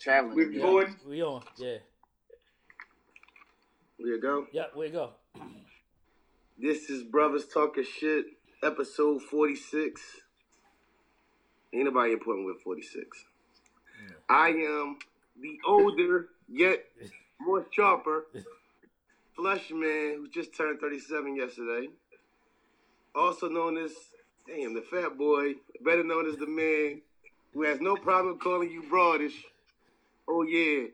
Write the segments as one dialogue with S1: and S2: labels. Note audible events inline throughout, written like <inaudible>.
S1: traveling.
S2: We're
S1: together.
S2: going.
S3: We on. Yeah.
S2: We go.
S3: Yeah, we go.
S2: This is Brothers Talking Shit, episode 46. Ain't nobody important with 46. I am the older, yet more sharper, flesh man who just turned 37 yesterday. Also known as, damn, the fat boy, better known as the man who has no problem calling you broadish. Oh, yeah.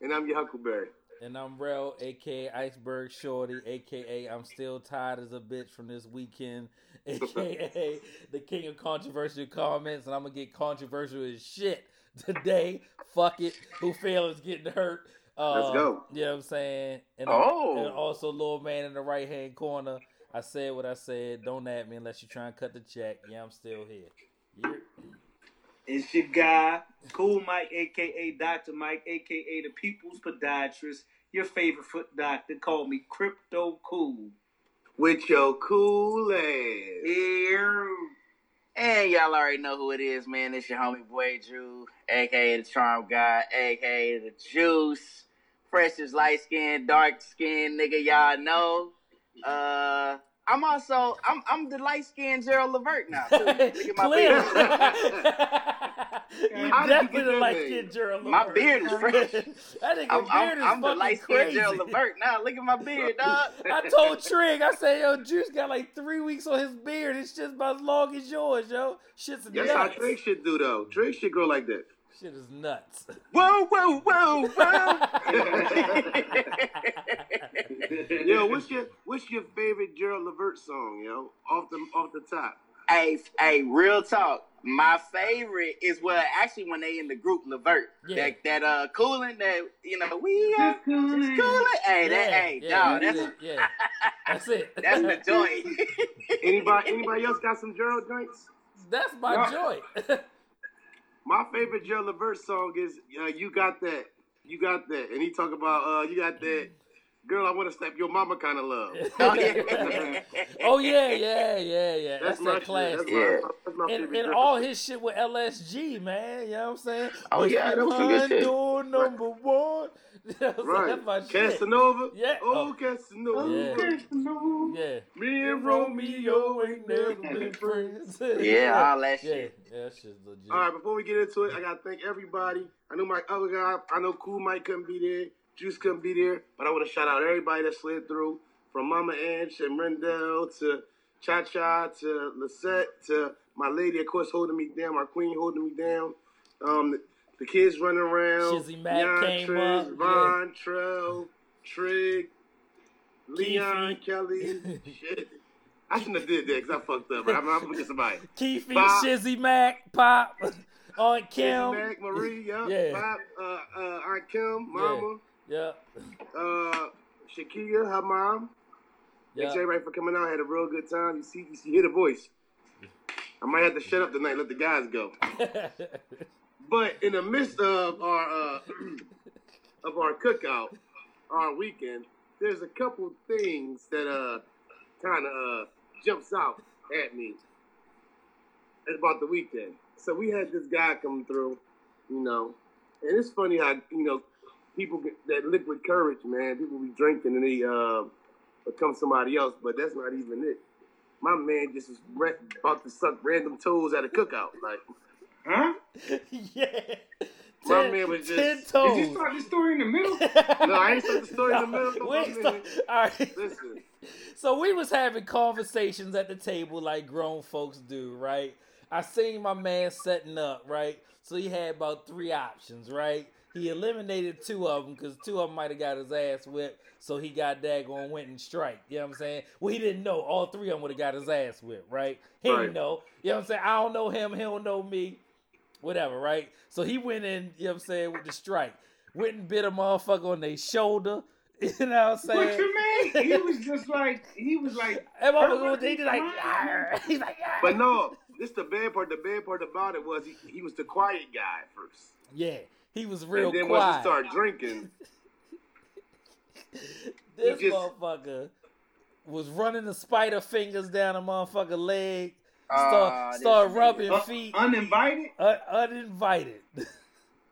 S2: And I'm your Huckleberry.
S3: And I'm Rel, aka Iceberg Shorty, aka I'm still tired as a bitch from this weekend, <laughs> aka the king of controversial comments, and I'm gonna get controversial as shit today. Fuck it. Who feelings getting hurt? Uh,
S2: Let's go.
S3: You know what I'm saying? And,
S1: Oh.
S3: and also little man in the right hand corner. I said what I said. Don't at me unless you try and cut the check. Yeah, I'm still here. Yeah.
S4: It's your guy, Cool Mike, aka Dr. Mike, aka the People's Podiatrist, your favorite foot doctor. Call me Crypto Cool.
S2: With your cool ass.
S4: Ew. <laughs>
S1: And y'all already know who it is, man. It's your homie boy Drew, aka the Charm Guy, aka the Juice. Fresh is light skinned, dark skinned nigga, y'all know. Uh I'm also I'm I'm the light skinned Gerald Levert
S3: <laughs>
S1: now. too. Look at my
S3: Clearly. <laughs>
S1: beard.
S3: you
S2: How did you get
S3: definitely
S2: that
S3: like
S2: name?
S3: kid Gerald
S1: My
S3: Levert.
S1: beard
S3: <laughs>
S1: is fresh.
S3: that nigga
S1: I'm,
S3: beard
S1: I'm,
S3: is
S1: I'm the
S3: fucking
S1: light skinned
S3: crazy.
S1: Gerald Levert now. Look at my beard,
S3: <laughs>
S1: dog.
S3: I told Trig, I said, yo, Juice got like three weeks on his beard. It's just about as long as yours, yo. Shit's
S2: That's how
S3: nuts.
S2: Drake should do though. Drake should grow like that.
S3: Shit is nuts.
S1: whoa, whoa, whoa, <laughs>
S3: <laughs>
S1: whoa. <laughs>
S2: Yo, what's your what's your favorite Gerald Levert song, yo? Off the off the top.
S1: Hey, hey, real talk. My favorite is well, actually, when they in the group Levert,
S3: Yeah.
S1: that that uh, cooling that you know we are just cooling. Hey, that hey,
S3: yeah,
S1: dog, that's
S3: it. yeah. That's it.
S1: <laughs> that's the joint.
S2: Anybody anybody else got some Gerald joints?
S3: <laughs> That's my
S2: Nah.
S3: joint.
S2: My favorite Gerald Levert song is uh, "You Got That." You got that, and he talk about uh, "You got that." Girl, I want to slap your mama kind of love.
S1: Oh, <laughs> yeah.
S3: <laughs> oh yeah, yeah, yeah, yeah. That's,
S2: my
S3: that
S2: shit.
S3: classic.
S2: That's my,
S1: Yeah.
S2: that's my
S3: and,
S2: favorite
S3: and
S2: Gerald
S3: all his shit with LSG, man. You know what I'm saying?
S1: Oh,
S3: Was
S1: yeah, that was some good
S3: behind
S1: shit.
S3: Door number one. <laughs> You know what I'm saying?
S2: Right.
S3: That's my shit.
S2: Casanova.
S3: Yeah.
S2: Oh,
S3: Oh.
S2: Casanova.
S3: Yeah.
S2: Me and Romeo ain't never been
S3: friends. <laughs>
S1: yeah, all that
S3: Yeah,
S1: shit.
S3: yeah, that shit's legit.
S2: All right, before we get into it, I gotta thank everybody. I know my other guy, I know Cool Mike couldn't be there, Juice couldn't be there, but I want to shout out everybody that slid through, from Mama Ange and Rendell to Cha Cha to Lisette to my lady, of course, holding me down, my queen holding me down. Um, the, the kids running around.
S3: Shizzy Mac came
S2: Yantrez,
S3: up, yeah.
S2: Von Trell, Trig, Leon,
S3: Keefe. <laughs>
S2: Kelly. Shit, I shouldn't have did that because I fucked up. But I'm, I'm gonna get somebody.
S3: Keefy,
S2: Pop.
S3: Shizzy Mac, Pop, <laughs> Aunt Kim.
S2: Mac,
S3: <laughs>
S2: Marie, yeah,
S3: Yeah.
S2: Bob, uh, uh, Aunt Kim, Mama,
S3: Yeah.
S2: uh, Shakia, her mom. Thanks
S3: Yeah.
S2: everybody for coming out. Had a real good time. You see, you see, hear the voice. I might have to shut up tonight. Let the guys go. But in the midst of our uh, <clears throat> of our cookout, our weekend, there's a couple things that uh kind of uh, jumps out at me about the weekend. So we had this guy come through, you know, and it's funny how you know people get that liquid courage, man. People be drinking and they uh, become somebody else, but that's not even it. My man just was ra- about to suck random toes at a cookout, like.
S4: Huh?
S3: <laughs> yeah.
S2: My
S3: Ten-
S2: man was just-
S3: ten
S2: Did you
S4: Did you
S3: toes.
S4: start the story in the middle?
S2: No, I ain't
S3: <laughs>
S2: start the story in the middle. Come
S3: Wait,
S2: on,
S3: stop.
S2: man.
S3: All right.
S2: Listen,
S3: So we was having conversations at the table like grown folks do, right? I seen my man setting up, right? So he had about three options, right? He eliminated two of them because two of them might have got his ass whipped. So he got daggone went and strike. You know what I'm saying? Well, he didn't know. All three of them would have got his ass whipped, right? He
S2: Right.
S3: didn't know. You know what I'm saying? I don't know him. He don't know me. Whatever, right? So he went in, you know what I'm saying, with the strike. Went and bit a motherfucker on their shoulder. <laughs> You know what I'm saying?
S4: What you mean? He was just like, he was like,
S3: And motherfucker was they did like, "Yarr." <laughs> he's like, "Yarr."
S2: but no, this the bad part. The bad part about it was he, he was the quiet guy at first,
S3: yeah, he was real
S2: and then once he
S3: quiet. <laughs>
S2: started drinking,
S3: this
S2: he just-
S3: motherfucker was running the spider fingers down a motherfucker leg,
S1: Ah,
S3: start
S1: this
S3: start
S1: nigga.
S3: rubbing
S4: uh,
S3: feet,
S4: uninvited?
S3: un- uninvited. <laughs>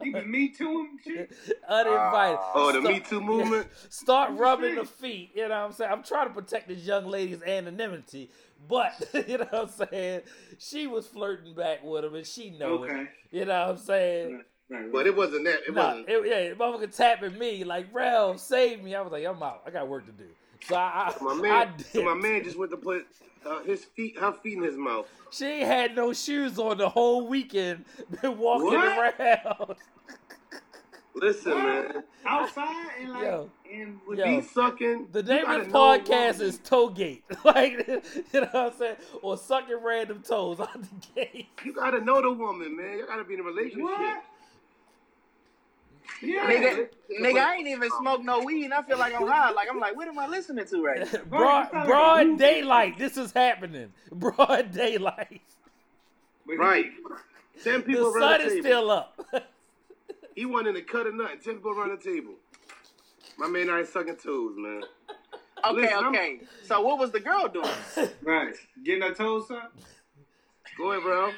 S4: You been me to him, shit.
S3: Uninvited.
S2: Oh, the
S3: Stop-
S2: Me Too movement.
S3: Start
S4: What you
S3: rubbing the
S4: think?
S3: feet. You know what I'm saying? I'm trying to protect this young lady's anonymity, but <laughs> you know what I'm saying? She was flirting back with him, and she know
S4: Okay.
S3: it. You know what I'm saying?
S4: Right,
S2: But
S4: right.
S2: it wasn't that. It
S3: Nah,
S2: wasn't.
S3: it, yeah, the motherfucker tapping me like, "Ralph, save me!" I was like, "I'm out. I got work to do." So I, I
S2: my
S3: I
S2: man,
S3: did.
S2: my man just went to put uh, his feet, her feet in his mouth.
S3: She ain't had no shoes on the whole weekend. <laughs> Been walking
S4: What?
S3: around. <laughs>
S2: Listen,
S4: What?
S2: man,
S4: Outside and like
S3: Yo.
S4: and with
S3: Yo.
S2: he
S4: these
S2: sucking.
S3: The
S2: you
S3: name
S2: gotta
S3: of the
S2: know a
S3: podcast
S2: woman.
S3: is Toegate. <laughs> Like, you know what I'm saying? Or sucking random toes out the gate.
S2: You gotta know the woman, man. You gotta be in a relationship.
S4: what? Yeah.
S1: Nigga, nigga, I ain't even
S2: Oh.
S1: smoked no weed, and I feel like I'm high. Like I'm like, what am I listening to right now?
S3: <laughs> broad,
S4: you sound like a
S3: broad
S4: movie.
S3: daylight. This is happening. <laughs> Broad daylight.
S4: Wait,
S2: Right. Ten people
S3: the
S2: around
S3: sun
S2: the
S3: is
S2: table.
S3: still up. <laughs>
S2: He went in to cut a nut. and Ten people around the table. My man, I ain't sucking toes, man.
S1: Okay,
S2: Listen, I'm-
S1: okay. So what was the girl doing?
S4: Right. Getting her toes up.
S2: Go ahead, bro.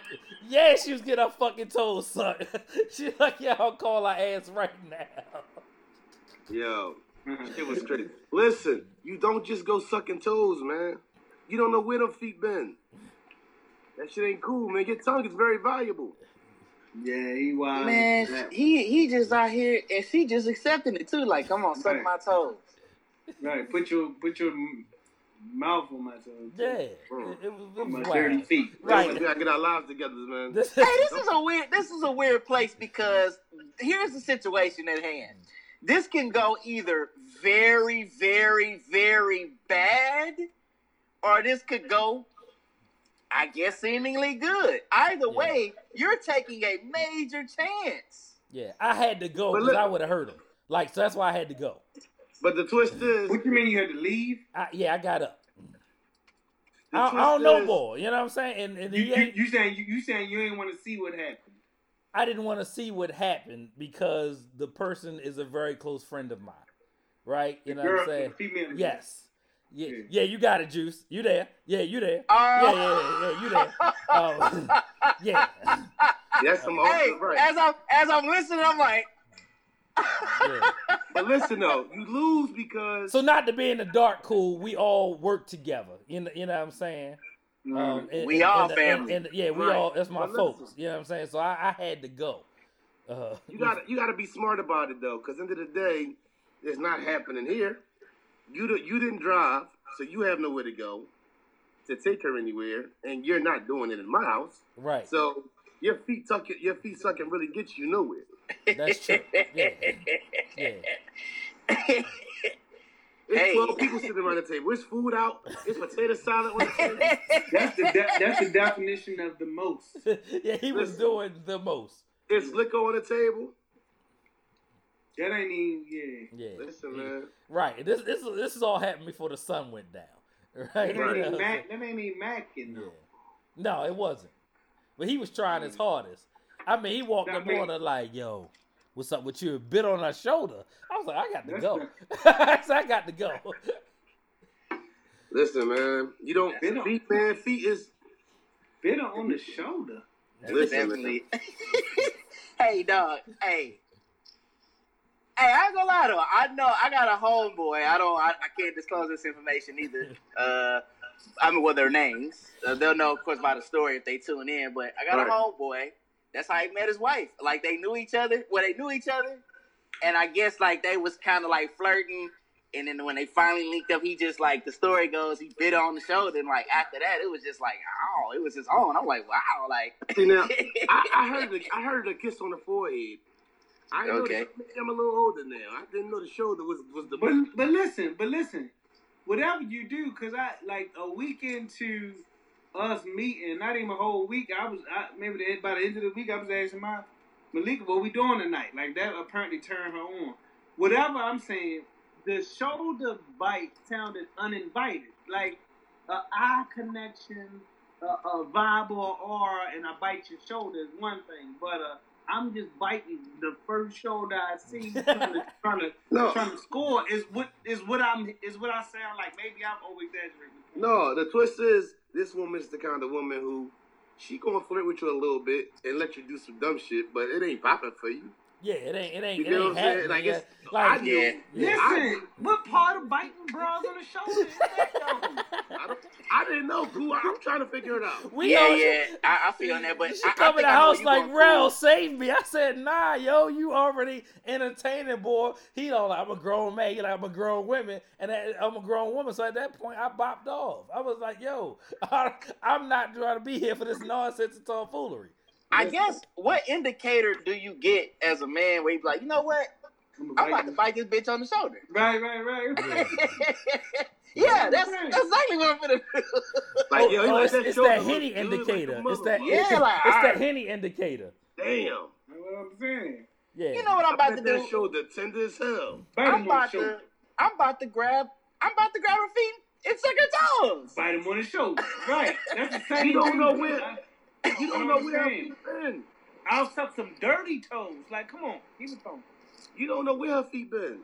S3: yeah, she was getting her fucking toes sucked. <laughs> she like, y'all call her ass right now.
S2: Yo, <laughs> it was crazy. Listen, you don't just go sucking toes, man. You don't know where them feet been. That shit ain't cool, man. Your tongue is very valuable.
S4: Yeah, he
S1: Um,
S4: wild.
S1: Man, he he just out here, and she just accepting it too. Like, come on, suck my toes.
S4: Right. Put your put your m- mouth on my toes.
S3: Yeah. It,
S2: Mm.
S3: it was, it
S4: On my
S3: was
S4: dirty
S3: wild.
S4: feet.
S3: Right.
S2: We gotta get our lives together, man.
S3: <laughs> This
S1: Hey, this is a weird this is a weird place because here's the situation at hand. This can go either very, very, very bad, or this could go, I guess, seemingly good. Either
S3: Yeah.
S1: way, you're taking a major chance.
S3: yeah, I had to go
S2: But
S3: because
S2: look-
S3: I would have hurt him. Like, so that's why I had to go.
S2: But the twist is,
S4: What you mean you had to leave?
S3: I, yeah, I got up.
S2: the
S3: I, I
S2: twist
S3: don't know
S2: is-
S3: more. You know what I'm saying? And, and
S4: You,
S3: he
S4: you,
S3: ain't-
S4: you saying you, you saying you ain't want to see what happened?
S3: I didn't want to see what happened because the person is a very close friend of mine, right? You know what
S4: Girl,
S3: I'm saying?
S4: female.
S3: Yes. Yeah,
S4: Yeah.
S3: yeah, you got it, Juice. You there? Yeah, you there? Yeah, yeah, yeah,
S1: Uh,
S3: yeah you there? Um, <laughs> yeah,
S2: That's some
S1: hey,
S2: old right.
S1: as I'm as I'm listening, I'm like, <laughs>
S3: yeah.
S2: But listen though, you lose because
S3: So not to be in the dark, cool. We all work together. You know, you know what I'm saying? Um, and-
S1: Mm, We
S3: and-
S1: all
S3: and-
S1: family.
S3: And, and- yeah, we
S2: Right.
S3: all. That's my
S2: But listen.
S3: folks. You know what I'm saying? So I, I had to go. Uh,
S2: you gotta you gotta be smart about it though, because end of the day, it's not happening here. You do, you didn't drive, so you have nowhere to go to take her anywhere, and you're not doing it in my house.
S3: <laughs> right.
S1: <laughs>
S2: So your feet tucking your feet sucking really gets you nowhere.
S3: That's true. Yeah, yeah. <laughs>
S2: It's
S1: Hey.
S2: twelve people sitting around the table. It's food out. It's potato
S1: <laughs>
S2: salad on the table.
S4: That's the de- that's the definition of the most.
S3: yeah, he was
S2: Listen.
S3: doing the most.
S2: It's liquor on the table.
S4: That ain't even yeah.
S3: Yeah.
S2: Listen,
S3: yeah.
S2: man.
S3: Right. This this this is all happened before the sun went down. <laughs> Right.
S4: That ain't
S3: You know
S4: even
S3: what I'm
S4: mac. That ain't even macking
S3: saying?
S4: though.
S3: Yeah. No, it wasn't. But he was trying his hardest. I mean, he walked
S4: That
S3: up
S4: man-
S3: on her like, "Yo, what's up with you?" A bit on her shoulder. I was like, "I got to
S4: That's
S3: go."
S2: <laughs>
S3: <laughs>
S4: not-
S3: I said, "I got to go." <laughs>
S2: Listen, man. You don't
S4: Been on-
S2: feet, man. Feet is
S4: Bitter on the shoulder.
S2: listen, man.
S1: Definitely. <laughs> hey, dog. Hey. Hey, I ain't gonna lie though. I know I got a homeboy. I don't. I, I can't disclose this information
S2: <laughs>
S1: either. Uh, I mean, well, their names. Uh, they'll know, of course, by the story if they tune in. But I got
S2: Right.
S1: a homeboy. That's how he met his wife. Like they knew each other. Well, they knew each other, and I guess like they was kind of like flirting. And then when they finally linked up, he just like the story goes, he bit her on the shoulder, and like after that, it was just like, oh, it was his own. I'm like, wow, like
S2: See now, I, I heard the, I heard a kiss on the forehead. I know
S1: Okay.
S2: that, maybe I'm a little older now. I didn't know the shoulder was was the
S4: But but listen, but listen, whatever you do, cause I like a week into us meeting, not even a whole week. I was I maybe the, by the end of the week I was asking my Malika, what we doing tonight? Like that apparently turned her on. Whatever I'm saying, the shoulder bite sounded uninvited, like a eye connection, a, a vibe or aura, and I bite your shoulder is one thing, but uh, I'm just biting the first shoulder I see, trying to, trying to
S2: no
S4: trying to score is what is what I'm is what I sound like. Maybe I'm over exaggerating.
S2: no. The twist is this woman is the kind of woman who she gonna flirt with you a little bit and let you do some dumb shit, but it ain't popping for you.
S3: Yeah, it ain't it ain't
S2: You
S3: it
S2: know
S3: ain't
S2: what I'm saying?
S3: happening.
S2: Like,
S3: yet.
S2: it's-
S3: Like,
S2: I
S3: yeah.
S1: Yeah.
S2: do.
S4: Listen,
S2: I-
S4: what part of biting bras on the shoulder is that though?
S2: I, don't, I didn't know, Cool. I- I'm trying to figure it out.
S3: <laughs> We
S1: yeah,
S3: know
S1: yeah.
S3: you-
S1: I, I feel on that, but
S3: she
S1: I, I
S3: come in
S1: think
S3: the
S1: I know
S3: house
S1: you
S3: like,
S1: gonna
S3: Rel,
S1: pull-
S3: save me. I said, nah, yo, you already entertaining, boy. He don't like, I'm a grown man. He like, I'm a grown woman. And that, I'm a grown woman. So at that point, I bopped off. I was like, yo, <laughs> I, am not trying to be here for this nonsense and tomfoolery.
S1: I guess what indicator do you get as a man where you be like, you know what?
S4: <laughs> I'm a
S1: I'm about to
S4: Viking.
S1: bite this bitch on the shoulder. <laughs>
S4: Right, right, right. right.
S1: yeah, that's that's exactly what I'm gonna do.
S2: Like,
S3: Oh,
S2: yo, he
S3: oh,
S2: like
S3: it's,
S2: that
S3: it's
S2: shoulder
S3: that
S2: look
S3: henny
S2: good, like a
S3: indicator. it's that <laughs>
S2: motherfucker.
S1: Yeah,
S3: it's,
S1: like,
S3: it's that
S1: alright.
S3: henny indicator.
S2: Damn.
S4: That's what I'm saying.
S3: Yeah.
S1: You know what I'm
S2: I
S1: about to
S2: bet that
S1: do?
S2: shoulder tender as hell.
S4: Bite
S1: I'm
S4: him on the
S1: about to
S4: shoulder.
S1: I'm about to grab I'm about to grab her feet and suck her toes.
S4: Bite him on the shoulder. Right. That's the same
S2: You
S4: dude.
S2: don't know where.
S4: I-
S2: You
S4: You
S2: don't
S4: know
S2: know
S4: what I'm
S2: where
S4: saying?
S2: her feet been.
S4: I'll suck some dirty toes. Like, come on, give it to him.
S2: You don't know where her feet been.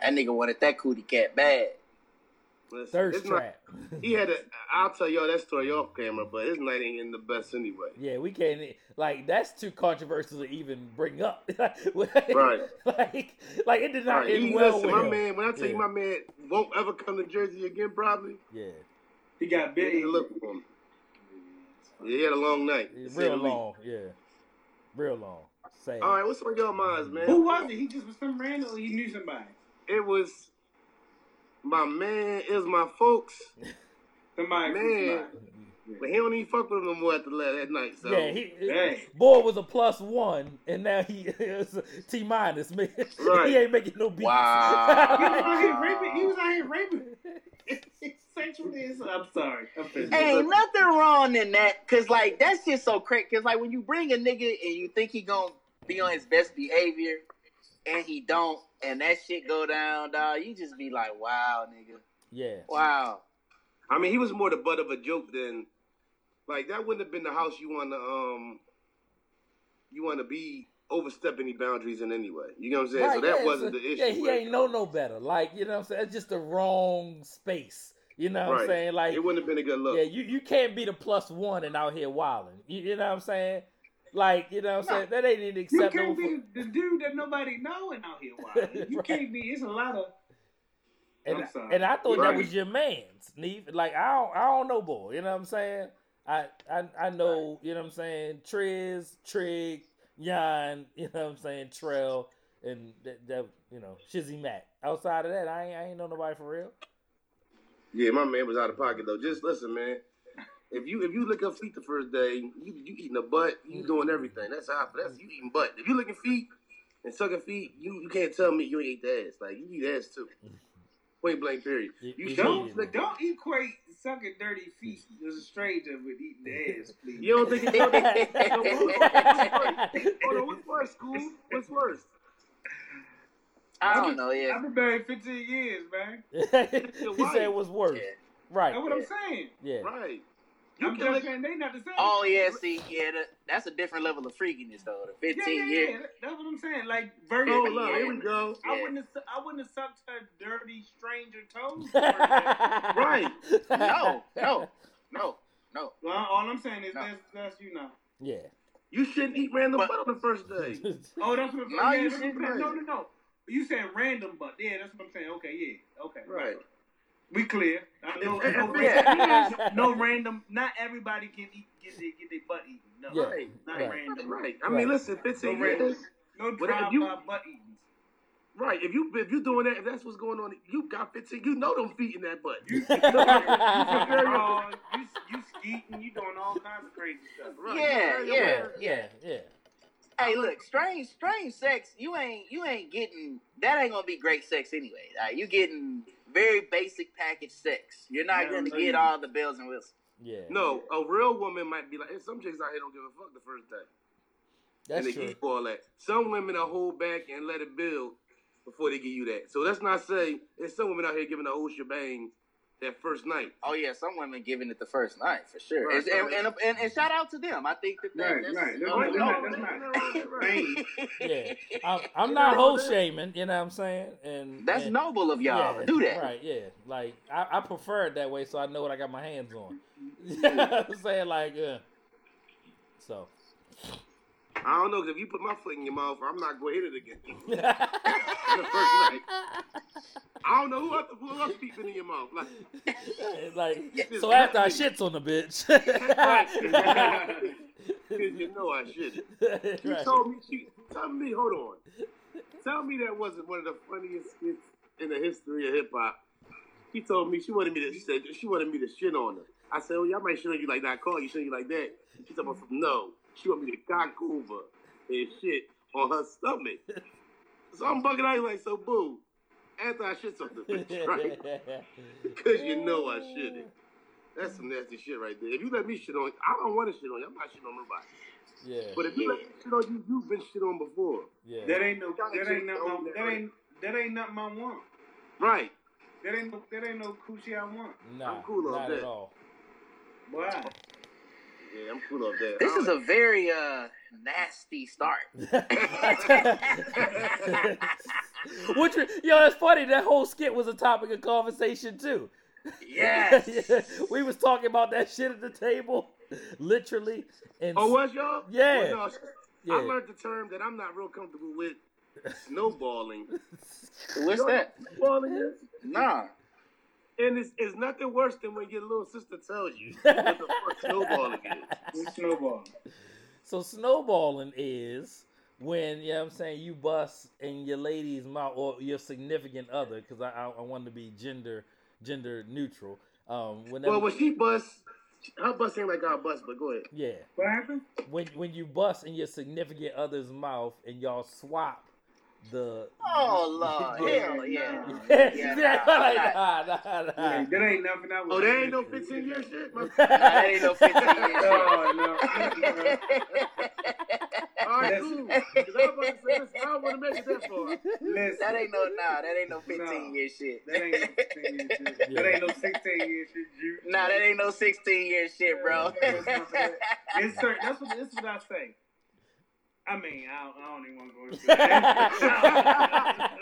S1: That nigga wanted that cootie cat bad.
S2: Listen,
S3: Thirst
S2: it's
S1: <laughs>
S2: not-
S3: trap.
S2: He had a. I'll tell y'all that story off camera, but his night ain't in the best anyway.
S3: Yeah, we can't e- like that's too controversial to even bring up. <laughs>
S2: Right.
S3: Like, like it did
S2: All
S3: not
S2: right,
S3: end
S2: he-
S3: well
S2: listen,
S3: with
S2: my
S3: him.
S2: man. When I tell
S3: Yeah.
S2: you, my man won't ever come to Jersey again. Probably.
S3: Yeah,
S4: He got
S2: You need
S4: big.
S2: to look for him. Yeah, he had a long night. to
S3: it's
S2: say the
S3: real
S2: least.
S3: long. Yeah, real long. Sad.
S2: All
S3: <laughs>
S2: right, what's on your minds, man?
S4: Who was it? He just was some random. Or he knew somebody.
S2: It was my man. It was my folks,
S4: Somebody. from
S2: Man.
S4: somebody.
S2: but he don't even fuck with them no more after la- that night. So
S3: yeah, he
S4: Dang.
S3: boy was a plus one, and now he <laughs> is a T minus. Man, <laughs>
S2: Right.
S3: he ain't making no beats.
S4: He was
S1: Wow.
S4: out here raping. <laughs> He was out here raping. Sexually, is- I'm sorry. I'm finished.
S1: Ain't nothing wrong in that, cause like that's just so crazy. Cause like when you bring a nigga and you think he gonna be on his best behavior, and he don't, and that shit go down, dog, you just be like, wow, nigga,
S3: <laughs>
S2: <laughs>
S3: yeah,
S1: wow.
S2: I mean, he was more the butt of a joke than like that. Wouldn't have been the house you want to um you want to be overstep any boundaries in anyway. You know what I'm saying?
S3: Right,
S2: so that
S3: yeah,
S2: wasn't
S3: so-
S2: the issue.
S3: Yeah, he
S2: with-
S3: ain't know no better. Like you know, what I'm saying it's just the wrong space. You know what I'm
S2: Right.
S3: saying? Like
S2: it wouldn't have been a good look.
S3: Yeah, you, you can't be the plus one and out here wilding. You, you know what I'm saying? Like, you know what I'm saying? That ain't even
S4: You
S3: acceptable.
S4: can't be
S3: for-
S4: the dude that nobody knowing out here. Wild. You
S3: Right.
S4: can't be. It's a lot of.
S3: and,
S4: I'm
S3: I-
S4: sorry.
S3: and I thought that
S2: Right.
S3: was your man's. Neve. Like, I don't, I don't know, boy. You know what I'm saying? I, I, I know, you know what I'm saying? Triz, Trig, Yon, <laughs> you know what I'm saying? Trail, and that, that you know, Shizzy Mac. Outside of that, I ain't, I ain't know nobody for real.
S2: Yeah, my man was out of pocket though. Just listen, man. If you if you look up feet the first day, you you eating a butt,
S3: Mm-hmm.
S2: you doing everything. That's how that's you eating butt. If you looking feet and sucking feet, you you can't tell me you ain't ate the ass. Like you eat ass too.
S3: Mm-hmm.
S2: Point blank period.
S3: You-
S2: You
S3: you
S2: don't
S3: eat
S4: Don't
S3: it.
S2: look,
S4: don't equate sucking dirty feet as a stranger with eating ass, please.
S2: you don't think you don't think
S1: <laughs>
S3: <laughs>
S2: Hold on, what's worse, school? What's worse?
S1: I don't know,
S4: I've
S1: yeah.
S4: been married 15 years, man.
S3: he said it was worse.
S1: Yeah.
S4: <laughs> That's
S3: Right.
S4: what I'm saying.
S3: Yeah.
S2: Right. You
S4: I'm
S2: can
S4: just
S2: look
S4: saying they not the same.
S1: Oh yeah, see, yeah, that, that's a different level of freakiness though. The
S4: yeah, yeah,
S1: fifteen
S4: yeah.
S1: years,
S4: That's what I'm saying. Like virgin.
S2: Oh look, here we go.
S4: I
S1: yeah.
S4: wouldn't have, su- I wouldn't have sucked her dirty stranger toes.
S3: <laughs>
S4: well,
S3: right.
S1: no,
S4: <laughs>
S1: no, no, no.
S4: all I'm saying is
S1: No.
S4: that's that's you know.
S3: Yeah.
S2: You shouldn't eat random
S1: But-
S2: butt on the first day.
S4: Oh, that's what I'm
S1: No,
S4: yeah,
S1: you
S4: that's what I'm
S2: shouldn't.
S4: saying. No, no, no. You saying random, but yeah, that's what I'm saying. Okay, yeah, okay,
S2: Right.
S4: We clear. I know.
S2: If-
S4: no,
S2: if-
S4: random-
S3: <laughs>
S4: no random. Not everybody can eat, get their get their butt eaten. No,
S3: Yeah,
S4: not
S3: right.
S4: random.
S2: Right. I
S3: Right.
S2: mean listen,
S4: No
S2: fifteen
S4: random.
S2: years.
S4: No
S2: But if
S4: drive
S2: you-
S4: by butt eating.
S2: Right. If you if you doing that, if that's what's going on, you got 15. You know them feet in that butt.
S4: You, you,
S3: Yeah.
S4: raw, you, you skeeting. You doing all kinds of crazy stuff.
S2: Right.
S1: Yeah,
S2: Right,
S1: yeah,
S2: right.
S1: yeah.
S3: Yeah. Yeah.
S1: Hey, look, strange, strange sex. You ain't, you ain't getting. That ain't gonna be great sex anyway. Like, you getting very basic package sex. You're not
S4: Yeah,
S1: gonna
S4: no,
S1: get
S4: you-
S1: all the bells and whistles.
S3: Yeah.
S2: No, a real woman might be like, and some chicks out here don't give a fuck the first day, and
S3: <laughs> That's
S2: they
S3: true.
S2: keep all that. Some women will hold back and let it build before they give you that. So let's not say there's some women out here giving the whole shebang that first night.
S1: Oh yeah, some women giving it the first night for sure.
S2: Right,
S1: It's- and,
S2: right.
S1: and, and, and shout out to them. I think that, that
S4: Right,
S1: that's,
S4: right.
S1: Oh,
S4: Right,
S1: no,
S4: right, <laughs> right.
S1: <laughs>
S3: Yeah. I'm, I'm not whole shaming. You know what I'm saying? And
S1: that's
S3: and,
S1: noble of y'all
S3: yeah,
S1: to do that.
S3: <laughs> Right. Yeah. Like I, I prefer it that way, so I know what I got my <laughs> <laughs> hands on. You know what I'm saying like. Uh, so.
S2: I don't know, 'cause if you put my foot in your mouth, I'm not going to hit it again. the first night.
S3: like,
S2: I don't know who else, who else peeping in your mouth. Like,
S3: so after I shits on the bitch. <laughs>
S2: Right. Because you know I
S3: <laughs>
S2: shouldn't. She
S3: Right.
S2: told me she tell me, hold on. Tell me that wasn't one of the funniest skits in the history of hip hop. She told me she wanted me to she said she wanted me to shit on her. I said, Well, y'all might shit on you like that call you shit on you like that. She told me no. She wanted me to cock over and shit on her stomach. So I'm bugging out like so boo. After I shit something,
S3: <laughs>
S2: bitch, right? <laughs> Because you know I shouldn't. That's some nasty shit right there. If you let me shit on, I don't want to shit on you. I'm not shitting on nobody.
S3: Yeah,
S2: But if you let me shit on you, you've been shit on before.
S3: yeah.
S4: That ain't no. That ain't nothing. I- That ain't. That ain't nothing I want.
S2: Right.
S4: That ain't. No, that ain't no coochie I want.
S3: Nah,
S2: I'm cool on
S3: not
S2: that. <laughs>
S3: at all. <laughs>
S4: Why?
S2: Yeah, I'm cool off that.
S1: This
S2: I
S1: is
S2: don't-
S1: a very uh nasty start.
S3: <laughs> Which, yo, that's funny. That whole skit was a topic of conversation too.
S1: Yes.
S3: <laughs> we was talking about that shit at the table, literally. And
S2: Oh, was y'all?
S3: Yeah.
S2: Well, no,
S3: yeah,
S2: I learned the term that I'm not real comfortable with. Snowballing.
S1: What's
S2: You know
S1: that?
S2: what Snowballing is,
S1: Nah.
S2: and it's, it's nothing worse than when your little sister tells you what the fuck snowballing is.
S3: <laughs>
S4: We snowball.
S3: So snowballing is when you know what I'm saying you bust in your lady's mouth or your significant other because I, I I wanted to be gender gender neutral. Um, whenever,
S2: Well, when she busts, her bust ain't like our bust, but go ahead.
S3: yeah,
S4: What happened?
S3: when when you bust in your significant other's mouth and y'all swap the
S1: Oh lord.
S3: Yeah.
S1: Hell <laughs> yeah.
S3: yeah,
S1: Yeah, nah,
S3: like, <laughs> nah, nah, nah.
S4: Like, that ain't nothing I want.
S2: Oh, that ain't no 15 year
S3: <laughs>
S2: shit? My-
S1: Nah, that ain't no 15 years.
S4: No, Oh,
S2: <laughs>
S4: no. Mm-mm.
S2: All right, cool. 'Cause I was about to say, listen, I don't want to make it that far.
S4: Listen.
S1: That ain't no nah, that ain't no 15
S4: Nah.
S1: year shit.
S4: That ain't no 15 year shit. That ain't no 16 year shit, Juke.
S1: <laughs> Nah, that ain't no 16 year shit, bro.
S4: It's certain, that's what this is what I say. I mean, I don't, I don't even want to
S2: <laughs>
S4: go <laughs> into that.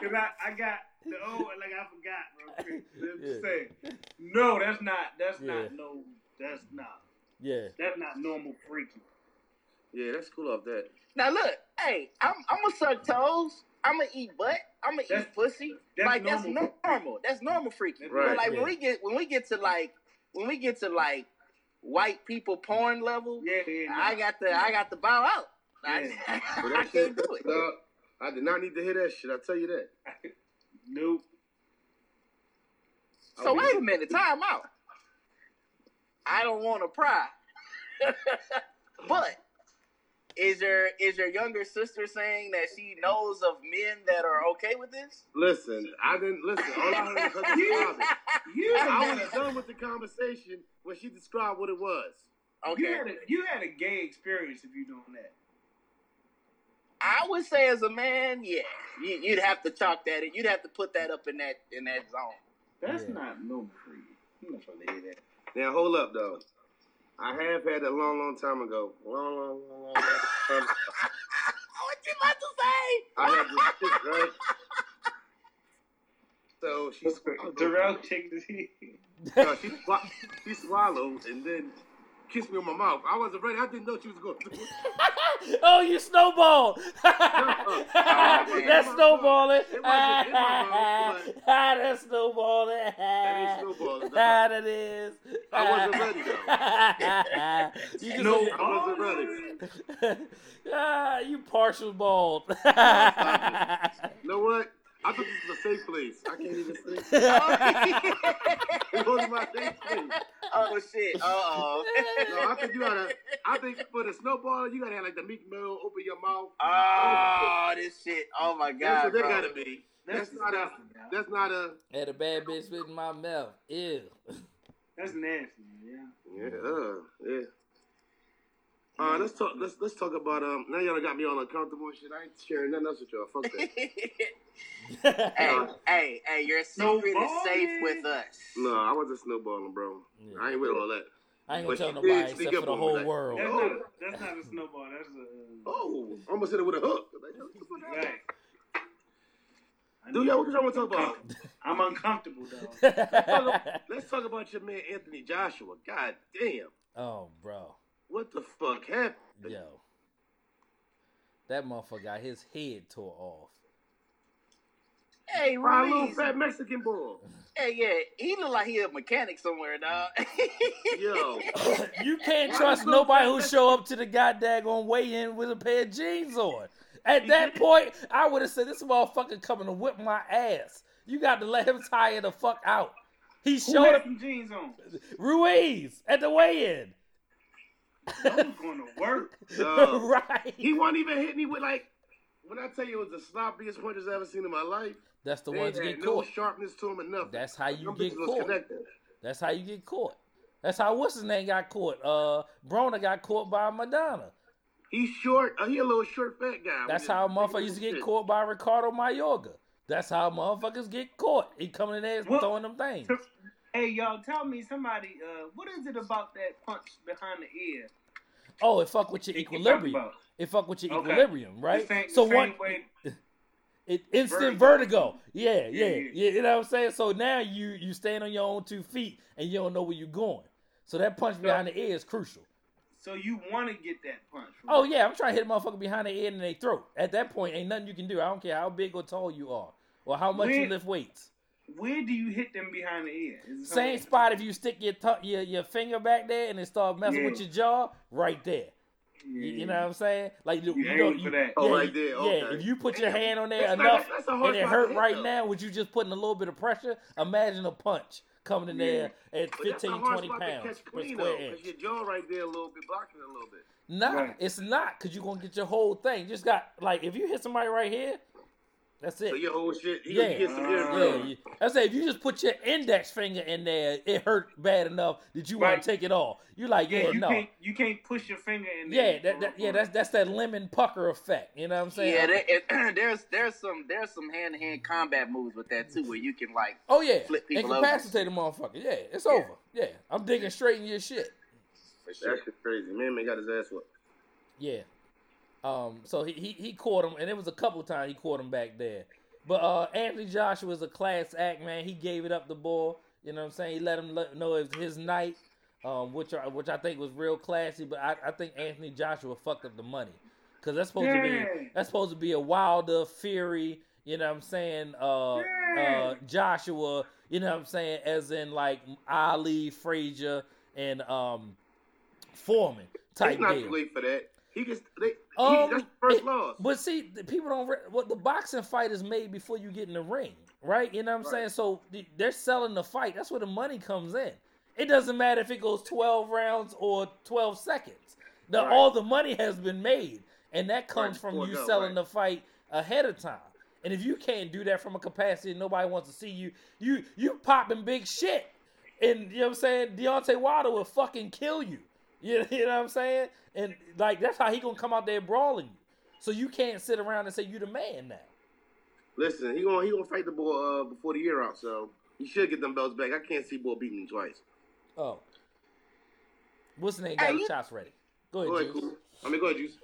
S4: Because I, I got the old, like, I forgot real quick. Let's just say, no, that's not, that's
S3: Yeah.
S4: not, no, that's not,
S3: yeah,
S4: that's not normal freaky.
S2: Yeah, that's cool off that.
S1: now look, hey, I'm I'm gonna suck toes. I'm gonna eat butt. I'm gonna
S4: That's-
S1: eat pussy.
S4: that's
S1: like
S4: normal.
S1: that's normal. That's normal freaking.
S4: That's
S1: But
S2: right.
S1: like
S3: Yeah.
S1: when we get when we get to like when we get to like white people porn level,
S4: Yeah, yeah, yeah.
S1: I got the I got the bow out. <laughs> I,
S4: Yeah.
S2: But
S1: I
S2: that
S1: can't
S2: shit-
S1: do it.
S2: No, I did not need to hear that shit. I tell you that.
S1: <laughs>
S4: Nope.
S1: So wait a minute, time out. I don't want to pry, <laughs> but is your is your younger sister saying that she knows of men that are okay with this?
S2: Listen, I didn't listen. All I heard was <laughs> her describe it.
S4: You
S2: I
S4: had,
S2: was done with the conversation when she described what it was.
S4: a, you,
S1: Okay,
S4: had a, you had a gay experience if you doing that.
S1: I would say as a man, yeah, you, you'd have to chalk that. You'd have to put that up in that in that zone.
S4: That's
S3: Yeah.
S4: not normal freaky. I'm not trying to hear that.
S2: Now hold up though. I have had a long, long time ago. Long, long, long, long, long time ago.
S1: What you about to say?
S2: I had this chick, right? So she swallowed.
S4: Darrell checked his <laughs> head.
S2: <laughs> No, she, swa- she swallowed and then kissed me on my mouth. I wasn't ready. I didn't know she was going to do it.
S3: oh,
S2: <laughs>
S3: you snowballed.
S1: man.
S3: That's snowballing.
S2: It wasn't- it wasn't,
S3: Ah,
S2: but-
S3: <laughs> that's snowballing.
S2: That ain't snowballing.
S3: Ah, <laughs> that is.
S2: I wasn't ready,
S3: though. <laughs> you just no.
S2: I wasn't ready.
S3: <laughs> ah, you
S2: <laughs>
S3: partial bald.
S2: You know what? I thought this was a safe place. I can't even say <laughs> it wasn't my safe place.
S1: <laughs> oh shit! Uh oh. <laughs>
S2: No, I think you gotta. I think for the snowball, you gotta have like the meat mill, open your mouth.
S1: Oh, this shit! Oh my
S2: That's
S1: god,
S2: what they
S1: bro.
S2: gotta be. That's, not a.
S4: disgusting, y'all.
S2: That's not a.
S3: <laughs> Had a bad bitch with my mouth. Ew. <laughs>
S4: That's nasty, man.
S2: Yeah. Uh, yeah. Uh, let's talk. Let's let's talk about um. Now y'all done got me all uncomfortable and shit. I ain't sharing nothing else with y'all. Fuck that.
S1: <laughs> hey,
S2: Uh,
S1: hey, hey! Your secret is safe
S4: Snowballing.
S1: with us.
S2: No, I wasn't snowballing, bro. I ain't with all that.
S3: I ain't
S2: But
S3: gonna tell
S2: she
S3: nobody
S2: did sneak
S3: except for
S2: up on
S3: the
S2: me
S3: whole
S2: like-
S3: world.
S4: That's,
S2: Oh.
S4: not, that's not a snowball. That's a. Uh,
S2: Oh, I almost hit it with a hook. Like, what the fuck happened?
S4: right. I
S2: Dude,
S4: know.
S2: y'all, what y'all want to talk about?
S4: I'm uncomfortable,
S3: <laughs>
S4: dog.
S2: <laughs> Let's talk about your man Anthony Joshua. God damn,
S3: oh, bro.
S2: what the fuck happened?
S3: Yo. That motherfucker got his head tore off.
S1: Hey,
S2: My little
S1: Ruiz.
S2: fat Mexican boy.
S1: Hey, yeah, he look like he a mechanic somewhere, <laughs> dog.
S2: Yo.
S3: <coughs> you can't
S2: Why
S3: trust
S2: you so
S3: nobody who
S2: fast?
S3: show up to the goddamn weigh-in with a pair of jeans on. At that point, I would have said, "This motherfucker coming to whip my ass." You got to let him tire the fuck out. He
S4: Who
S3: showed
S4: had
S3: up,
S4: some jeans on?
S3: Ruiz, at the weigh-in,
S4: I was going to work.
S2: Yo.
S3: <laughs> right?
S2: He won't even hit me with like when I tell you it was the sloppiest pointers I ever seen in my life.
S3: That's the
S2: They
S3: ones that
S2: had
S3: get
S2: no
S3: caught.
S2: sharpness to him enough.
S3: That's how you
S2: Them
S3: get
S2: bitches was
S3: caught.
S2: connected.
S3: That's how you get caught. That's how what's his name got caught. Uh, Brona got caught by Madonna.
S2: He's short. Uh, he a little short, fat guy.
S3: That's
S2: Just-
S3: how motherfuckers used to get
S2: Shit.
S3: caught by Ricardo Mayorga. That's how motherfuckers get caught. He coming in there and
S4: Well-
S3: throwing them things.
S4: Hey, y'all, tell me somebody, uh, what is it about that punch behind the ear?
S3: Oh, it fuck with your
S4: that you talking
S3: equilibrium.
S4: about?
S3: It fuck with your
S4: Okay.
S3: equilibrium, right?
S4: The same,
S3: so
S4: the same
S3: one
S4: way-
S3: it, instant vertigo.
S4: Vertigo.
S3: Yeah, yeah, yeah,
S4: yeah.
S3: You know what I'm saying? So now you you stand on your own two feet and you don't know where you're going. So that punch behind the ear is crucial.
S4: so you want to get that punch. right?
S3: Oh yeah, I'm trying to hit a motherfucker behind the ear and they throat. At that point, ain't nothing you can do. I don't care how big or tall you are or how much you
S4: Where-
S3: lift weights.
S4: Where do you hit them behind the ear? Is it somewhere-
S3: Same spot if you stick your tongue, your, your finger back there and it start messing
S4: Yeah.
S3: with your jaw, right there. You,
S4: Yeah.
S3: you know what I'm saying? Like you,
S4: You
S3: you
S4: aim
S3: don't
S4: for
S3: you,
S4: that.
S2: Oh,
S3: yeah,
S2: right
S3: you-
S2: there,
S3: Yeah,
S2: okay.
S3: if you put your hand on there
S2: That's not-
S3: enough
S2: that's a hard
S3: and it
S2: spot to
S3: hurt
S2: hit,
S3: right
S2: though.
S3: now, with you just putting a little bit of pressure, imagine a punch coming in
S4: Yeah.
S3: there at
S2: But that's a
S3: 15,
S2: hard
S3: 20
S2: spot to
S3: pounds
S2: catch
S3: per
S2: clean though,
S3: square
S2: because
S3: inch.
S2: your jaw right there a little bit, blocking a little bit.
S3: Nah,
S4: Right.
S3: it's not because you're gonna get your whole thing. You just got like if you hit somebody right here, that's it.
S2: So your whole shit, he
S3: Yeah.
S2: yeah. gets some air.
S4: Yeah,
S3: Yeah,
S2: Yeah.
S3: you, I say if you just put your index finger in there, it hurt bad enough that you want
S4: Right.
S3: to take it off. You like, yeah,
S4: Yeah, you
S3: no,
S4: can't you can't push your finger in.
S3: yeah,
S4: there.
S3: that, that, yeah, that's that's that lemon pucker effect. You know what I'm saying?
S1: yeah, there, <clears throat> it, there's there's some there's some hand to hand combat moves with that too, where you can like,
S3: oh yeah,
S1: flip people over.
S3: incapacitate a motherfucker. Yeah, it's over. Yeah, I'm digging straight in your shit.
S1: for sure.
S2: That shit crazy. Man, man got his ass whooped.
S3: Yeah. Um. So he, he he caught him, and it was a couple times he caught him back there. But uh, Anthony Joshua is a class act, man. He gave it up the ball. You know what I'm saying? He let him let, know it was his night, um, which are, which I think was real classy. But I, I think Anthony Joshua fucked up the money because that's supposed to
S4: Yeah.
S3: be that's supposed to be a Wilder Fury. You know what I'm saying? Uh,
S4: Yeah.
S3: uh, Joshua. You know what I'm saying? As in like Ali, Frazier, and um, Foreman type
S2: It's not
S3: deal.
S2: too late for that. He gets they.
S3: Um,
S2: he, that's the first
S3: it-
S2: loss.
S3: But see, the people don't. Re- what the boxing fight is made before you get in the ring, right? You know what I'm
S2: Right.
S3: saying? So th- they're selling the fight. That's where the money comes in. It doesn't matter if it goes 12 rounds or 12 seconds. The,
S2: Right.
S3: All the money has been made, and that comes from
S2: before
S3: you
S2: go,
S3: selling
S2: right.
S3: the fight ahead of time. And if you can't do that from a capacity, and nobody wants to see you. You you popping big shit, and you know what I'm saying. Deontay Wilder will fucking kill you. You, <laughs> you know what I'm saying? And like that's how he gonna come out there brawling you. So you can't sit around and say you the man now.
S2: Listen, he gonna he gonna fight the boy uh, before the year out, so he should get them belts back. I can't see boy beating him twice.
S3: Oh, what's the name? Got
S1: Hey,
S3: his
S1: you-
S3: shots ready. Go
S2: Go
S3: ahead,
S2: ahead,
S3: Juice.
S2: cool. I mean, go ahead, juice.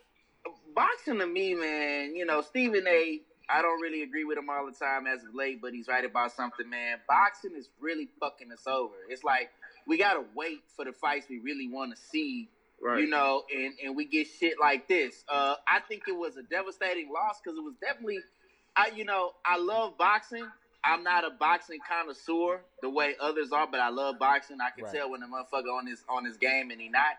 S1: boxing to me, man, you know, Stephen A. I don't really agree with him all the time as of late, but he's right about something, man. Boxing is really fucking us over. It's like we gotta wait for the fights we really want to see,
S2: Right.
S1: you know, and and we get shit like this. Uh, I think it was a devastating loss because it was definitely, I you know, I love boxing. I'm not a boxing connoisseur the way others are, but I love boxing. I can
S3: Right.
S1: tell when the motherfucker on his on his game and he not.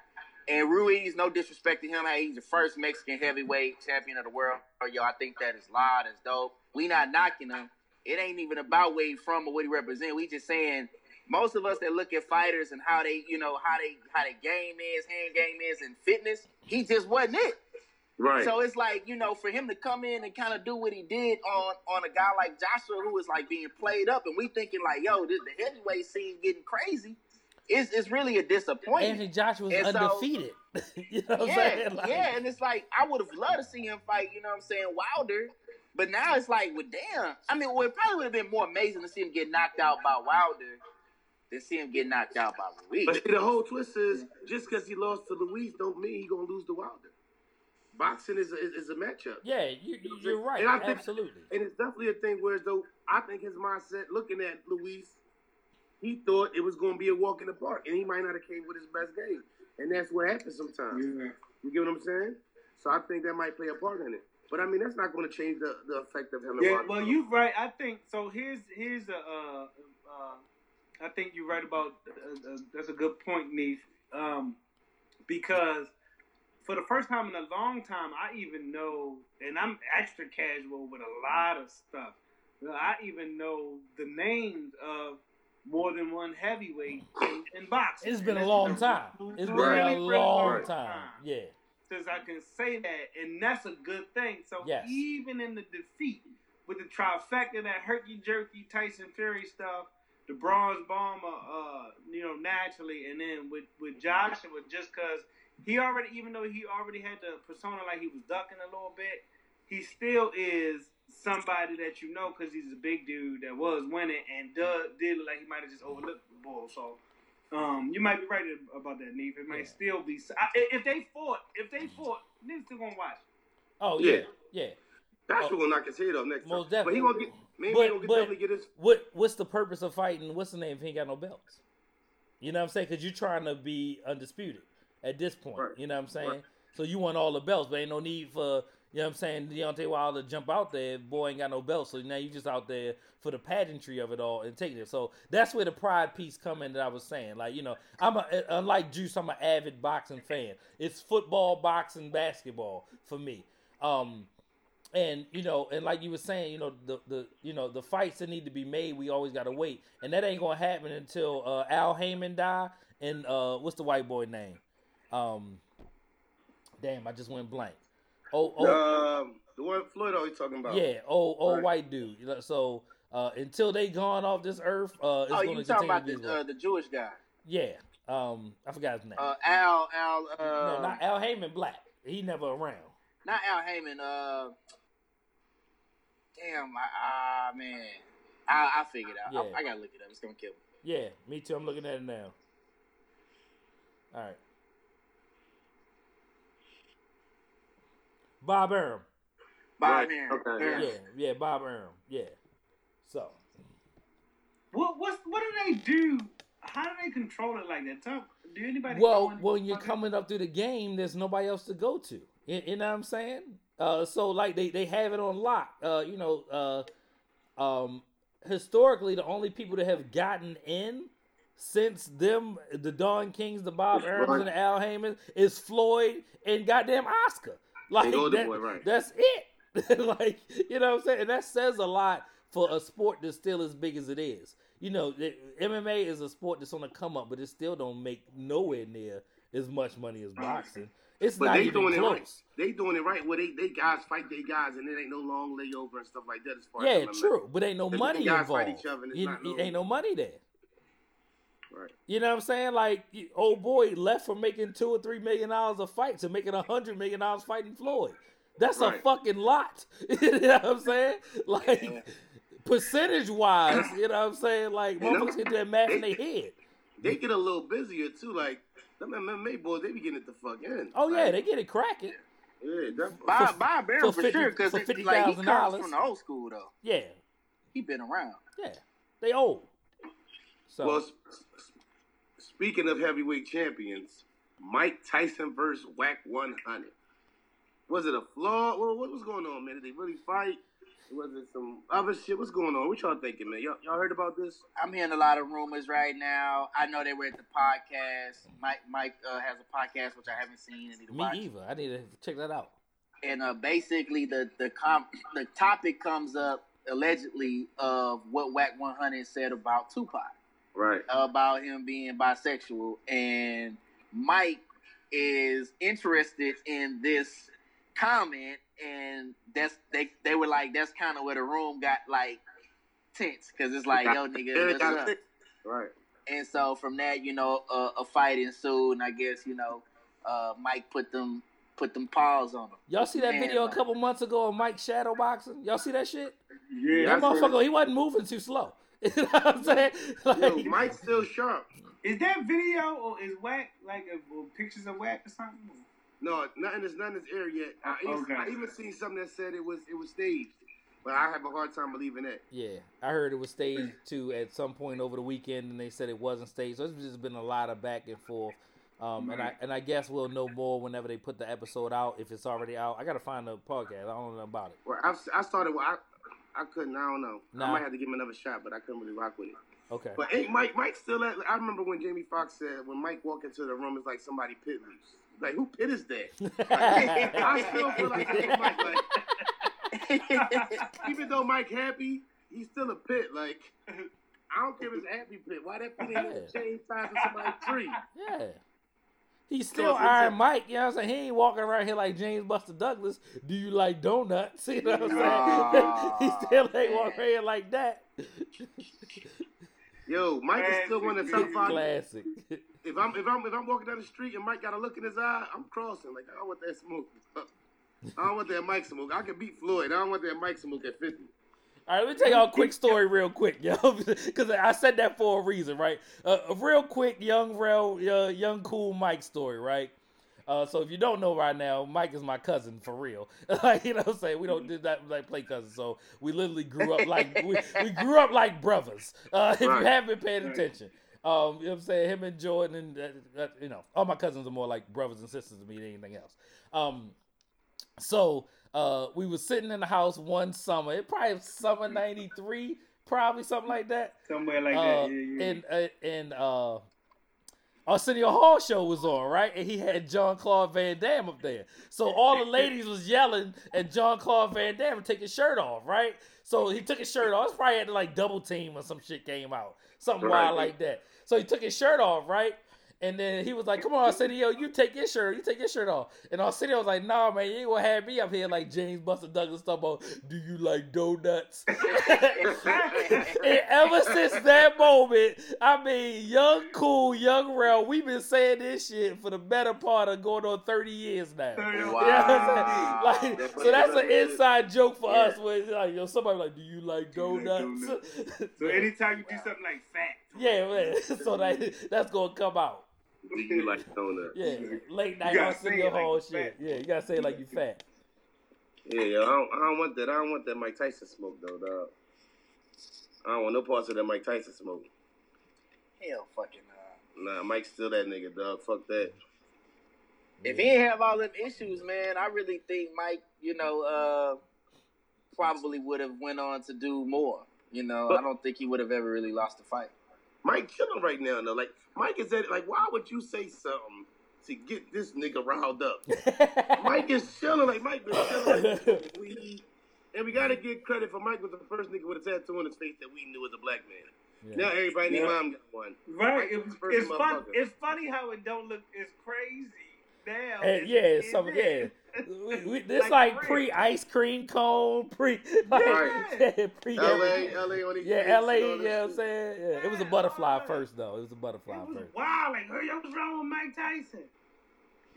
S1: And Ruiz, no disrespect to him, hey, he's the first Mexican heavyweight champion of the world. Oh, Yo, I think that is loud, it's dope. We not knocking him. It ain't even about where he from or what he represent. We just saying most of us that look at fighters and how they, you know, how they how they game is, hand game is, and fitness. He just wasn't it.
S2: Right.
S1: So it's like you know, for him to come in and kind of do what he did on on a guy like Joshua, who is like being played up, and we thinking like, yo, this, the heavyweight scene getting crazy. It's it's really a disappointment.
S3: Anthony Joshua's
S1: And so-
S3: undefeated. <laughs> you know what I'm
S1: yeah,
S3: saying? <laughs> Like,
S1: yeah, and it's like I would have loved to see him fight. You know what I'm saying, Wilder. But now it's like, well, damn. I mean, well, it probably would have been more amazing to see him get knocked out by Wilder than see him get knocked out by
S2: But
S1: Ruiz.
S2: see, the whole twist is just because he lost to Luis don't mean he gonna lose to Wilder. Boxing is a, is, is a matchup.
S3: yeah. You, you, you're right.
S2: And I think-
S3: Absolutely.
S2: And it's definitely a thing where though I think his mindset looking at Luis, he thought it was gonna be a walk in the park, and he might not have came with his best game. And that's what happens sometimes.
S4: Yeah.
S2: You get what I'm saying? So I think that might play a part in it. But I mean, that's not going to change the, the effect of him. and
S4: Yeah,
S2: Rondo.
S4: well, you're right. I think so. Here's here's a. Uh, uh, I think you're right about. Uh, uh, that's a good point, Neef. Um, because for the first time in a long time, I even know, and I'm extra casual with a lot of stuff. Well, I even know the names of more than one heavyweight in, in boxing.
S3: It's been a
S4: And
S3: long
S4: that's
S3: time. It's been
S4: really,
S3: a
S4: really
S3: long time. Yeah.
S4: since I can say that, and that's a good thing. So
S3: Yes.
S4: even in the defeat with the trifecta, that herky jerky Tyson Fury stuff, the bronze bomber, uh, you know, naturally, and then with with Joshua, just because he already, even though he already had the persona like he was ducking a little bit, he still is somebody that you know because he's a big dude that was winning and does, did look like he might have just overlooked the bull. So. Um, you might be right about that, Neve. It might
S3: Yeah. Mm-hmm.
S4: still be. I- If they fought, if they fought, niggas still gonna watch.
S3: Oh
S2: Yeah.
S3: yeah. Yeah.
S2: Joshua will knock his head off next
S3: Most
S2: time. But he
S3: definitely.
S2: gonna get, man,
S3: But-
S2: he gonna get,
S3: but-
S2: definitely get his.
S3: What What's the purpose of fighting? What's the name if he ain't got no belts? You know what I'm saying? Because you're trying to be undisputed at this point.
S2: Right.
S3: You know what I'm saying?
S2: Right.
S3: So you want all the belts, but ain't no need for you know what I'm saying Deontay Wilder to jump out there. Boy ain't got no belt, so now you just out there for the pageantry of it all and taking it. So that's where the pride piece come in that I was saying. Like you know, I'm a, uh, unlike Juice, I'm an avid boxing fan. It's football, boxing, basketball for me. Um, and you know, and like you were saying, you know, the the you know the fights that need to be made, we always gotta wait, and that ain't gonna happen until uh, Al Heyman die and uh, what's the white boy name? Um, damn, I just went blank. Oh, oh,
S2: Um, the one Floyd always talking about.
S3: yeah, old old
S2: Right.
S3: white dude. You know, So uh, until they gone off this earth, uh, it's
S1: Oh,
S3: gonna
S1: you talking
S3: continue
S1: about
S3: to be
S1: the
S3: this way.
S1: uh, the Jewish guy?
S3: yeah. Um, I forgot his name.
S1: Uh, Al Al uh,
S3: no,
S1: not,
S3: not Al Heyman Black. He never around.
S1: Al Heyman. Uh, damn, ah man, I I figured out.
S3: Yeah.
S1: I, I gotta look it up. It's gonna kill me.
S3: Yeah, me too. I'm looking at it now. All right. Bob Arum.
S1: Bye,
S2: Right.
S1: man.
S2: Okay,
S1: Yeah.
S3: Yeah, yeah, Bob Arum. Yeah. So,
S4: What what's what do they do? How do they control it like that? Talk, do anybody?
S3: well,
S4: know any-
S3: when you're coming up through the game, there's nobody else to go to. You, you know what I'm saying? Uh, so like they, they have it on lock. Uh, you know, uh, um, historically the only people that have gotten in since them, the Don Kings, the Bob Arums, and the Al Heyman is Floyd and goddamn Oscar. Like
S2: And Golden
S3: that-
S2: Boy, right.
S3: that's it. <laughs> like you know what I'm saying? And that says a lot for a sport that's still as big as it is. You know, the, MMA is a sport that's on the come up, but it still don't make nowhere near as much money as boxing. It's
S2: Mm-hmm. But
S3: not
S2: they
S3: even
S2: doing it
S3: close.
S2: right. They doing it right where they, they guys fight their guys and it ain't no long layover and stuff like that as far as
S3: Yeah,
S2: MMA.
S3: true, but ain't no
S2: They
S3: money
S2: guys
S3: involved.
S2: fight each other and it's
S3: You-
S2: not
S3: you-
S2: no-
S3: ain't no money there.
S2: Right.
S3: You know what I'm saying? Like, you- old boy left from making two or three million dollars a fight to making a hundred million dollars fighting Floyd. That's a
S2: Right.
S3: fucking lot. <laughs> you know what I'm saying? Like,
S1: Yeah.
S3: percentage wise, you know what I'm saying? Like,
S2: You know,
S3: motherfuckers get that math in their head.
S2: They get a little busier too. Like them MMA boys, they be getting it the fuck in.
S3: Oh yeah,
S2: Like,
S3: they get it cracking.
S2: yeah, definitely.
S1: Bob
S3: For-
S1: Bob
S3: for
S1: Barron for,
S3: 50
S1: sure because
S3: for
S1: like he
S3: $50,000.
S1: comes from the old school though.
S3: Yeah,
S1: He been around.
S3: yeah, they old. So
S2: Well, s- s- speaking of heavyweight champions, Mike Tyson versus Whack 100. Was it a flaw? Well, what was going on, man? Did they really fight? Was it some other shit? What's going on? What y'all thinking, man? Y'all, y'all heard about this?
S1: I'm hearing a lot of rumors right now. I know they were at the podcast. Mike Mike uh, has a podcast which I haven't seen. and need to
S3: me
S1: watch.
S3: either. I need to check that out.
S1: and uh, basically the the com- the topic comes up allegedly of what Whack 100 said about Tupac
S2: Right.
S1: about him being bisexual, and Mike is interested in this comment, and that's they they were like that's kind of where the room got like tense because it's like yo
S2: Yeah,
S1: nigga
S2: they
S1: what's
S2: got
S1: up?
S2: it. Right.
S1: And so from that, you know, a, a fight ensued, and I guess you know, uh, Mike put them put them paws on him.
S3: Y'all see that
S1: Man,
S3: video a
S1: like-
S3: couple months ago of Mike shadow boxing? Y'all see that shit?
S2: Yeah,
S3: That
S2: I seen
S3: motherfucker, he wasn't moving too slow. <laughs> you know what I'm saying? <laughs> Like,
S2: Yo, Mike's still sharp.
S4: Is that video or is whack like uh, or pictures of whack or something?
S2: No, nothing is nothing is air yet. I,
S4: Okay.
S2: I even seen something that said it was it was staged, but I have a hard time believing that.
S3: yeah, I heard it was staged too at some point over the weekend, and they said it wasn't staged. So it's just been a lot of back and forth Um, and I
S4: Right.
S3: and I guess we'll know more whenever they put the episode out if it's already out. I gotta find the podcast. I don't know about it.
S2: Well, I've, I started. Well, I, I couldn't. I don't know.
S3: Nah.
S2: I might have to give him another shot, but I couldn't really rock with it.
S3: Okay.
S2: But <laughs> ain't Mike? Mike still at? I remember when Jamie Foxx said when Mike walked into the room, it's like somebody pit loose. Like who pit is that? I still feel like that's
S3: <laughs>
S2: Mike. Like even though Mike happy, he's still a pit. Like I don't care if it's a happy pit. Why that pit ain't the same size as somebody's tree?
S3: yeah. He's still
S2: Cause it's
S3: Iron
S2: a-
S3: Mike, you know what I'm saying? He ain't walking around here like James Buster Douglas. Do you like donuts? <laughs> You know what I'm saying?
S1: Nah,
S3: <laughs> he still ain't walking
S1: man.
S3: around here like that.
S2: Yo, Mike is still one of the top five.
S3: Classic.
S2: If I'm if I'm if I'm walking down the street and Mike got a look in his eye, I'm crossing. Like I don't want that smoke. I don't want that Mike smoke. I can beat Floyd. I don't want that Mike smoke at fifty.
S3: All right, let me tell y'all a quick story real quick, yo, <laughs> because I said that for a reason, right? Uh, a real quick, young, real, uh, young, cool Mike story, right? Uh, so if you don't know right now, Mike is my cousin for real. <laughs> like you know, what I'm saying we don't did that like play cousins, so we literally grew up like we, we grew up like brothers. Uh, <laughs> if
S2: Right.
S3: you haven't been paying
S4: Right.
S3: attention, um, you know what I'm saying him and Jordan, and uh, uh, you know, all my cousins are more like brothers and sisters to me than anything else. Um, so uh, we were sitting in the house one summer. It probably was summer '93, probably something like that.
S4: Somewhere like
S3: Uh,
S4: that. Yeah, yeah.
S3: And uh, and uh, Arsenio Hall show was on, right? And he had John Claude Van Damme up there. So all the ladies was yelling, and John Claude Van Damme would take his shirt off, right? So he took his shirt off. It's probably had to like double team or some shit came out, something
S2: Right.
S3: wild like that. So he took his shirt off, right? And then he was like, "Come on, Arsenio, you take your shirt, you take your shirt off." And Arsenio was like, "Nah, man, you ain't gonna have me up here like James Buster Douglas talking about, do you like donuts?" and ever since that moment, I mean, young cool, young real, we've been saying this shit for the better part of going on thirty years now.
S1: Wow.
S3: <laughs> You know what I'm saying? Like,
S2: That's
S3: so that's
S2: what
S3: an
S2: it is.
S3: inside joke for
S1: Yeah.
S3: us. Where it's like, yo, somebody like, do you like
S4: Do you like
S3: donuts? <laughs>
S4: So anytime you do something like fat,
S3: yeah, man. <laughs> So that that's gonna come out.
S2: Do you like donut?
S3: <laughs> Yeah, late night
S4: gotta
S3: on
S4: say
S3: City
S4: it like
S3: Hall
S4: you
S3: shit.
S4: fat.
S3: Yeah, you gotta say it like you fat.
S2: Yeah, yo, I don't, I don't want that. I don't want that Mike Tyson smoke though, dog. I don't want no parts of that Mike Tyson smoke.
S1: <laughs> Hell fucking uh, nah.
S2: Nah, Mike's still that nigga, dog. Fuck that.
S1: If
S3: <laughs>
S1: he didn't have all them issues, man, I really think Mike, you know, uh, probably would have went on to do more. You know, I don't think he would have ever really lost the fight.
S2: Mike chilling right now though. Like Mike is at like, why would you say something to get this nigga riled up? Mike is chilling. Like Mike been chilling.
S3: <laughs>
S2: Like, we, and we gotta give credit for Mike was the first nigga with a tattoo on his face that we knew as a black man. Now
S3: Yeah.
S2: everybody in
S4: Yeah.
S2: their mom got one.
S4: right? It,
S2: Mike is the first
S4: it's fun.
S2: motherfucker.
S4: It's funny how it don't look as crazy now.
S3: And
S4: as
S3: yeah,
S4: it
S3: some yeah.
S4: is.
S3: We, we, this like,
S4: Like for real.
S3: pre ice cream cone, pre <laughs> like,
S2: Right.
S3: pre everything.
S2: LA, LA on his face,
S3: Yeah, LA,
S2: all that
S3: yeah, you know what I'm
S2: shit.
S3: saying? Yeah, it was a
S4: Yeah,
S3: butterfly
S4: all that.
S3: first, though. It was a butterfly
S4: It was
S3: first.
S4: wild. Like, hey, what's wrong with Mike Tyson?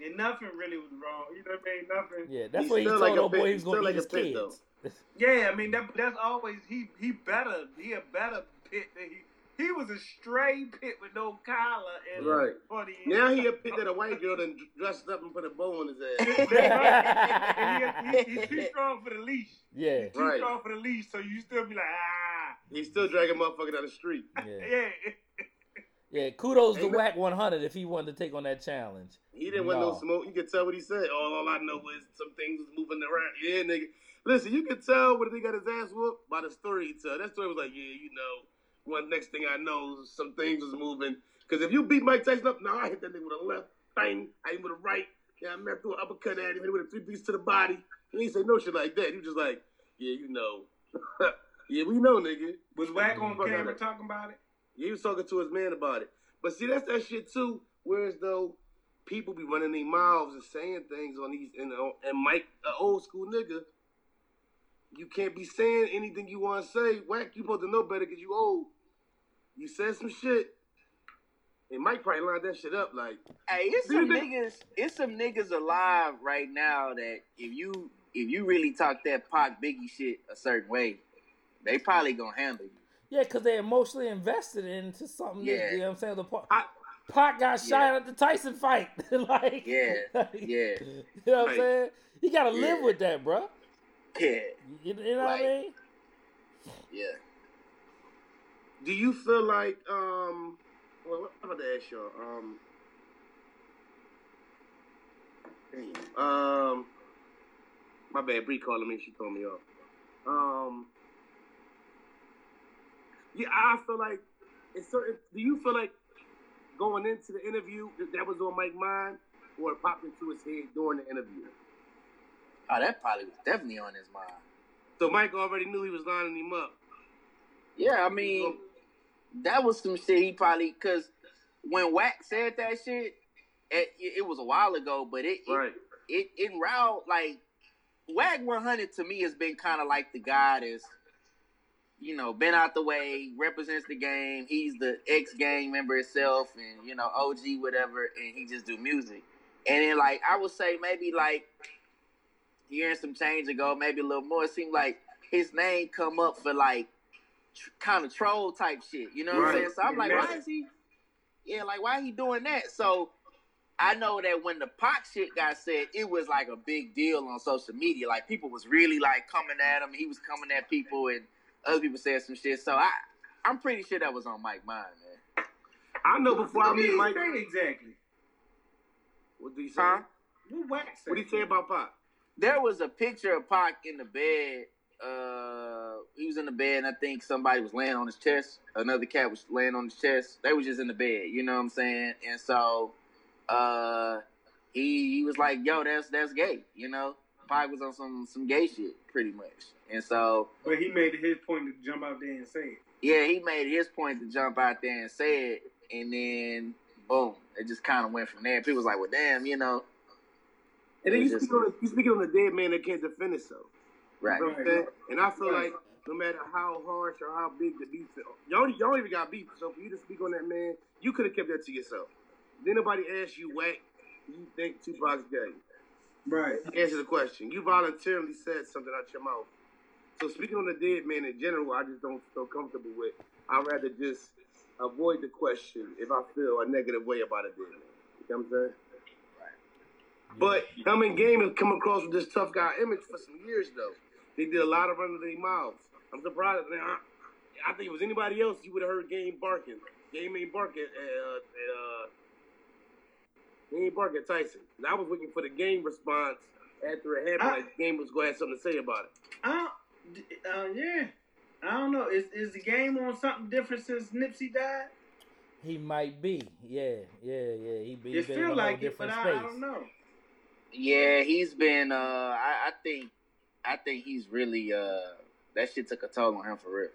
S4: And nothing really was wrong. You know what I mean? Nothing.
S3: Yeah, that's
S2: He's
S3: what he
S2: still
S3: told
S2: like a
S3: old
S2: pit-
S3: boy he was
S2: he's
S3: going
S2: still
S3: to
S2: like
S3: eat
S2: a
S3: his
S2: pit,
S3: kids.
S4: Yeah, I mean that. That's always he. He better. He a better pit than he. He was a stray pit with no collar and
S2: Right.
S4: funny.
S2: Now he a pit that a white girl done dressed up and put a bow on his ass.
S3: <laughs>
S4: And he, he, he's too strong for the leash.
S3: Yeah,
S4: Too
S2: Right.
S4: strong for the leash, so you still be like, ah,
S2: He still dragging motherfucker down the street.
S4: <laughs>
S3: yeah,
S4: yeah.
S3: yeah. Kudos to
S2: Ain't no-
S3: Whack 100 if he wanted to take on that challenge.
S2: He didn't want
S3: No.
S2: no smoke. You could tell what he said. All, all I know is some things was moving around. Yeah, nigga. Listen, you could tell when he got his ass whooped by the story he told. That story was like, yeah, you know. One next thing I know, some things was moving. Because if you beat Mike Tyson up, now I hit that nigga with a left thing. I hit him with a right. Yeah, I met through an uppercut at him. Hit him with a three piece to the body. He ain't say no shit like that. He was just like, yeah, you know. <laughs> yeah, we know, nigga.
S4: Was Wack on
S2: Fuck out
S4: camera
S2: of-
S4: talking about it?
S2: Yeah, he was talking to his man about it. But see, that's that shit too. Whereas though, people be running their mouths and saying things on these and on- and Mike, an old school nigga, you can't be saying anything you want to say. Whack, you supposed to know better because you old. You said some shit, and Mike probably lined that shit up. Like,
S1: Hey, it's
S2: Dude,
S1: some
S2: they-
S1: niggas. It's some niggas alive right now that if you if you really talk that Pac Biggie shit a certain way, they probably gonna handle you.
S3: Yeah, because they emotionally invested into something. Yeah.
S1: Yeah.
S3: you know what I'm saying? The Pac,
S2: I-
S3: Pac got shot
S1: Yeah.
S3: at the Tyson fight. <laughs> like,
S1: Yeah,
S3: like,
S1: Yeah,
S3: You know what I'm
S2: Right.
S3: saying? You got to live
S1: Yeah.
S3: with that, bruh.
S1: yeah,
S3: You, you know what I
S1: Right.
S3: mean?
S1: yeah.
S2: do you feel like um? Well, I'm about to ask y'all um. Um, my bad. Bree calling me. She told me off. Um, yeah, I feel like it's certain. Do you feel like going into the interview that, that was on Mike mind, or it popped into his head during the interview?
S1: Oh, that probably was definitely on his mind.
S2: So Mike already knew he was lining him up.
S1: Yeah, I mean, that was some shit he probably because when Wack said that shit, it, it was a while ago, but it it,
S2: Right.
S1: it, it route like Wag 100 to me has been kind of like the guy that's you know been out the way, represents the game. He's the ex gang member itself, and you know OG whatever, and he just do music. And then like I would say maybe like year and some change ago, maybe a little more, it seemed like his name come up for like tr- kind of troll type shit. You know what I'm
S2: Right.
S1: saying? So I'm like,
S2: Yeah.
S1: why is he? Yeah, like why he doing that? So I know that when the Pac shit got said, it was like a big deal on social media. Like people was really like coming at him. He was coming at people, and other people said some shit. So I, I'm pretty sure that was on Mike mind, man.
S2: I know before I
S4: What did
S2: meet
S4: he
S2: Mike.
S4: say exactly?
S2: What do you say?
S1: Huh?
S4: What wax?
S2: What do you say about Pop?
S1: There was a picture of Pac in the bed. Uh, he was in the bed, and I think somebody was laying on his chest. Another cat was laying on his chest. They was just in the bed. You know what I'm saying? And so, uh, he he was like, "Yo, that's that's gay." You know, Pac was on some some gay shit, pretty much. And so.
S4: But he made his point to jump out there and say it.
S1: Yeah, he made his point to jump out there and say it, and then boom, it just kind of went from there. People was like, "Well, damn, you know,
S2: And then
S1: It
S2: you
S1: was
S2: speak
S1: just-
S2: on the, you speaking on the dead man that can't defend himself.
S1: right,
S2: You know what I'm saying? And I feel
S4: Right.
S2: like no matter how harsh or how big the beef, y'all y'all even got beef. So for you to speak on that man, you could have kept that to yourself. Then nobody asked you what you think Tupac's gay.
S4: Right.
S2: Answer the question. You voluntarily said something out your mouth. So speaking on the dead man in general, I just don't feel comfortable with. I'd rather just avoid the question if I feel a negative way about a dead man. You know what I'm saying? But Dumb and Game has come across with this tough guy image for some years though. They did a lot of running their mouths. I'm surprised. Now, I, I think it was anybody else you would have heard Game barking. Game ain't barking. Uh, uh, he ain't barking Tyson. And I was looking for the Game response after it happened.
S4: I-
S2: like Game was going to have something to say about it.
S4: I don't, d- uh, yeah. I don't know. Is is the game on something different since Nipsey died?
S3: He might be. Yeah, yeah, yeah. He be
S4: It
S3: been in a
S4: feel
S3: whole
S4: like it, but
S3: different
S4: I,
S3: space.
S4: I don't know.
S1: yeah." He's been, uh, I, I think, I think he's really, uh, that shit took a toll on him for real.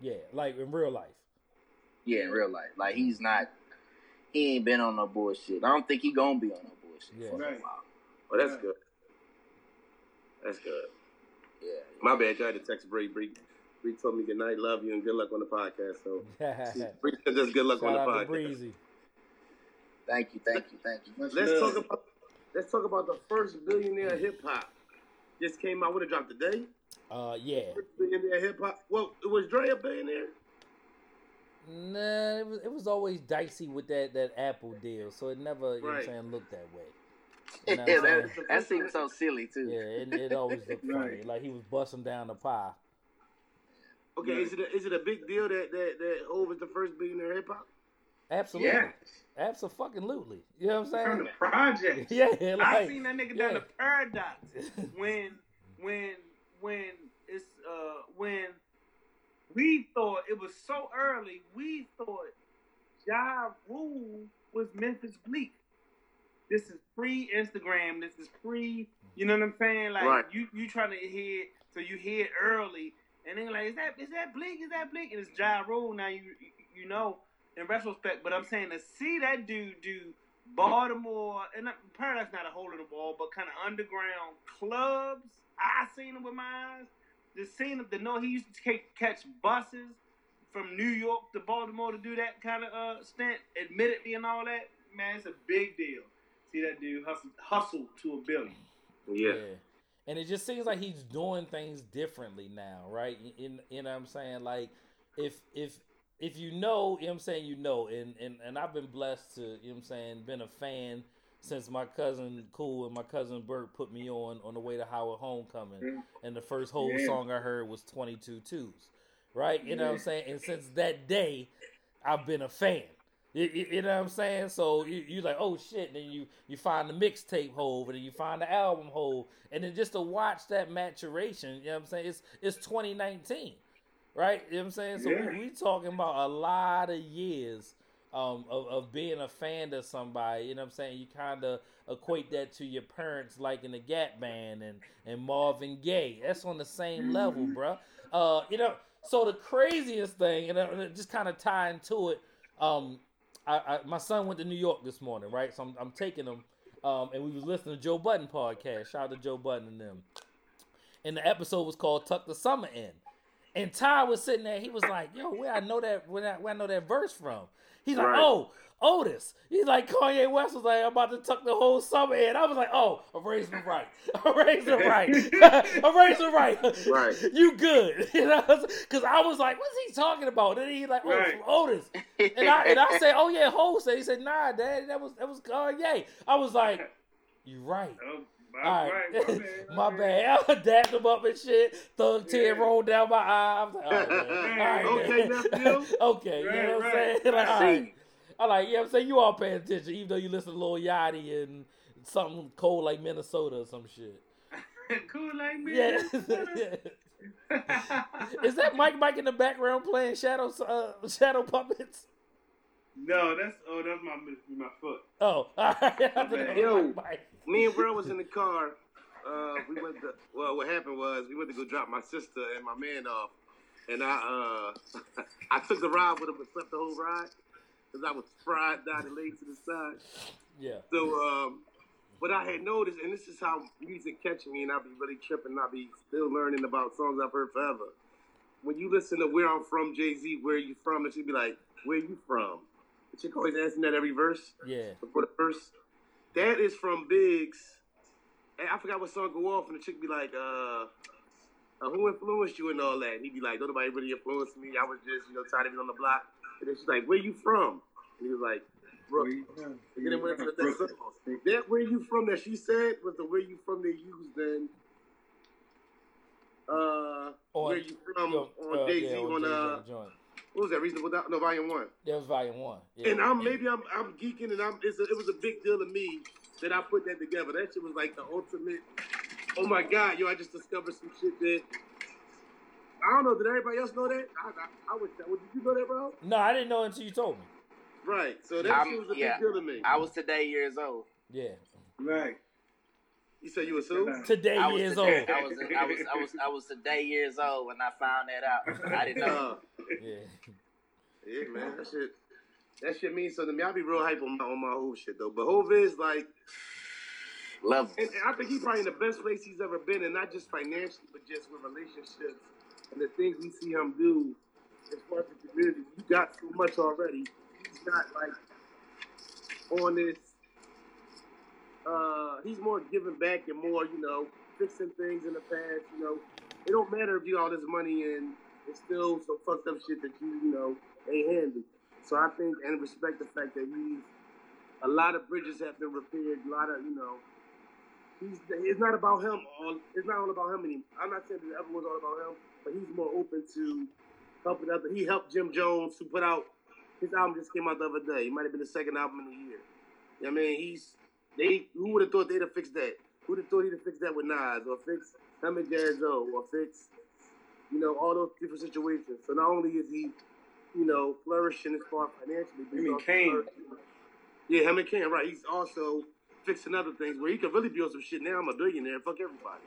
S3: Yeah, like in real life.
S1: Yeah, in real life, like he's not, he ain't been on no bullshit. I don't think he gonna be on no bullshit.
S3: Yeah.
S1: for a little
S4: Right.
S1: while.
S2: Oh, that's
S4: Yeah.
S2: good. That's good.
S1: Yeah,
S2: My bad. I had to text Bree. Bree, Bree told me good night, love you, and good luck on the podcast.
S3: <laughs>
S2: So
S3: Shout
S2: Bree said just good luck on the
S3: out to
S2: podcast.
S3: Breezy.
S1: thank you, thank you, thank you.
S2: Let's
S4: Look.
S2: talk about let's talk about the first billionaire hip hop. This came out. Would have dropped today.
S3: Uh, yeah.
S2: First billionaire hip hop. Well, was Dre a billionaire?
S3: Nah, it was, it was always dicey with that, that Apple deal, so it never, you know what I'm
S2: Right.
S3: saying, looked that way.
S2: <laughs>
S3: You know
S1: <laughs> Yeah,
S3: what I'm
S1: that,
S3: saying?
S1: that seems so silly too. <laughs>
S3: yeah, it, it always looked funny.
S4: Right.
S3: Like he was busting down the pie.
S2: Okay, is it a, is it a big deal that that that Hov was the first billionaire hip hop?
S3: Absolutely.
S4: Yeah.
S3: Absolutely. You know what
S4: From
S3: I'm
S4: the project.
S3: saying? <laughs> yeah,
S4: I
S3: like,
S4: seen that nigga
S3: yeah.
S4: down the
S3: <laughs>
S4: paradox. when when when it's uh when we thought it was so early, we thought Ja Rule was Memphis Bleak. This is free Instagram. This is free. You know what I'm saying? Like
S2: Right.
S4: you you trying to hear, so you hear it early, and then like is that is that Bleak? Is that Bleak? And it's Ja Rule. Now you you know in retrospect, but I'm saying to see that dude do Baltimore and not, Paradise not a hole in the wall, but kind of underground clubs. I seen him with my eyes. Just seen him to know he used to take, catch buses from New York to Baltimore to do that kind of uh stint, admittedly and all that. Man, it's a big deal. See that dude hustle, hustle to a billion.
S2: Yeah.
S3: And it just seems like he's doing things differently now, right? In, you know what I'm saying? Like if if if you know, you know what I'm saying, you know. And and, and I've been blessed to, you know what I'm saying, been a fan since my cousin Cool and my cousin Bert put me on on the way to Howard Homecoming.
S4: Mm.
S3: And the first whole
S4: Yeah.
S3: song I heard was 22 Twos, right? You know what I'm
S4: Yeah.
S3: saying? And since that day, I've been a fan. You, you- you know what I'm saying? So you you like, oh shit. Then you you find the mixtape hole, and then you find the album hole, and then just to watch that maturation. You know what I'm saying? It's it's 2019, right? You know what I'm saying? So
S4: Yeah.
S3: we, we talking about a lot of years um, of of being a fan of somebody. You know what I'm saying? You kind of equate that to your parents liking the Gap Band and and Marvin Gaye. That's on the same level,
S4: Mm-hmm.
S3: bruh. Uh, you know. So the craziest thing, and uh, just kind of tying to it. Um, I, I my son went to New York this morning, right? So I'm, I'm taking him, um, and we was listening to Joe Budden podcast. Shout out to Joe Budden and them. And the episode was called "Tuck the Summer In," and Ty was sitting there. He was like, "Yo, where I know that where I, where I know that verse from?" He's like,
S2: Right.
S3: "Oh, Otis." He's like, "Kanye West was like, I'm about to tuck the whole summer in." I was like, "Oh, erase him right, <laughs> erase him right, erase him right,
S2: Right.
S3: <laughs> You good?" You know, because I was like, "What's he talking about?" And then he like, "Oh,
S4: Right.
S3: from Otis." And I and I said, "Oh yeah, Ho said." He said, "Nah, Dad, that was that was Kanye." I was like, "You right."
S4: Oh, my,
S3: All
S4: my
S3: <laughs> right,
S4: bad,
S3: my bad. <laughs> I dabbed him up and shit. Thug tear
S4: Yeah.
S3: rolled down my eye. I was like, all right, man. All right,
S2: Okay,
S3: man.
S2: nephew.
S3: <laughs> okay, you
S4: Right,
S3: know what I'm saying? <laughs>
S4: right.
S3: Like, all
S1: See,
S3: right. I like, yeah, I'm saying you all paying attention, even though you listen to Lil Yachty and something cold like Minnesota or some shit.
S4: <laughs> cool like me.
S3: Yeah.
S2: <laughs>
S3: <laughs>
S4: no,
S3: Is that Mike Mike in the background playing shadow uh, shadow puppets?
S4: that's oh, that's my my foot.
S3: Oh, <laughs> all right. I think it was
S2: Yo.
S3: Mike Mike.
S2: Me and bro was in the car. Uh, we went to, well, what happened was we went to go drop my sister and my man off, and I uh, <laughs> I took the ride with him and slept the whole ride because I was fried down the leg to the side.
S3: Yeah.
S2: So, um, but I had noticed, and this is how music catch me, and I'll be really tripping. I'll be still learning about songs I've heard forever. When you listen to "Where I'm From," Jay Z, "Where You From," and she'd be like, "Where you from?" The chick always asking that every verse
S3: Yeah.
S2: before the verse. That is from Biggs. And I forgot what song go off, and the chick be like, uh, uh, "Who influenced you and all that?" And he'd be like, "Don't nobody really influenced me. I was just, you know, tired of being on the block." And then she's like, "Where you from?" And he was like, "Brooklyn." And then went into that song. That where you from that she said was the where you from they used then. Uh,
S3: On-
S2: where you from
S3: Yo,
S2: on
S3: uh,
S2: Jay Z
S3: yeah,
S2: on
S3: Jay-Z
S2: uh,
S3: on the joint.
S2: what was that Reasonable Doubt? No, Volume One.
S3: That was volume one. Yeah.
S2: And I'm maybe I'm I'm geeking and I'm it's a, it was a big deal to me that I put that together. That shit was like the ultimate. Oh my god, yo! I just discovered some shit that I don't know. Did everybody else know that? I I, I would. Did you know that, bro?
S3: No, I didn't know until you told me.
S2: Right. So that
S1: I'm-
S2: shit was a
S1: yeah.
S2: big deal to me.
S1: <laughs> I was today years old.
S3: Yeah.
S4: Right.
S2: you said you assumed.
S3: Today
S1: I was
S3: years
S1: today,
S3: old.
S1: I was, I was I was I was today years old when I found that out. I didn't
S2: <laughs>
S1: know.
S2: Uh,
S3: Yeah.
S2: Yeah, man, that shit, that shit means something to me. I be real hype on my on my whole shit though. But Hov is like,
S1: Love
S2: and, and I think he's probably in the best place he's ever been, and not just financially, but just with relationships and the things we see him do as far as the community. You got so much already. He's not like on this. Uh, he's more giving back and more, you know, fixing things in the past. You know, it don't matter if you got all this money and it's still some fucked up shit that you, you know, ain't handled. So I think and respect the fact that he's a lot of bridges have been repaired. A lot of you know, he's it's not about him. All it's not all about him anymore. I'm not saying that everyone's all about him, but he's more open to helping other. He helped Jim Jones who put out his album just came out the other day. It might have been the second album in the year. You know what I mean, he's they who would have thought they'd have fixed that? Who'd have thought he'd have fixed that with Nas or fix him and Jazz O or fix you know all those different situations. So not only is he you know flourishing as far financially, but
S4: You
S2: he's
S4: mean
S2: also
S4: Kane?
S2: flourishing yeah, him and Cam, right. He's also fixing other things where he could really be on some shit. Now I'm a billionaire. Fuck everybody.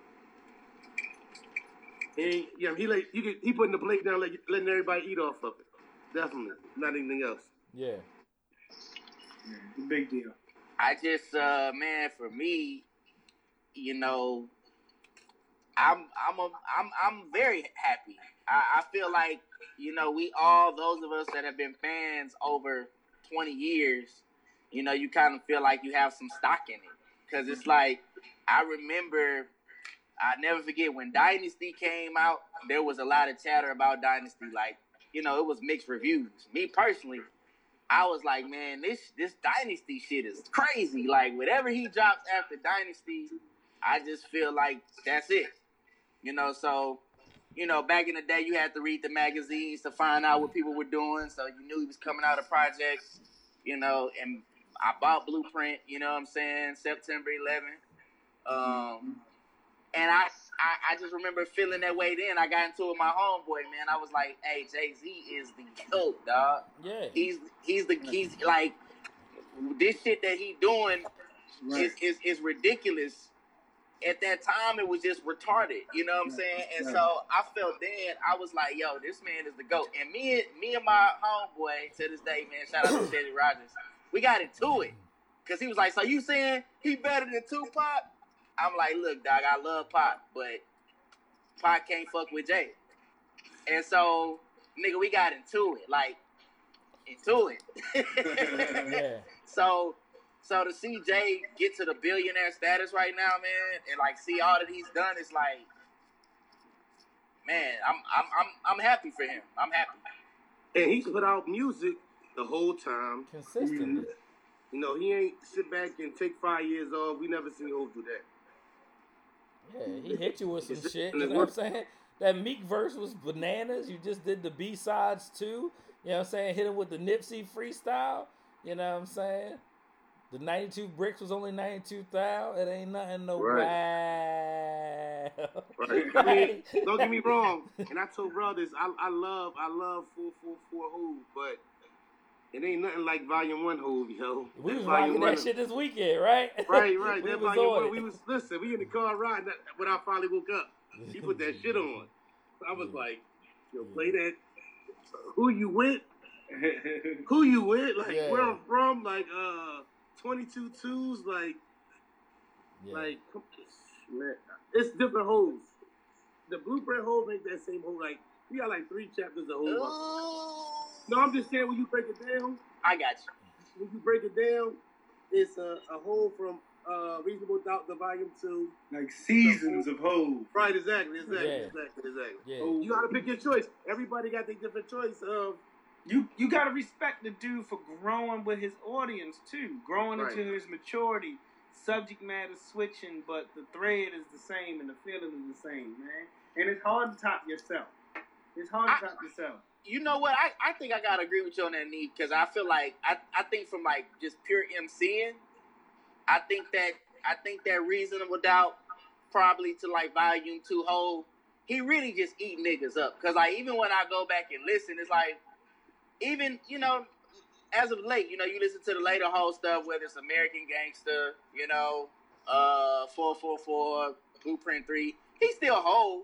S2: He, yeah, he like you could, he putting the plate down, like letting everybody eat off of it. Definitely, not anything else.
S3: Yeah.
S4: Big deal.
S1: I just uh man, for me, you know, I'm I'm a, I'm I'm very happy. I, I feel like you know we all those of us that have been fans over 20 years, you know, you kind of feel like you have some stock in it because it's like I remember. I never forget when Dynasty came out. There was a lot of chatter about Dynasty, like you know, it was mixed reviews. Me personally, I was like, man, this this dynasty shit is crazy. Like whatever he drops after dynasty, I just feel like that's it. You know, so you know, back in the day, you had to read the magazines to find out what people were doing, so you knew he was coming out of projects. you know, and I bought Blueprint, you know what I'm saying, September 11th. Um, and I, I, I just remember feeling that way then. I got into it with my homeboy, man. I was like, hey, Jay Z is the GOAT, dog.
S3: Yeah.
S1: He's, he's the, he's like, this shit that he doing
S4: Right.
S1: is, is, is ridiculous. At that time, it was just retarded, you know what I'm saying? And so I felt then, I was like, yo, this man is the GOAT. And me, and- me and my homeboy to this day, man, shout out to Teddy Rogers, we got into it. Because he was like, so you saying he better than Tupac? I'm like, look, dog, I love Pac, but Pac can't fuck with Jay. And so, nigga, we got into it. Like, into
S2: <laughs>
S1: it.
S3: <laughs> Yeah.
S1: So, so to see Jay get to the billionaire status right now, man, and like see all that he's done, it's like, man, I'm I'm I'm I'm happy for him. I'm happy.
S2: And he's put out music the whole time.
S3: Consistent.
S2: You know, he ain't sit back and take five years off. We never seen Hov do that.
S3: Yeah, he hit you with some
S2: It's-
S3: shit.
S2: and
S3: You
S2: it's
S3: know what
S2: work.
S3: I'm saying? That Meek verse was bananas. You just did the B sides too. You know what I'm saying? Hit him with the Nipsey freestyle. You know what I'm saying? The 92 bricks was only 92 thou. It ain't nothing no wow. <laughs>
S2: Right. I mean, don't get me wrong. And I told brothers, I, I love, I love four four four Hov, but it ain't nothing like Volume One Hov, yo.
S3: We was
S2: Volume
S3: rocking that
S2: One-
S3: shit this weekend, right?
S2: <laughs>
S3: <laughs>
S2: Right, right.
S3: we
S2: that
S3: was
S2: Volume One.
S3: on
S2: We
S3: it.
S2: was listen. We in the car riding that, when I finally woke up. He put that shit on. I
S3: Mm-hmm.
S2: was like, yo, play that. Who you with? who you with, like
S3: Yeah.
S2: where I'm from, like uh 22 twos, like
S3: <laughs> Yeah.
S2: like come- man, it's different holes. The blueprint hole ain't that same hole. Like we got like three chapters of holes. No, I'm just saying when you break it down,
S1: I got you.
S2: when you break it down, it's a, a hole from uh Reasonable Doubt the Volume Two.
S4: <laughs> Like seasons of hoes.
S2: Right, exactly, exactly,
S3: Yeah.
S2: exactly, exactly.
S3: yeah.
S2: You gotta pick your choice. Everybody got their different choice. Um,
S4: You you gotta respect the dude for growing with his audience too, growing
S2: Right.
S4: into his maturity. Subject matter switching, but the thread is the same and the feeling is the same, man. And it's hard to top yourself. It's hard to
S1: I-
S4: top yourself.
S1: You know what? I, I think I gotta agree with you on that need because I feel like I, I think from like just pure MCing, I think that I think that reasonable doubt probably to like volume two whole. He really just eat niggas up because like even when I go back and listen, it's like even you know as of late, you know you listen to the later whole stuff, whether it's American Gangster, you know, uh, four four four, Blueprint three. He's still whole,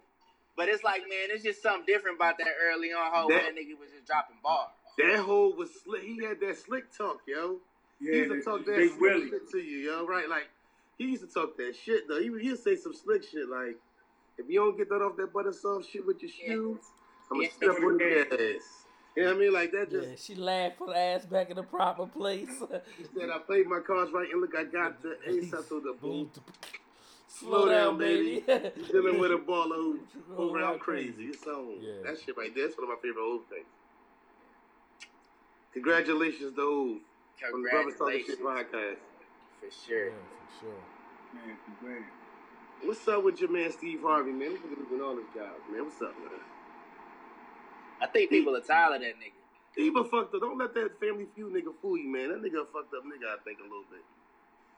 S1: but it's like man, it's just something different about that early on whole. That, that
S2: That-
S1: nigga was just dropping bars.
S2: that hole was slick. He had that slick talk, yo. He used to talk that
S4: Big
S2: slick
S4: Willie.
S2: shit to you, yo. Right, like he used to talk that shit though. He would he'd say some slick shit like, if you don't get that off that butter soft shit with your
S1: Yeah.
S2: shoes, I'ma
S1: Yeah.
S2: step on your ass. You know what I mean? Like that just
S3: Yeah, she laughed for the ass back in the proper place. <laughs>
S2: he said I played my cards right and look I got the ace I
S3: <laughs>
S2: threw the boom.
S3: Slow down, baby.
S2: <laughs> Dealing
S3: <laughs>
S2: with a baller who
S3: Oh,
S2: move around
S3: right,
S2: crazy. It's on.
S3: Yeah.
S2: That shit right there. That's one of my favorite old things. Congratulations to Hov on the Brothers Talking
S1: Congratulations
S2: Shit podcast.
S1: for sure.
S3: Yeah, for sure.
S4: Man, congrats.
S2: What's up with your man Steve Harvey, man? Look at doing all his jobs, man. What's up, man?
S1: I think people are tired of that nigga.
S2: Steve a fucked up. Don't let that family feud nigga fool you, man. That nigga a fucked up nigga, I think, a little bit.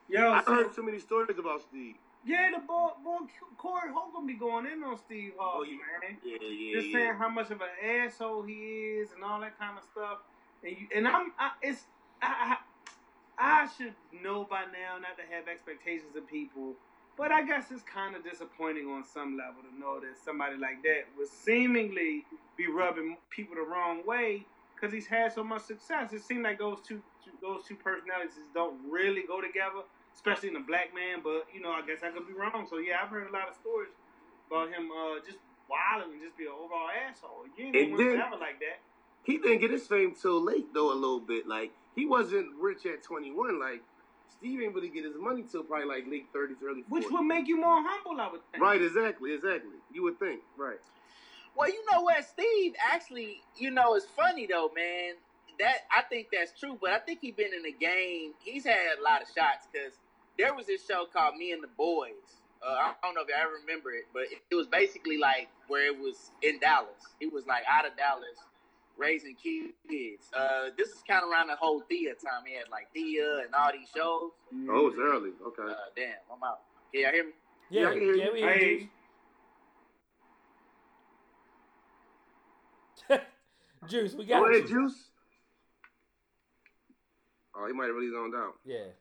S4: Yo,
S2: I
S4: so-
S2: heard too many stories about Steve.
S4: yeah, the boy, boy Corey Holcomb be going in on Steve
S2: Oh,
S4: Harvey, man.
S2: Yeah, yeah,
S4: just saying how much of an asshole he is and all that kind of stuff. And you, and I'm, I, it's, I, I, I should know by now not to have expectations of people, but I guess it's kind of disappointing on some level to know that somebody like that would seemingly be rubbing people the wrong way because he's had so much success. It seemed like those two, those two personalities just don't really go together, especially in a black man. But you know, I guess I could be wrong. So yeah, I've heard a lot of stories about him uh, just wilding and just be an overall asshole. You ain't
S2: And
S4: gonna win
S2: then-
S4: forever like that.
S2: He didn't get his fame till late though, a little bit. Like he wasn't rich at 21. Like Steve ain't really get his money till probably like late 30s, early 40s.
S4: Which would make you more humble, I would think.
S2: Right, exactly, exactly. You would think, right?
S1: Well, you know what, Steve? Actually, you know, it's funny though, man. That I think that's true, but I think he's been in the game. He's had a lot of shots because there was this show called Me and the Boys. Uh, I don't know if I remember it, but it, it was basically like where it was in Dallas. It was like out of Dallas, raising kids. Uh, this is kind of around the whole Thea time. He had like Thea and all these shows.
S4: Mm.
S2: Oh, it's early. Okay.
S1: Uh, damn, I'm out. Can y'all hear me?
S2: Yeah,
S3: Yeah,
S2: I can hear
S3: yeah,
S2: you.
S3: we hear
S4: Hey,
S3: you. Juice, we got
S2: Go ahead,
S3: you. <laughs>
S2: Juice. Oh, he might have really zoned out.
S3: Yeah.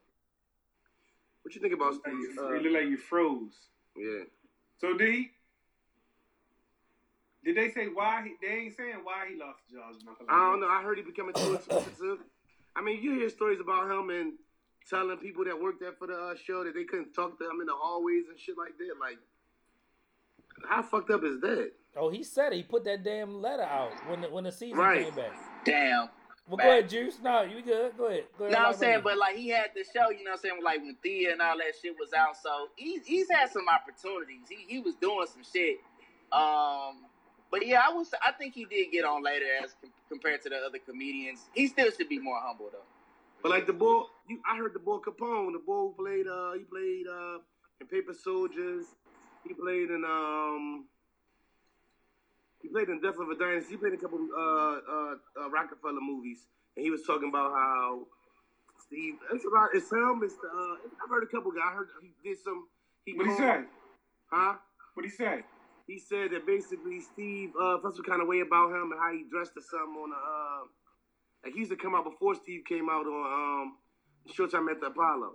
S2: What you think about
S4: you
S2: Steve? Uh,
S4: look like you froze.
S2: yeah.
S4: So did he? Did they say why he? They ain't saying why he lost the jobs.
S2: I don't know. I heard he becoming too expensive. I mean, you hear stories about him and telling people that worked there for the uh, show that they couldn't talk to him in the hallways and shit like that. Like, how fucked up is that?
S3: Oh, he said it. He put that damn letter out when the, when the season
S2: Right.
S3: came back.
S1: Damn.
S3: Well,
S1: Back.
S3: go ahead, Juice. No, you good. Go ahead. Go ahead.
S1: No, I'm
S3: Lock it
S1: saying,
S3: in.
S1: but like he had the show, you know what I'm saying, like when Thea and all that shit was out. So he's he's had some opportunities. He he was doing some shit. Um, but yeah, I was I think he did get on later as com- compared to the other comedians. He still should be more humble though.
S2: But like the boy, you, I heard the boy Capone. The boy who played, uh, he played uh, in Paper Soldiers. He played in um, he played in Death of a Dynasty. He played in a couple uh, uh, uh, Rockefeller movies, and he was talking about how Steve. It's about it's him. It's the, uh, I've heard a couple guys. I heard he did some. He
S4: What he
S2: called-
S4: say?
S2: Huh?
S4: What he say?
S2: he said that basically Steve uh, felt some kind of way about him and how he dressed or something on the uh, like he used to come out before Steve came out on um, Showtime at the Apollo,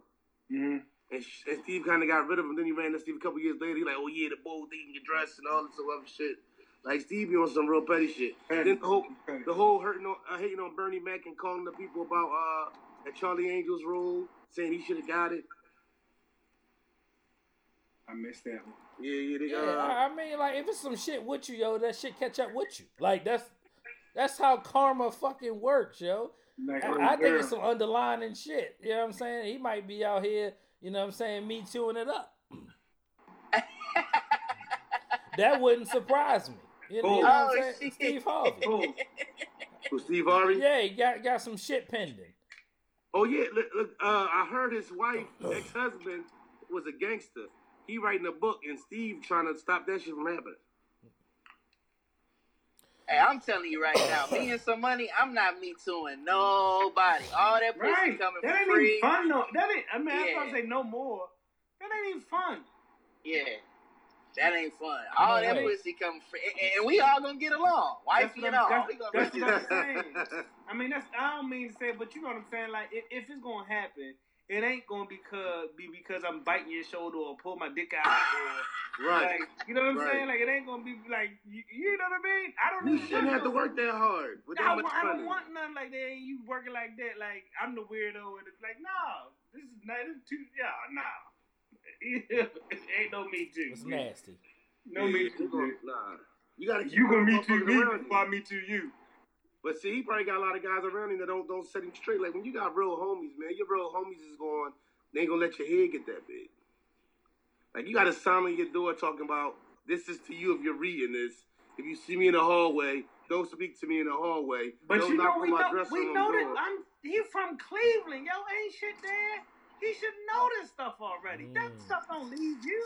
S4: Mm-hmm.
S2: and, sh- and Steve kind of got rid of him. Then he ran to Steve a couple years later. He like, oh yeah, the bold thing, your dress and all this other shit. Like Steve be on some real petty shit. Then
S4: oh,
S2: the whole the whole hurting on, uh, hating on Bernie Mac and calling the people about uh, that Charlie Angels role, saying he should have got it.
S4: I missed that one.
S2: Yeah, yeah, they uh,
S3: Yeah,
S2: got.
S3: I, I mean, like if it's some shit with you, yo, that shit catch up with you. Like that's that's how karma fucking works, yo.
S4: Like,
S3: I,
S4: oh,
S3: I think
S4: girl.
S3: it's some underlying shit. You know what I'm saying? He might be out here, you know what I'm saying, me chewing it
S4: <laughs>
S3: up. that wouldn't surprise me. You know, you know what I'm
S1: Oh,
S3: saying?
S1: shit.
S3: Steve Harvey.
S4: Oh,
S2: Who, Steve Harvey.
S3: Yeah, he got got some shit pending.
S2: Oh yeah, look, look uh, I heard his wife, ex husband, was a gangster. He writing a book, and Steve trying to stop that shit from happening.
S1: Hey, I'm telling you right now, me and some money, I'm not me tooing nobody. All that pussy
S4: right.
S1: coming
S4: That
S1: for
S4: ain't
S1: free.
S4: even fun. No, that ain't. I mean, I was about to
S1: Yeah.
S4: say no more. That ain't even fun.
S1: Yeah. That ain't fun. All
S3: No
S1: that
S3: way.
S1: pussy coming free, and, and we all gonna get along,
S4: That's
S1: wifey
S4: what
S1: and
S4: I'm-
S1: all.
S4: that's-
S1: We gonna
S4: <laughs> that's
S1: be-
S4: what I'm saying. I mean, that's I don't mean to say, but you know what I'm saying. Like, if, if it's gonna happen, it ain't gonna be because be because I'm biting your shoulder or pull my dick out.
S2: <laughs>
S4: Or,
S2: right.
S4: Like, you know what I'm
S2: Right.
S4: saying? Like, it ain't gonna be like you, you know what I mean. I don't
S2: You
S4: even
S2: shouldn't
S4: want
S2: have to
S4: no-
S2: work that hard. With that
S4: I,
S2: much
S4: want- I
S2: money.
S4: don't want nothing like that. And you working like that? Like I'm the weirdo, and it's like, no, this is not this is too. Yeah, nah. ain't no <laughs> me too.
S3: It's
S4: dude.
S3: nasty.
S4: No me
S2: You
S4: too.
S2: gonna-
S4: dude.
S2: Nah, you gotta keep
S4: You gonna me
S2: meet
S4: too me
S2: around
S4: before I
S2: you.
S4: me too you.
S2: But see, he probably got a lot of guys around him that don't don't set him straight. Like when you got real homies, man, your real homies is going. They ain't gonna let your head get that big. Like you got a sign on your door talking about this is to you if you're reading this. If you see me in the hallway, don't speak to me in the hallway.
S4: But
S2: don't
S4: you know
S2: knock
S4: we
S2: on my
S4: know
S2: dressing
S4: we
S2: room
S4: know
S2: door.
S4: that I'm he from Cleveland, yo. Ain't shit there. He should know this stuff already. That
S3: Mm.
S4: stuff don't leave you.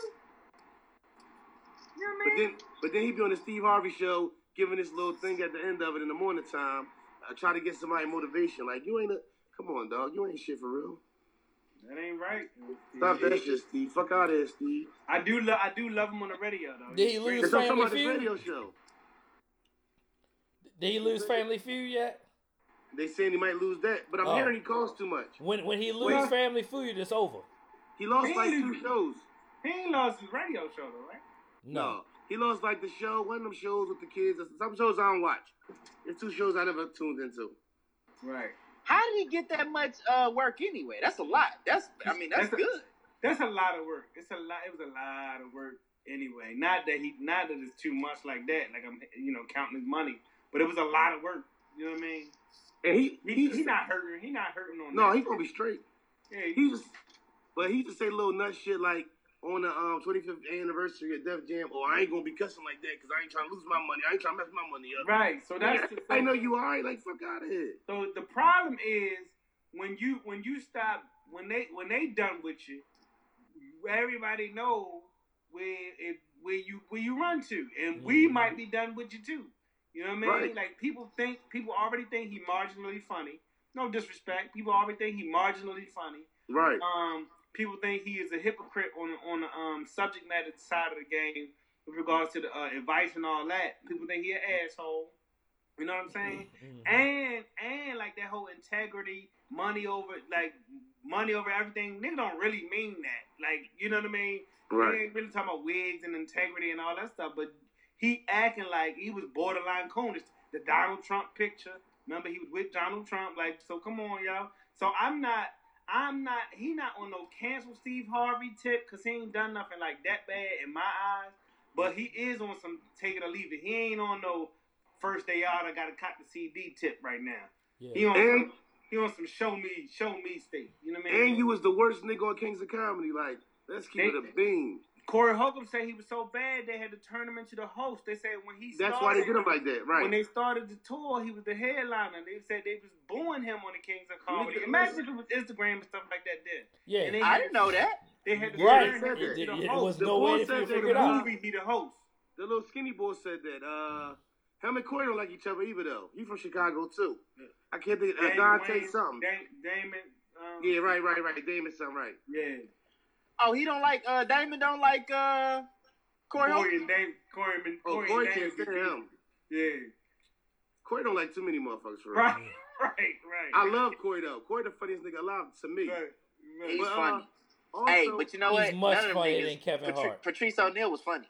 S4: You know
S2: But
S4: what I
S2: then,
S4: mean?
S2: but then he be on the Steve Harvey show, giving this little thing at the end of it in the morning time, uh, try to get somebody motivation. Like you ain't a, come on, dog, you ain't shit for real.
S4: That ain't right.
S2: Stop that shit, Steve. Fuck out of here, Steve.
S4: I do love I do love him on the radio though.
S3: Did
S4: He's
S3: he lose
S4: great.
S2: That's what I'm talking
S3: Family
S2: about this
S3: Feud?
S2: radio show.
S3: Did he lose Family Feud yet?
S2: They saying he might lose that, but I'm
S3: Oh.
S2: hearing he costs too much.
S3: When when he lose
S4: Well-
S3: Family Feud, it's over.
S2: He lost like two
S4: Really?
S2: shows.
S4: He ain't lost his radio show though, right?
S2: No. he lost like the show, one of them shows with the kids. Some shows I don't watch. There's two shows I never tuned into.
S4: Right.
S1: How did he get that much uh, work anyway? That's a lot. That's I mean that's
S4: That's a-
S1: good.
S4: That's a lot of work. It's a lot. It was a lot of work anyway. Not that he, not that it's too much like that. Like I'm, you know, counting his money, but it was a lot of work. You know what I mean?
S2: And he,
S4: He,
S2: he,
S4: he, not hurting. He not hurting on
S2: no,
S4: that.
S2: he's gonna be straight.
S4: Yeah, he-
S2: He just, but he just say little nut shit like on the um, 25th anniversary of Def Jam. Oh, I ain't gonna be cussing like that because I ain't trying to lose my money. I ain't trying to mess my money up.
S4: right. So that's the,
S2: <laughs> I know you alright. Like fuck out of here.
S4: So the problem is when you when you stop when they when they done with you, everybody know where it, where you where you run to, and we
S3: Mhm.
S4: might be done with you too. You know what I mean?
S2: Right.
S4: Like people think people already think he marginally funny. No disrespect. People already think he marginally funny.
S2: Right.
S4: Um, people think he is a hypocrite on on the um, subject matter side of the game with regards to the uh, advice and all that. People think he an asshole. You know what I'm saying?
S3: Mm-hmm.
S4: And and like that whole integrity, money over like money over everything. Nigga don't really mean that. Like you know what I mean? We
S2: Right.
S4: ain't really talking about wigs and integrity and all that stuff, but he acting like he was borderline coonist. The Donald Trump picture. Remember he was with Donald Trump. Like, so come on, y'all. So I'm not I'm not he not on no cancel Steve Harvey tip because he ain't done nothing like that bad in my eyes. But he is on some take it or leave it. He ain't on no first day out. I gotta cop the CD tip right now. He
S3: Yeah.
S4: on
S2: And-
S4: some, he on some show me show me state. You know what I mean?
S2: And you was the worst nigga on Kings of Comedy. Like, let's keep it a bean.
S4: Corey Holcomb said he was so bad they had to turn him into the host. They said when he
S2: That's
S4: started,
S2: why they did him like that,
S4: when
S2: right?
S4: they started the tour, he was the headliner. They said they was booing him on the Kings of Comedy.
S2: Nigga,
S4: Imagine if it was Instagram and stuff like that. Then
S3: Yeah.
S4: And they-
S1: I didn't know that.
S4: they had to
S3: Right.
S2: It
S4: turn him into
S3: did-
S4: the
S3: it
S4: host.
S3: was
S4: the
S3: no
S4: boy
S2: way if
S4: said
S2: you
S4: for
S2: figured
S4: the
S2: it out.
S4: movie he the host.
S2: The little skinny boy said that. Uh, him and Corey don't like each other either, though. He from Chicago too. I can't think. Uh,
S4: Damon
S2: Dante
S4: Wayans,
S2: something.
S4: Dam- Damon. Um,
S2: Yeah, right, right, right. Damon something, right?
S4: Yeah.
S1: Oh, he don't like uh Damon don't like uh Corey.
S4: Corey
S1: Holcomb?
S4: and Dam- Corey and
S2: Oh,
S4: Corey,
S2: Corey
S4: and
S2: can't
S4: Damon.
S2: stand him.
S4: Yeah.
S2: Corey don't like too many motherfuckers. For real.
S4: Right. <laughs> Right. Right.
S2: I love Corey though. Corey the funniest nigga alive to me.
S4: Right, right.
S1: He's
S2: But, uh,
S1: funny.
S2: Also,
S1: hey, but you know what?
S3: He's much
S1: None of them
S3: funnier
S1: niggas-
S3: than Kevin
S1: Patri-
S3: Hart.
S1: Patrice O'Neal was funny.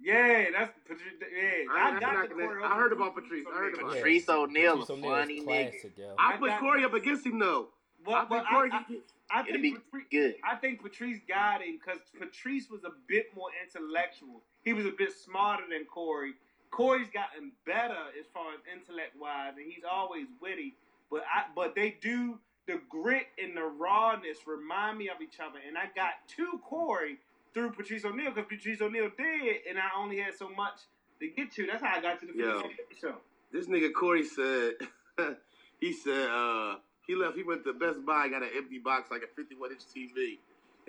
S4: Yeah, that's Patri- yeah.
S2: I-
S4: I,
S2: I'm
S4: got
S2: not
S4: the
S2: gonna-
S4: Corey
S2: I
S4: Holcomb
S2: heard about
S4: from-
S2: Patrice.
S4: from
S2: I heard
S4: Damon.
S2: about
S3: Yeah.
S1: Patrice O'Neal,
S3: Patrice
S1: a
S3: O'Neal is
S1: funny nigga.
S3: classic, yo.
S2: I
S4: I
S2: put
S4: got-
S2: Corey up against him though. I
S4: Well,
S2: put
S4: well,
S2: Corey.
S4: I, I, I
S1: It'll
S4: think
S1: be
S4: Patrice,
S1: good.
S4: I think Patrice got him because Patrice was a bit more intellectual. He was a bit smarter than Corey. Corey's gotten better as far as intellect wise, and he's always witty. But I, but they do the grit and the rawness remind me of each other, and I got to Corey through Patrice O'Neal because Patrice O'Neal did, and I only had so much to get to. That's how I got to the
S2: Yeah.
S4: finish show.
S2: This nigga Corey said, <laughs> he said, uh, he left, he went to Best Buy, got an empty box, like a 51 inch TV,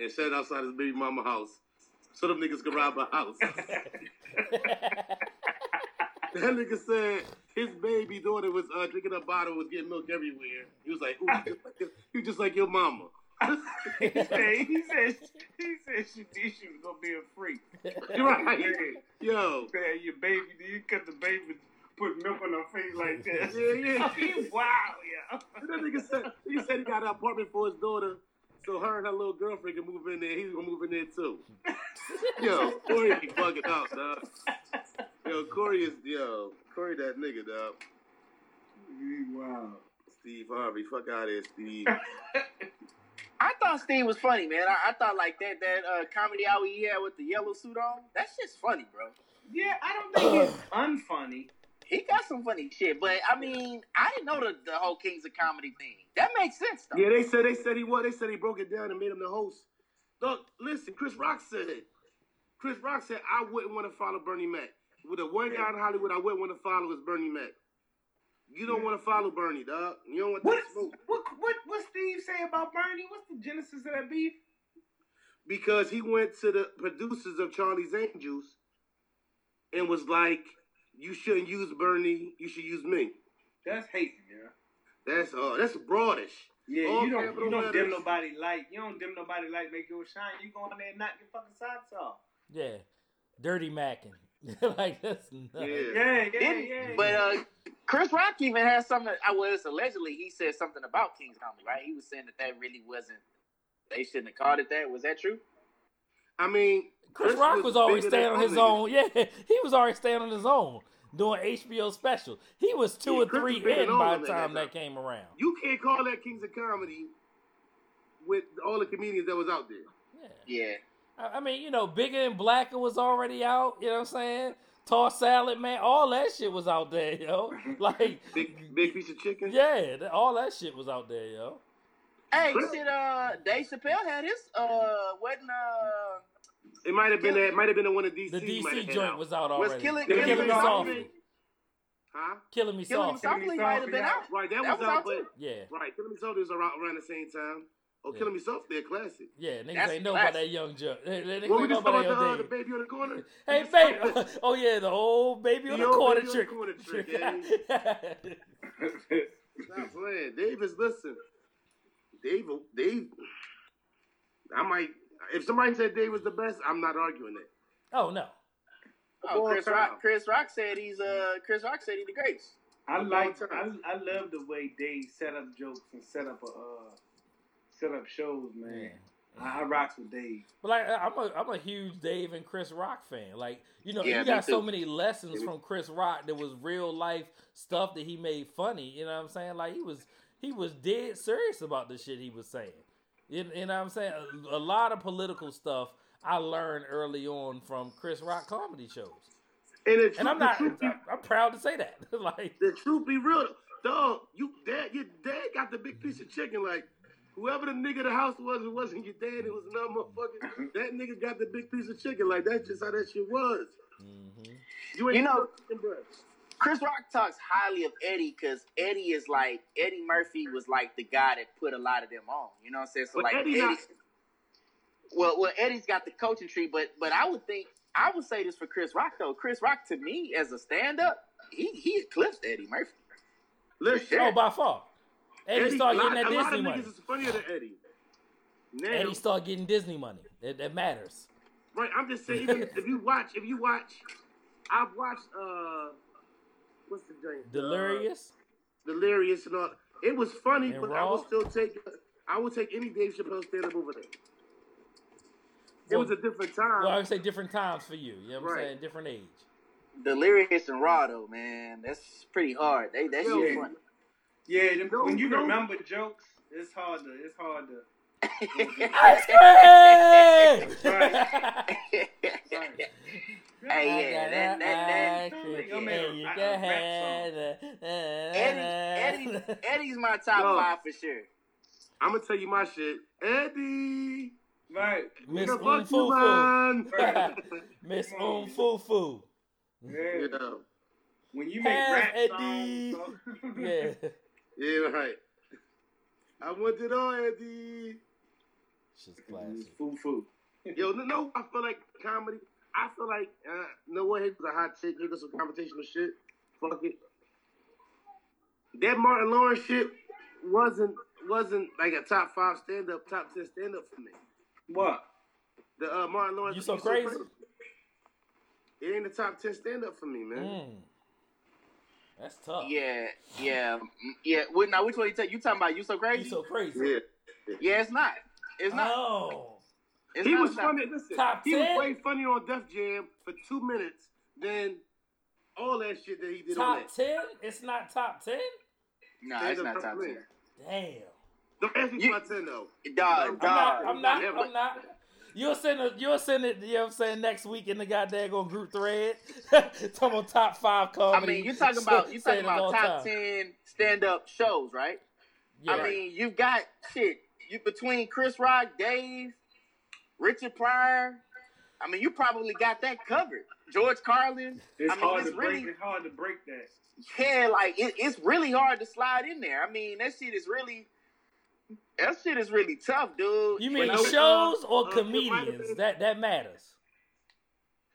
S2: and sat outside his baby mama house. So them niggas could rob my house. that nigga said his baby daughter was uh, drinking a bottle, was getting milk everywhere. He was like, ooh, you just like your- you just like your mama.
S4: <laughs> he said, he said, he said, she, she was gonna be a freak. <laughs>
S2: You're right. Yo.
S4: Yeah, your baby, you cut the baby, put milk on her face like <laughs>
S2: Yeah,
S4: that.
S2: yeah.
S4: He wow, yeah.
S2: And That nigga said, he said he got an apartment for his daughter, so her and her little girlfriend can move in there. He's gonna move in there too. yo, Corey be bugging out, dog. Yo, Corey is yo, Corey that nigga, dog.
S4: Wow.
S2: Steve Harvey, fuck out of here, Steve.
S1: I thought Steve was funny, man. I, I thought like that that uh, comedy hour he had with the yellow suit on. That shit's funny, bro.
S4: Yeah, I don't
S2: <clears throat>
S4: think it's unfunny.
S1: He got some funny shit, but I mean, I didn't know the, the whole Kings of Comedy thing. That makes sense though.
S2: yeah, they said they said he was. They said he broke it down and made him the host. Look, listen, Chris Rock said it. Chris Rock said I wouldn't want to follow Bernie Mac. With the one guy in Hollywood I wouldn't want to follow is Bernie Mac. You don't want to follow Bernie, dog. You don't want
S4: What,
S2: that smoke.
S4: what, what, what Steve say about Bernie? What's the genesis of that beef?
S2: because he went to the producers of Charlie's Angels and was like, "You shouldn't use Bernie. You should use me."
S4: That's hating, yeah.
S2: That's uh, that's broadish.
S4: Yeah,
S2: All
S4: you don't,
S2: capital
S4: you don't dim
S2: letters.
S4: nobody light. You don't dim nobody light, make your shine. You go in there and knock your fucking socks off.
S3: Yeah. Dirty Mackin. <laughs> like that's nuts.
S2: Yeah.
S4: Yeah, yeah, yeah.
S1: Didn't-
S4: yeah.
S1: But uh, Chris Rock even had something. I was allegedly he said something about Kings Comedy, right? He was saying that that really wasn't. They shouldn't have called it that. Was that true?
S2: I mean,
S3: Chris, Rock was, always
S2: bigger than
S3: staying on his
S2: all
S3: own. <laughs> Yeah, he was already staying on his own doing HBO special. He was two
S2: Yeah,
S3: or
S2: Chris
S3: three
S2: was bigger
S3: in
S2: than
S3: by
S2: all
S3: the
S2: of them at
S3: time
S2: that
S3: that came around.
S2: niggas. You can't call that Kings of Comedy with all the comedians that was out there.
S3: Yeah.
S1: Yeah.
S3: I I mean, you know, Bigger and Blacker was already out. You know what I'm saying? Toss Salad Man, all that shit was out there, yo. <laughs> Like,
S2: Big big piece of chicken.
S3: yeah, th- all that shit was out there, yo.
S1: Hey,
S2: Chris-
S1: shit. Uh, Dave Chappelle had his uh, wasn't uh,
S2: It might have been that. Might have been the one of DC.
S3: The
S2: might have
S3: DC
S2: had
S3: joint
S2: out.
S3: was out
S1: was
S3: already.
S1: killing
S2: They
S3: Killing
S1: killing
S2: were
S3: Me
S2: giving
S1: Softly.
S2: out-
S3: Softly.
S2: Huh?
S3: Killing Me
S1: Killing Me
S3: Softly.
S1: Softly might have been out.
S2: Right, that,
S1: That
S2: was,
S1: was
S2: out,
S1: out
S2: but
S1: too.
S3: Yeah.
S2: right, Killing Me Softly was around, around the same time. Oh, Killing Me Softly, a classic.
S3: Yeah, niggas
S1: That's
S3: ain't know
S1: classic.
S3: about that young junk. They, they, they
S2: When we
S3: ain't know
S2: just
S3: about
S2: talking
S3: that
S2: about
S3: young
S2: the,
S3: day.
S2: the baby on the corner.
S3: <laughs> Hey,
S2: We just talking
S3: baby. <laughs>
S2: about-
S3: Oh, yeah, the old baby on
S2: The
S3: the,
S2: old
S3: corner
S2: baby on the
S3: trick.
S2: corner trick,
S3: <laughs>
S2: eh?
S4: uh, <laughs>
S2: Stop playing. Davis, listen. Dave, Dave, I might, if somebody said Dave was the best, I'm not arguing that.
S3: oh, no.
S2: Of
S1: Oh,
S2: all
S1: Chris
S2: time.
S1: Rock. Chris Rock said he's uh Chris Rock said he's the greatest.
S4: I like I, I love the way they set up jokes and set up a uh, set up shows, man. I, I rocks with Dave.
S3: But like I- I'm a I'm a huge Dave and Chris Rock fan. Like you know
S1: Yeah, me
S3: you got so
S1: too.
S3: many lessons from Chris Rock that was real life stuff that he made funny. You know what I'm saying? Like he was he was dead serious about the shit he was saying. You, you know what I'm saying? A, a lot of political stuff I learned early on from Chris Rock comedy shows,
S2: And, the truth,
S3: and I'm not
S2: the truth, be,
S3: I'm, I'm proud to say that. <laughs> like
S2: the truth be real, dog. You dad, your dad got the big piece of chicken. Like whoever the nigga the house was, it wasn't your dad. It was another
S1: Mm-hmm.
S2: motherfucker. That nigga got the big piece of chicken. Like that's just how that shit was.
S3: mhm.
S2: You ain't
S1: You know-
S2: fucking bruh.
S1: Chris Rock talks highly of Eddie because Eddie is like Eddie Murphy was like the guy that put a lot of them on. You know what I'm saying? So
S2: But
S1: like
S2: Eddie
S1: Eddie,
S2: not-
S1: well, well, Eddie's got the coaching tree, but but I would think I would say this for Chris Rock though. Chris Rock to me as a stand up, he he eclipsed Eddie Murphy.
S2: Listen,
S3: oh by far, Eddie,
S2: Eddie-
S3: started
S2: lot-
S3: getting that
S2: a lot
S3: Disney
S2: of
S3: money.
S2: niggas is funnier than Eddie. Now,
S3: Eddie started getting Disney money. That, that matters.
S2: Right, I'm just saying. Even if you watch, if you watch, I've watched. uh What's the joint?
S3: Delirious.
S2: Uh, Delirious and all. It was funny,
S3: And
S2: but I
S3: Raw?
S2: would still take. I would take any Dave Chappelle stand up over there. It
S3: Well-
S2: was a different time.
S3: Well, I would say different times for you. You know what I'm
S2: Right.
S3: saying? Different age.
S1: Delirious and Raw though, man, that's pretty hard. They that
S2: Yo,
S1: shit
S3: <laughs>
S1: funny.
S4: Yeah, them,
S2: No,
S4: when you
S2: no.
S4: remember jokes, it's hard to it's hard to.
S3: Ice
S1: <laughs>
S2: <laughs>
S3: <laughs> cream!
S4: Right.
S1: Hey, yeah, that- that- that-
S4: Like, I
S3: And
S4: mean,
S3: you
S4: I- I
S3: can
S4: rap
S3: have a- <laughs>
S1: Eddie, Eddie, Eddie's my top
S2: Yo.
S1: five for sure.
S2: I'm gonna tell you my shit, Eddie.
S4: Right.
S3: Miss
S2: nigga, fuck you,
S3: Umfufu.
S2: man. <laughs>
S3: Miss
S4: Come on.
S3: Umfufu.
S4: Yeah.
S2: yeah,
S4: When you make
S3: Have
S4: rap
S3: Eddie.
S4: songs. so-
S3: <laughs> Yeah.
S2: yeah, right. I want it all, Eddie.
S3: She's classic.
S4: Foo foo.
S2: Yo, no, no, I feel like comedy. I feel like, uh, no what, here was a hot take. Here goes some conversational shit. Fuck it. That Martin Lawrence shit wasn't wasn't like a top five stand up, top ten stand up for me.
S4: What?
S2: The uh, Martin Lawrence.
S3: You so crazy?
S2: It ain't a top ten stand up for me, man.
S3: Mm. That's tough.
S1: Yeah, yeah, mm, yeah. Wait, now which one you take? You talking about you so
S3: You
S1: crazy?
S3: so crazy.
S2: Yeah,
S1: yeah, it's not. It's not.
S3: Oh.
S1: it's
S2: he
S1: not,
S2: was
S1: it's not.
S2: funny. Listen,
S3: Top
S2: he
S3: 10?
S2: was way funnier on Def Jam for two minutes than all that shit that he did on
S3: Top
S2: that.
S3: 10? It's not top 10?
S1: No,
S2: Stand
S1: it's
S2: up
S1: not
S2: for
S1: top
S2: me.
S1: ten.
S3: Damn.
S2: Don't ask me
S1: You-
S2: for my ten though.
S1: Dog,
S3: I'm
S1: dog.
S3: not. I'm not.
S2: Yeah,
S3: I'm
S2: but-
S3: not. You'll send it. You'll send it. You know what I'm saying next week in the goddamn on group thread. <laughs> Talking about top five
S1: I
S3: comedy.
S1: mean, you're talking about you
S3: saying
S1: talking about
S3: it all
S1: top
S3: time.
S1: ten stand up shows, right?
S3: Yeah.
S1: I mean, you've got shit. You between Chris Rock, Dave, Richard Pryor. I mean, you probably got that covered. George Carlin.
S4: It's
S1: I mean,
S4: hard
S1: it's
S4: to break.
S1: really-
S4: It's hard to break that.
S1: Yeah, like it, it's really hard to slide in there. I mean, that shit is really. That shit is really tough, dude.
S3: you
S1: But
S3: mean
S1: I-
S2: no-
S3: shows or
S2: uh, it might have
S3: comedians?
S2: been-
S3: That that matters.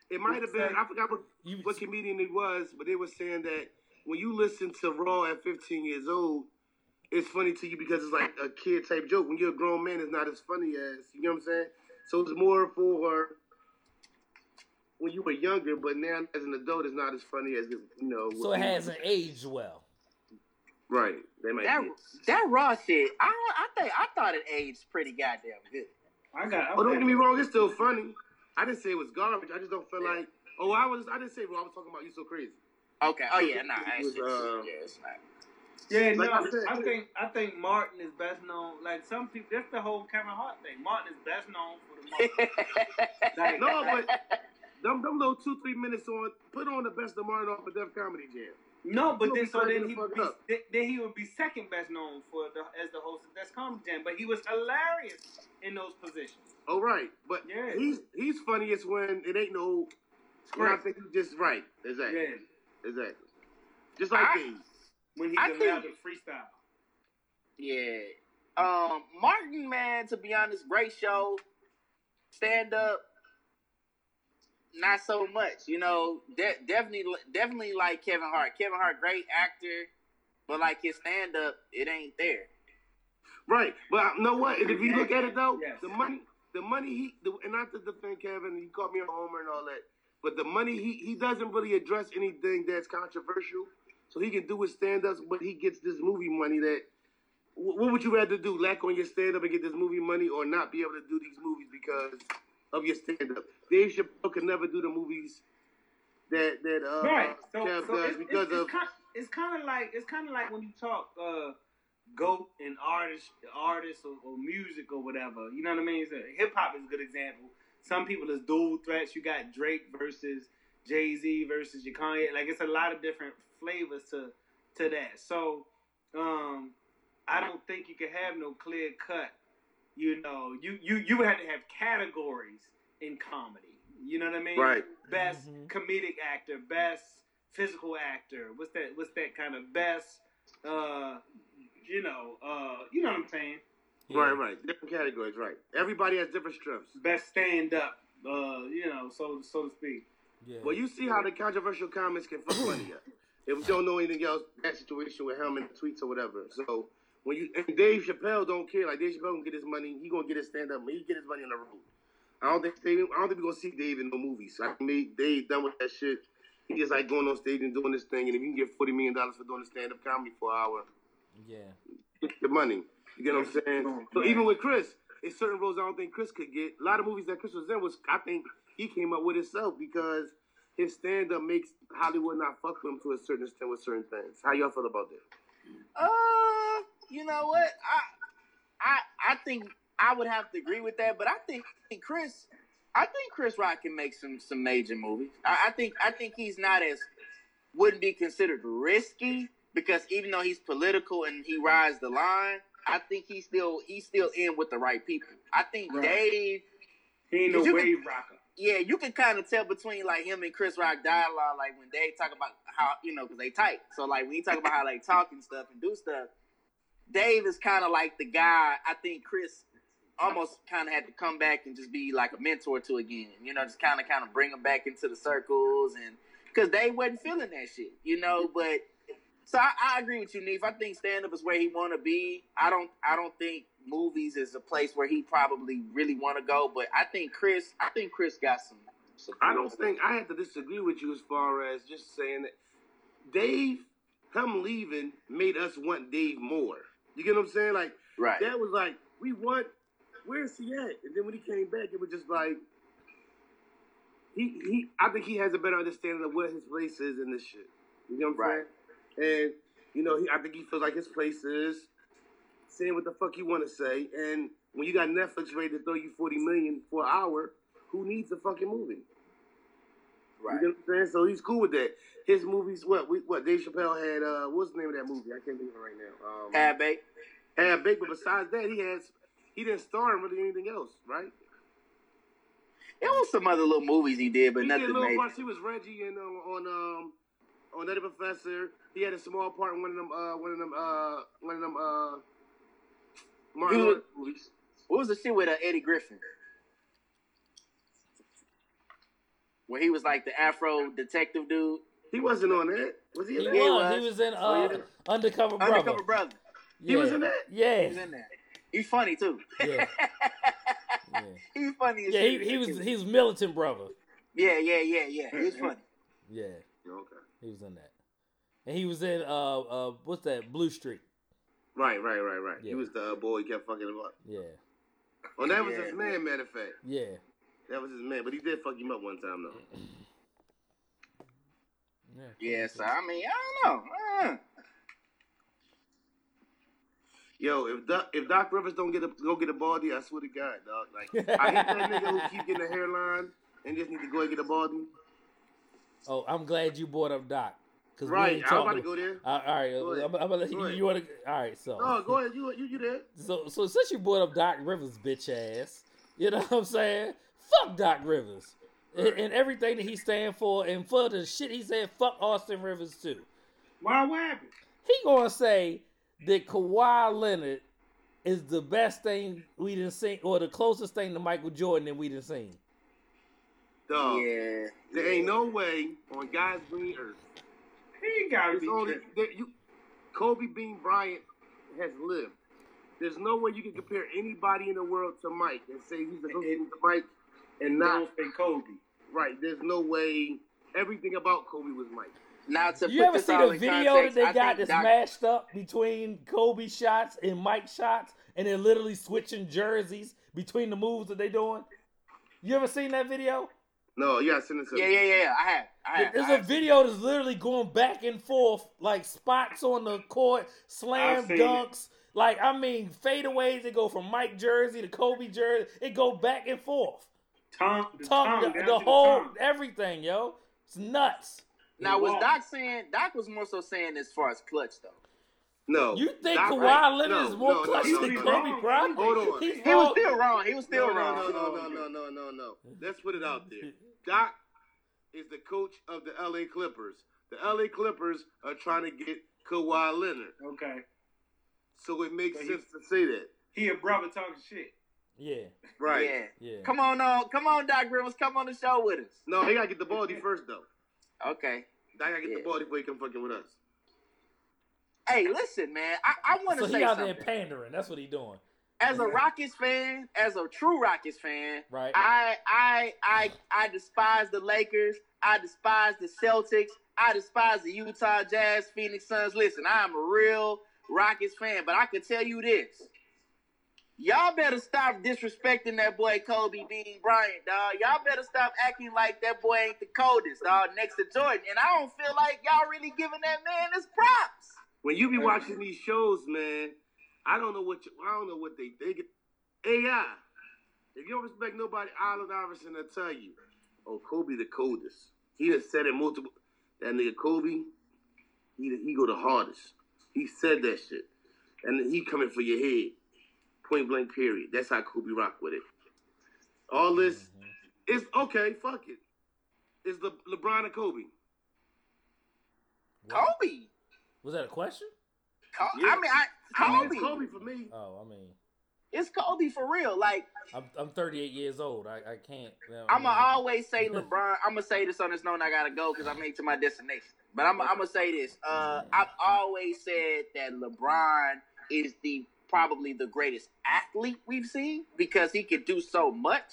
S2: It might have been. I forgot what,
S3: You
S2: what comedian it was, but they were saying that when you listen to Raw at 15 years old, it's funny to you because it's like a kid type joke. When you're a grown man, it's not as funny as you know what I'm saying. So it's more for when you were younger, but now as an adult, it's not as funny as it, you know.
S3: so
S2: what
S3: it
S2: you-
S3: hasn't aged well.
S2: right. They might.
S1: that
S2: be.
S1: that raw shit. I I think I thought it aged pretty goddamn good.
S4: I got.
S2: Oh, don't get me wrong. It's still funny. I didn't say it was garbage. I just don't feel like. Oh, I was. I didn't say. Well, I was talking about you so crazy.
S1: Okay. Oh yeah, nah. That
S2: It was,
S1: shit,
S2: uh,
S1: yeah, it's not.
S4: Yeah,
S2: Like
S4: no,
S2: I
S4: I,
S2: said-
S4: think I think Martin is best known. Like some people, that's the whole Kevin Hart thing. Martin is best known for the
S2: <laughs>
S4: Martin. like,
S2: No, but them, them little two three minutes on put on the best of Martin off a Def Comedy Jam.
S4: no, but
S2: You'll
S4: then
S2: be
S4: so
S2: cracking
S4: then
S2: the
S4: he
S2: fuck
S4: would be,
S2: up.
S4: then, then he would be second best known for the as the host of That's Comedy Jam. But he was hilarious in those positions.
S2: Oh right, but
S4: Yeah.
S2: he's he's funniest when it ain't no. When I
S4: Script.
S2: think he's just right. Exactly.
S4: Yeah,
S2: Exactly. Just like
S1: I- <laughs>
S2: these.
S4: when he
S1: I
S4: allowed
S1: think-
S4: the freestyle.
S1: Yeah. Um, Martin, man, to be honest, great show. Stand up, not so much. You know, de- definitely, definitely like Kevin Hart. Kevin Hart, great actor, but like his stand up, it ain't there.
S2: Right, but I- you know what? If you look at it though,
S4: Yes.
S2: the money, the money he, the, and not to defend Kevin, he called me a homer and all that, but the money he he doesn't really address anything that's controversial, so he can do his stand ups, but he gets this movie money that. wh- What would you rather do? Lack on your stand up and get this movie money, or not be able to do these movies because of your stand up? Dave Chappelle could never do the movies that that uh,
S4: right. So,
S2: Kev
S4: so
S2: does
S4: it's,
S2: because
S4: it's,
S2: of
S4: it's, kind, it's kind of like it's kind of like when you talk uh, goat and artist, artists or, or music or whatever. You know what I mean? So Hip hop is a good example. Some people is dual threats. You got Drake versus Jay Z versus your Kanye. Like it's a lot of different flavors to to that. So um, I don't think you can have no clear cut. You know, you you you would have to have categories in comedy. You know what I mean?
S2: Right.
S4: Best
S3: Mhm.
S4: comedic actor, best physical actor. What's that? What's that kind of best? Uh, you know, uh, you know what I'm saying?
S2: right, right, different categories, right? Everybody has different strengths.
S4: Best stand up. Uh, you know, so so to speak.
S3: Yeah.
S2: Well, you see how the controversial comments can fuck money up. If we don't know anything else, that situation with him and the tweets or whatever. So when you and Dave Chappelle don't care, like Dave Chappelle gonna get his money, he gonna get his stand up, he get his money on the road. I don't think Dave, I don't think we gonna see Dave in no movies. I mean, Dave done with that shit. He just like going on stage and doing this thing, and if you can get forty million dollars for doing a stand up comedy for an hour,
S3: yeah.
S2: get the money. You get what I'm saying? So even with Chris, it's certain roles I don't think Chris could get. A lot of movies that Chris was in was I think he came up with himself because his stand up makes Hollywood not fuck with him to a certain extent with certain things. How y'all feel about that?
S1: Uh, you know what? I, I, I think I would have to agree with that, but I think Chris, I think Chris Rock can make some some major movies. I, I think I think he's not as wouldn't be considered risky because even though he's political and he rides the line, I think he's still he's still in with the right people. I think
S4: Right.
S1: Dave,
S4: He ain't no
S1: You can-
S4: wave rocker.
S1: yeah, you can kind of tell between like him and Chris Rock dialogue, like when Dave talk about how you know because they tight. So like when he talk about how they talk and stuff and do stuff, Dave is kind of like the guy. I think Chris almost kind of had to come back and just be like a mentor to again. You know, just kind of kind of bring him back into the circles and because they wasn't feeling that shit. You know,
S2: Mm-hmm.
S1: but so I, I agree with you, Neef. I think stand up is where he want to be. I don't I don't think movies is a place where he probably really want to go. But I think Chris I think Chris got some. some
S2: I don't think I had to disagree with you as far as just saying that Dave, him leaving made us want Dave more. You get what I'm saying? Like
S1: right.
S2: that was like we want where's he at and then when he came back it was just like he he i think he has a better understanding of what his place is in this shit you know what i'm
S1: Right.
S2: saying and you know he, i think he feels like his place is saying what the fuck you want to say and when you got netflix ready to throw you 40 million for an hour who needs a fucking movie
S1: Right.
S2: you know what I'm saying? So he's cool with that. His movies, what we, what Dave Chappelle had, uh, what's the name of that movie? I can't think of it right now. Um,
S1: Had bait.
S2: had big, but besides that, he has he didn't star in really anything else, right?
S1: It was some other little movies he did, but
S2: he
S1: nothing
S2: did little
S1: major.
S2: parts. He was Reggie and uh, on um on Nutty Professor. He had a small part in one of them uh one of them uh one of them uh Martin
S1: He was-
S2: Lawrence movies.
S1: What was the shit with uh, Eddie Griffin? Where he was like the Afro detective dude,
S2: He wasn't on that. Was he?
S3: He
S2: In that?
S3: was.
S1: Yeah,
S3: He
S1: was.
S3: was in
S1: Oh,
S3: uh,
S1: yeah.
S3: Undercover Brother.
S1: undercover brother.
S3: Yeah.
S2: He was in that.
S3: Yeah.
S1: He's in there. He's funny too. <laughs>
S3: Yeah. Yeah.
S1: He's funny. As
S3: Yeah, he,
S1: shit.
S3: he was he was militant brother.
S1: Yeah, yeah, yeah, yeah. He's funny.
S3: Yeah,
S2: Okay.
S3: he was in that, and he was in uh uh what's that Blue Street?
S2: Right, right, right, right.
S3: Yeah.
S2: He was the uh, boy. He kept fucking him up.
S3: Yeah,
S2: Oh, that was
S1: Yeah.
S2: his man. Matter of fact,
S3: yeah,
S2: that was his man. But he did fuck him up one time though.
S3: yeah.
S1: Yeah, so
S3: <laughs>
S1: I mean, I don't know. Uh,
S2: Yo, if Doc, if Doc Rivers don't get a go get a baldy, I swear to God, dog. Like I <laughs> hate that nigga who keep getting a hairline and just need to go and get a baldy.
S3: Oh, I'm glad you brought up Doc. 'cause we
S2: Right,
S3: ain't
S2: I'm about to
S3: talking-
S2: go there.
S3: Uh, all right,
S2: Go
S3: I'm,
S2: ahead.
S3: I'm gonna let
S2: Go
S3: you.
S2: ahead.
S3: You want to? All right, so
S2: Oh, go ahead. You you you there?
S3: so so since you brought up Doc Rivers, bitch ass, you know <laughs> what I'm saying? Fuck Doc Rivers and, and everything that he stand for, and for the shit he said. Fuck Austin Rivers too.
S4: Why? What happened?
S3: He gonna say that Kawhi Leonard is the best thing we didn't see, or the closest thing to Michael Jordan that we didn't see.
S1: Uh-huh.
S2: Dog,
S1: yeah.
S2: there ain't no way on God's green earth.
S4: He gotta
S2: There's
S4: be
S2: only
S4: tripping.
S2: there, you, Kobe Bean Bryant has lived. There's no way you can compare anybody in the world to Mike and say he's the closest to Mike and not
S4: Dolph and Kobe.
S2: right. There's no way. Everything about Kobe was Mike.
S1: Now to
S3: You
S1: put
S3: ever
S1: this
S3: see
S1: all
S3: the
S1: in
S3: video
S1: context,
S3: that
S1: I
S3: they got
S1: think
S3: that's
S1: Doc-
S3: mashed up between Kobe shots and Mike shots, and they're literally switching jerseys between the moves that they doing? You ever seen that video?
S2: No, yeah, send it to
S1: Yeah,
S2: me.
S1: yeah, yeah. yeah. I have. I have. I
S3: There's a
S1: have.
S3: video that's literally going back and forth, like spots on the court, slam
S4: I've seen it.
S3: dunks. Like I mean, fadeaways. It go from Mike jersey to Kobe jersey. It go back and forth.
S4: Tom, the,
S3: Tongue,
S4: tongue,
S3: the,
S4: down
S3: the
S4: to
S3: whole
S4: tongue.
S3: everything, yo. It's nuts.
S1: Now was
S4: Wow.
S1: Doc saying? Doc was more so saying as far as clutch though.
S2: No,
S3: You think
S2: Doc-
S3: Kawhi Leonard
S2: no,
S3: is more
S2: no, no,
S3: clutch
S2: no,
S3: than
S2: no,
S3: Kobe
S4: no.
S3: Bryant?
S2: Hold on.
S3: He's
S1: He was
S3: wrong.
S1: still wrong. He was still
S2: No,
S1: wrong.
S2: no, no, no, no, no, no, no, no, no. Let's put it out there. Doc is the coach of the LA Clippers. The LA Clippers are trying to get Kawhi Leonard,
S4: Okay.
S2: so it makes
S4: So he-
S2: sense to say that,
S4: He a brother talking shit.
S3: Yeah,
S2: right?
S1: Yeah.
S3: yeah.
S1: Come on, on. Come on, Doc Rivers. Come on the show with us.
S2: No, he gotta get the ball to you first though.
S1: Okay.
S2: Doc gotta get the
S1: Yeah.
S2: ball before he come fucking with us.
S1: Hey, listen, man. I, I want
S3: So
S1: to
S3: he
S1: say
S3: out
S1: something.
S3: there pandering. That's what he doing,
S1: As a Rockets fan, as a true Rockets fan,
S3: right?
S1: I I I I despise the Lakers. I despise the Celtics. I despise the Utah Jazz, Phoenix Suns. Listen, I'm a real Rockets fan, but I can tell you this. Y'all better stop disrespecting that boy Kobe Bean Bryant, dog. Y'all better stop acting like that boy ain't the coldest, dog, next to Jordan. And I don't feel like y'all really giving that man his props.
S2: When you be watching these shows, man, I don't know what you, I don't know what they think. AI. If you don't respect nobody, Allen Iverson will tell you, "Oh, Kobe the coldest." He done said it multiple. That nigga Kobe, he he go the hardest. He said that shit, and he coming for your head, point blank. Period. That's how Kobe rock with it. All this,
S3: Mm-hmm.
S2: it's okay. Fuck it. It's Le, LeBron and Kobe.
S3: Wow.
S1: Kobe.
S3: Was that a question?
S1: Ko- I
S2: Yeah.
S1: mean, I,
S2: I mean,
S1: Kobe.
S2: it's Kobe for me.
S3: Oh, I mean,
S1: It's Kobe for real. Like,
S3: I'm I'm 38 years old. I, I can't.
S1: I'm gonna always say LeBron. I'm gonna say this on this note. and I gotta go because I made it to my destination. But I'm I'm gonna say this. Uh, I've always said that LeBron is the probably the greatest athlete we've seen because he could do so much.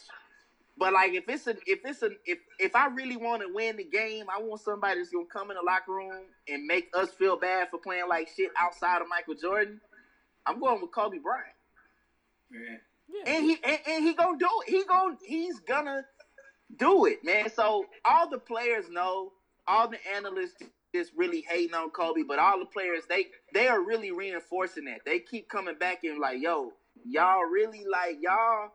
S1: But like, if it's a if it's an if if I really want to win the game, I want somebody that's gonna come in the locker room and make us feel bad for playing like shit outside of Michael Jordan. I'm going with Kobe Bryant
S4: Man.
S3: Yeah.
S1: and he and, and he gonna do it. He gonna he's gonna do it, man. So all the players know, all the analysts just really hating on Kobe, but all the players they they are really reinforcing that. They keep coming back and like, yo, y'all really like y'all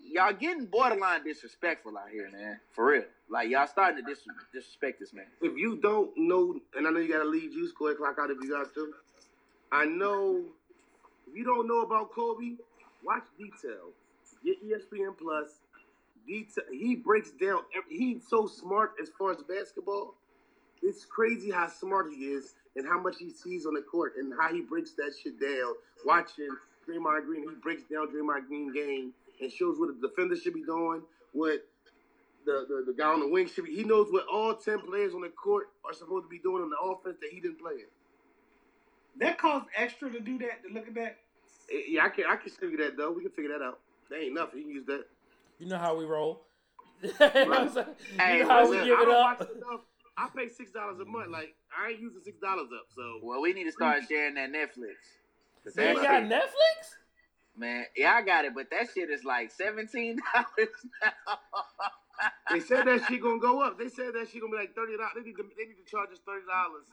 S1: y'all getting borderline disrespectful out here, man. For real, like y'all starting to dis- disrespect this man.
S2: if you don't know, and I know you gotta leave Juice Square Clock out if you guys do. I know if you don't know about Kobe, watch Detail. Get E ESPN Plus. Detail. He breaks down. ev- He's so smart as far as basketball. It's crazy how smart he is and how much he sees on the court and how he breaks that shit down. Watching Draymond Green, he breaks down Draymond Green game and shows what the defender should be doing, what the, the, the guy on the wing should be. He knows what all ten players on the court are supposed to be doing on the offense that he didn't play in.
S4: That cost extra to do that, to look at that.
S2: Eh, Yeah, I can I can figure that though. We can figure that out. That ain't nothing. You can use that.
S3: You know how we roll. you <laughs> know
S1: Hey,
S3: how we
S2: Listen,
S3: give
S2: I
S3: it
S2: don't
S3: up.
S2: watch enough. I pay six dollars a month. Like I ain't using six dollars up. So
S1: Well, we need to start sharing that Netflix.
S3: You ain't got Netflix?
S1: Man, yeah, I got it, but that shit is like seventeen dollars <laughs> now.
S2: they said that shit gonna go up. They said that shit gonna be like thirty dollars. They need to they need to charge us thirty dollars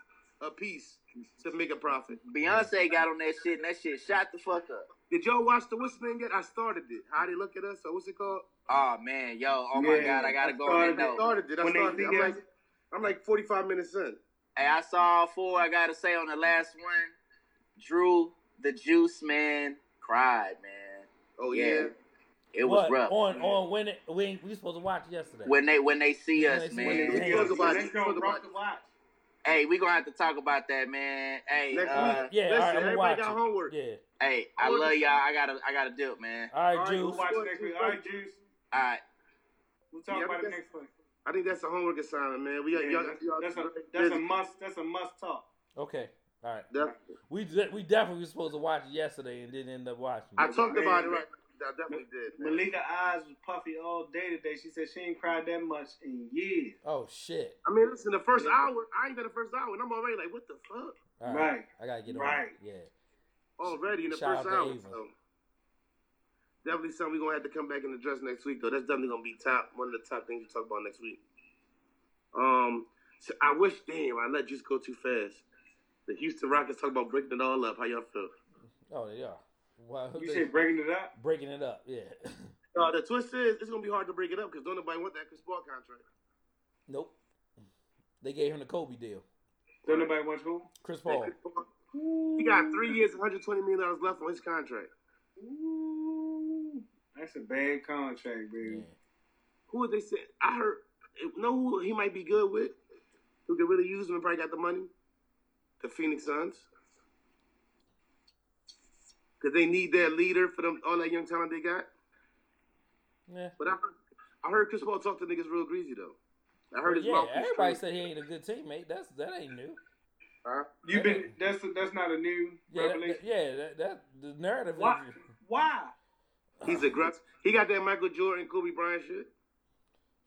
S2: a piece to make a profit.
S1: Beyonce got on that shit, and that shit shot the fuck up.
S2: Did y'all watch the what's the name yet? I started it. How they look at us? Or what's it called?
S1: Oh man, yo, oh my
S4: Yeah,
S1: god, I gotta
S4: I
S1: go on that
S2: I
S4: started
S1: note.
S2: started it. I
S4: When they
S2: started it. I'm
S4: think
S2: like I'm like forty five minutes in.
S1: Hey, I saw all four. I gotta say on the last one, Drew the Juice man cried, man.
S2: Oh
S1: Yeah.
S2: yeah.
S1: It was
S3: What
S1: rough
S3: on on when it, when we supposed to watch yesterday?
S1: when they when they see
S3: When
S1: us,
S3: they see-
S1: man.
S3: when they
S1: it's
S3: see
S1: rough.
S3: us.
S4: That's
S2: about-
S4: gonna
S2: talk about-
S4: rock the watch.
S1: Hey, we gonna have to talk about that, man. Hey,
S2: Next
S1: uh,
S2: week.
S3: Yeah,
S2: Listen,
S3: all right, I'm
S2: everybody
S3: watching.
S2: got homework.
S3: Yeah.
S1: hey, I love y'all. I gotta, I gotta dip, man.
S3: All
S4: All
S3: right,
S4: right, we'll
S3: Juice.
S4: watch it next week. All right, Juice.
S1: All right,
S4: We'll talk
S2: Yeah,
S4: about it
S2: that's-
S4: next week.
S2: I think that's a homework assignment, man. We got
S4: Yeah,
S2: y'all.
S4: that's-
S2: y'all
S4: that's a
S2: busy.
S4: that's a must. That's a must talk.
S3: Okay. All right.
S2: Def-
S3: We de- we definitely were supposed to watch it yesterday and didn't end up watching.
S2: I
S3: It.
S2: talked about it
S4: Man.
S2: right. I definitely did. man.
S4: Malika eyes was puffy all day today. She said she ain't cried that much in years.
S3: Oh shit.
S2: I mean, listen, the first hour, I ain't got the first hour, and I'm already like, what the fuck?
S3: All right.
S4: Right.
S3: I gotta get on.
S4: Right.
S3: it. Yeah.
S2: Already in the
S3: Shout
S2: first
S3: out to
S2: hour.
S3: Ava.
S2: So. Definitely something we're going to have to come back and address next week, though. That's definitely going to be top one of the top things we talk about next week. Um, so I wish, damn, I let you go too fast. The Houston Rockets talk about breaking it all up. How y'all feel?
S3: Oh, they are. Wow.
S4: You
S3: they-
S4: said breaking it up.
S3: breaking it up. Yeah. <laughs>
S2: Uh, the twist is, it's going to be hard to break it up because don't nobody want that Chris Paul contract.
S3: nope. They gave him the Kobe deal.
S4: Don't nobody watch who?
S3: Chris
S2: That
S3: Paul.
S2: Chris Paul- He got three years, $120 million left on his contract.
S4: Ooh, that's a bad contract,
S3: Yeah.
S4: baby.
S2: Who would they say? I heard. Know who he might be good with? Who could really use him and probably got the money? The Phoenix Suns. Because they need their leader for them all that young talent they got.
S3: Yeah.
S2: But I heard, I heard Chris Paul talk to niggas real greasy, though. I heard his
S3: Yeah,
S2: mouth. was
S3: everybody
S2: straight.
S3: said he ain't a good teammate. That's that ain't new.
S2: Huh?
S4: You been that's that's not a new
S3: Yeah, that,
S4: revelation.
S3: that- yeah. That, that the narrative.
S4: Why?
S3: is-
S4: Why?
S2: He's a grunt. He got that Michael Jordan, Kobe Bryant shit.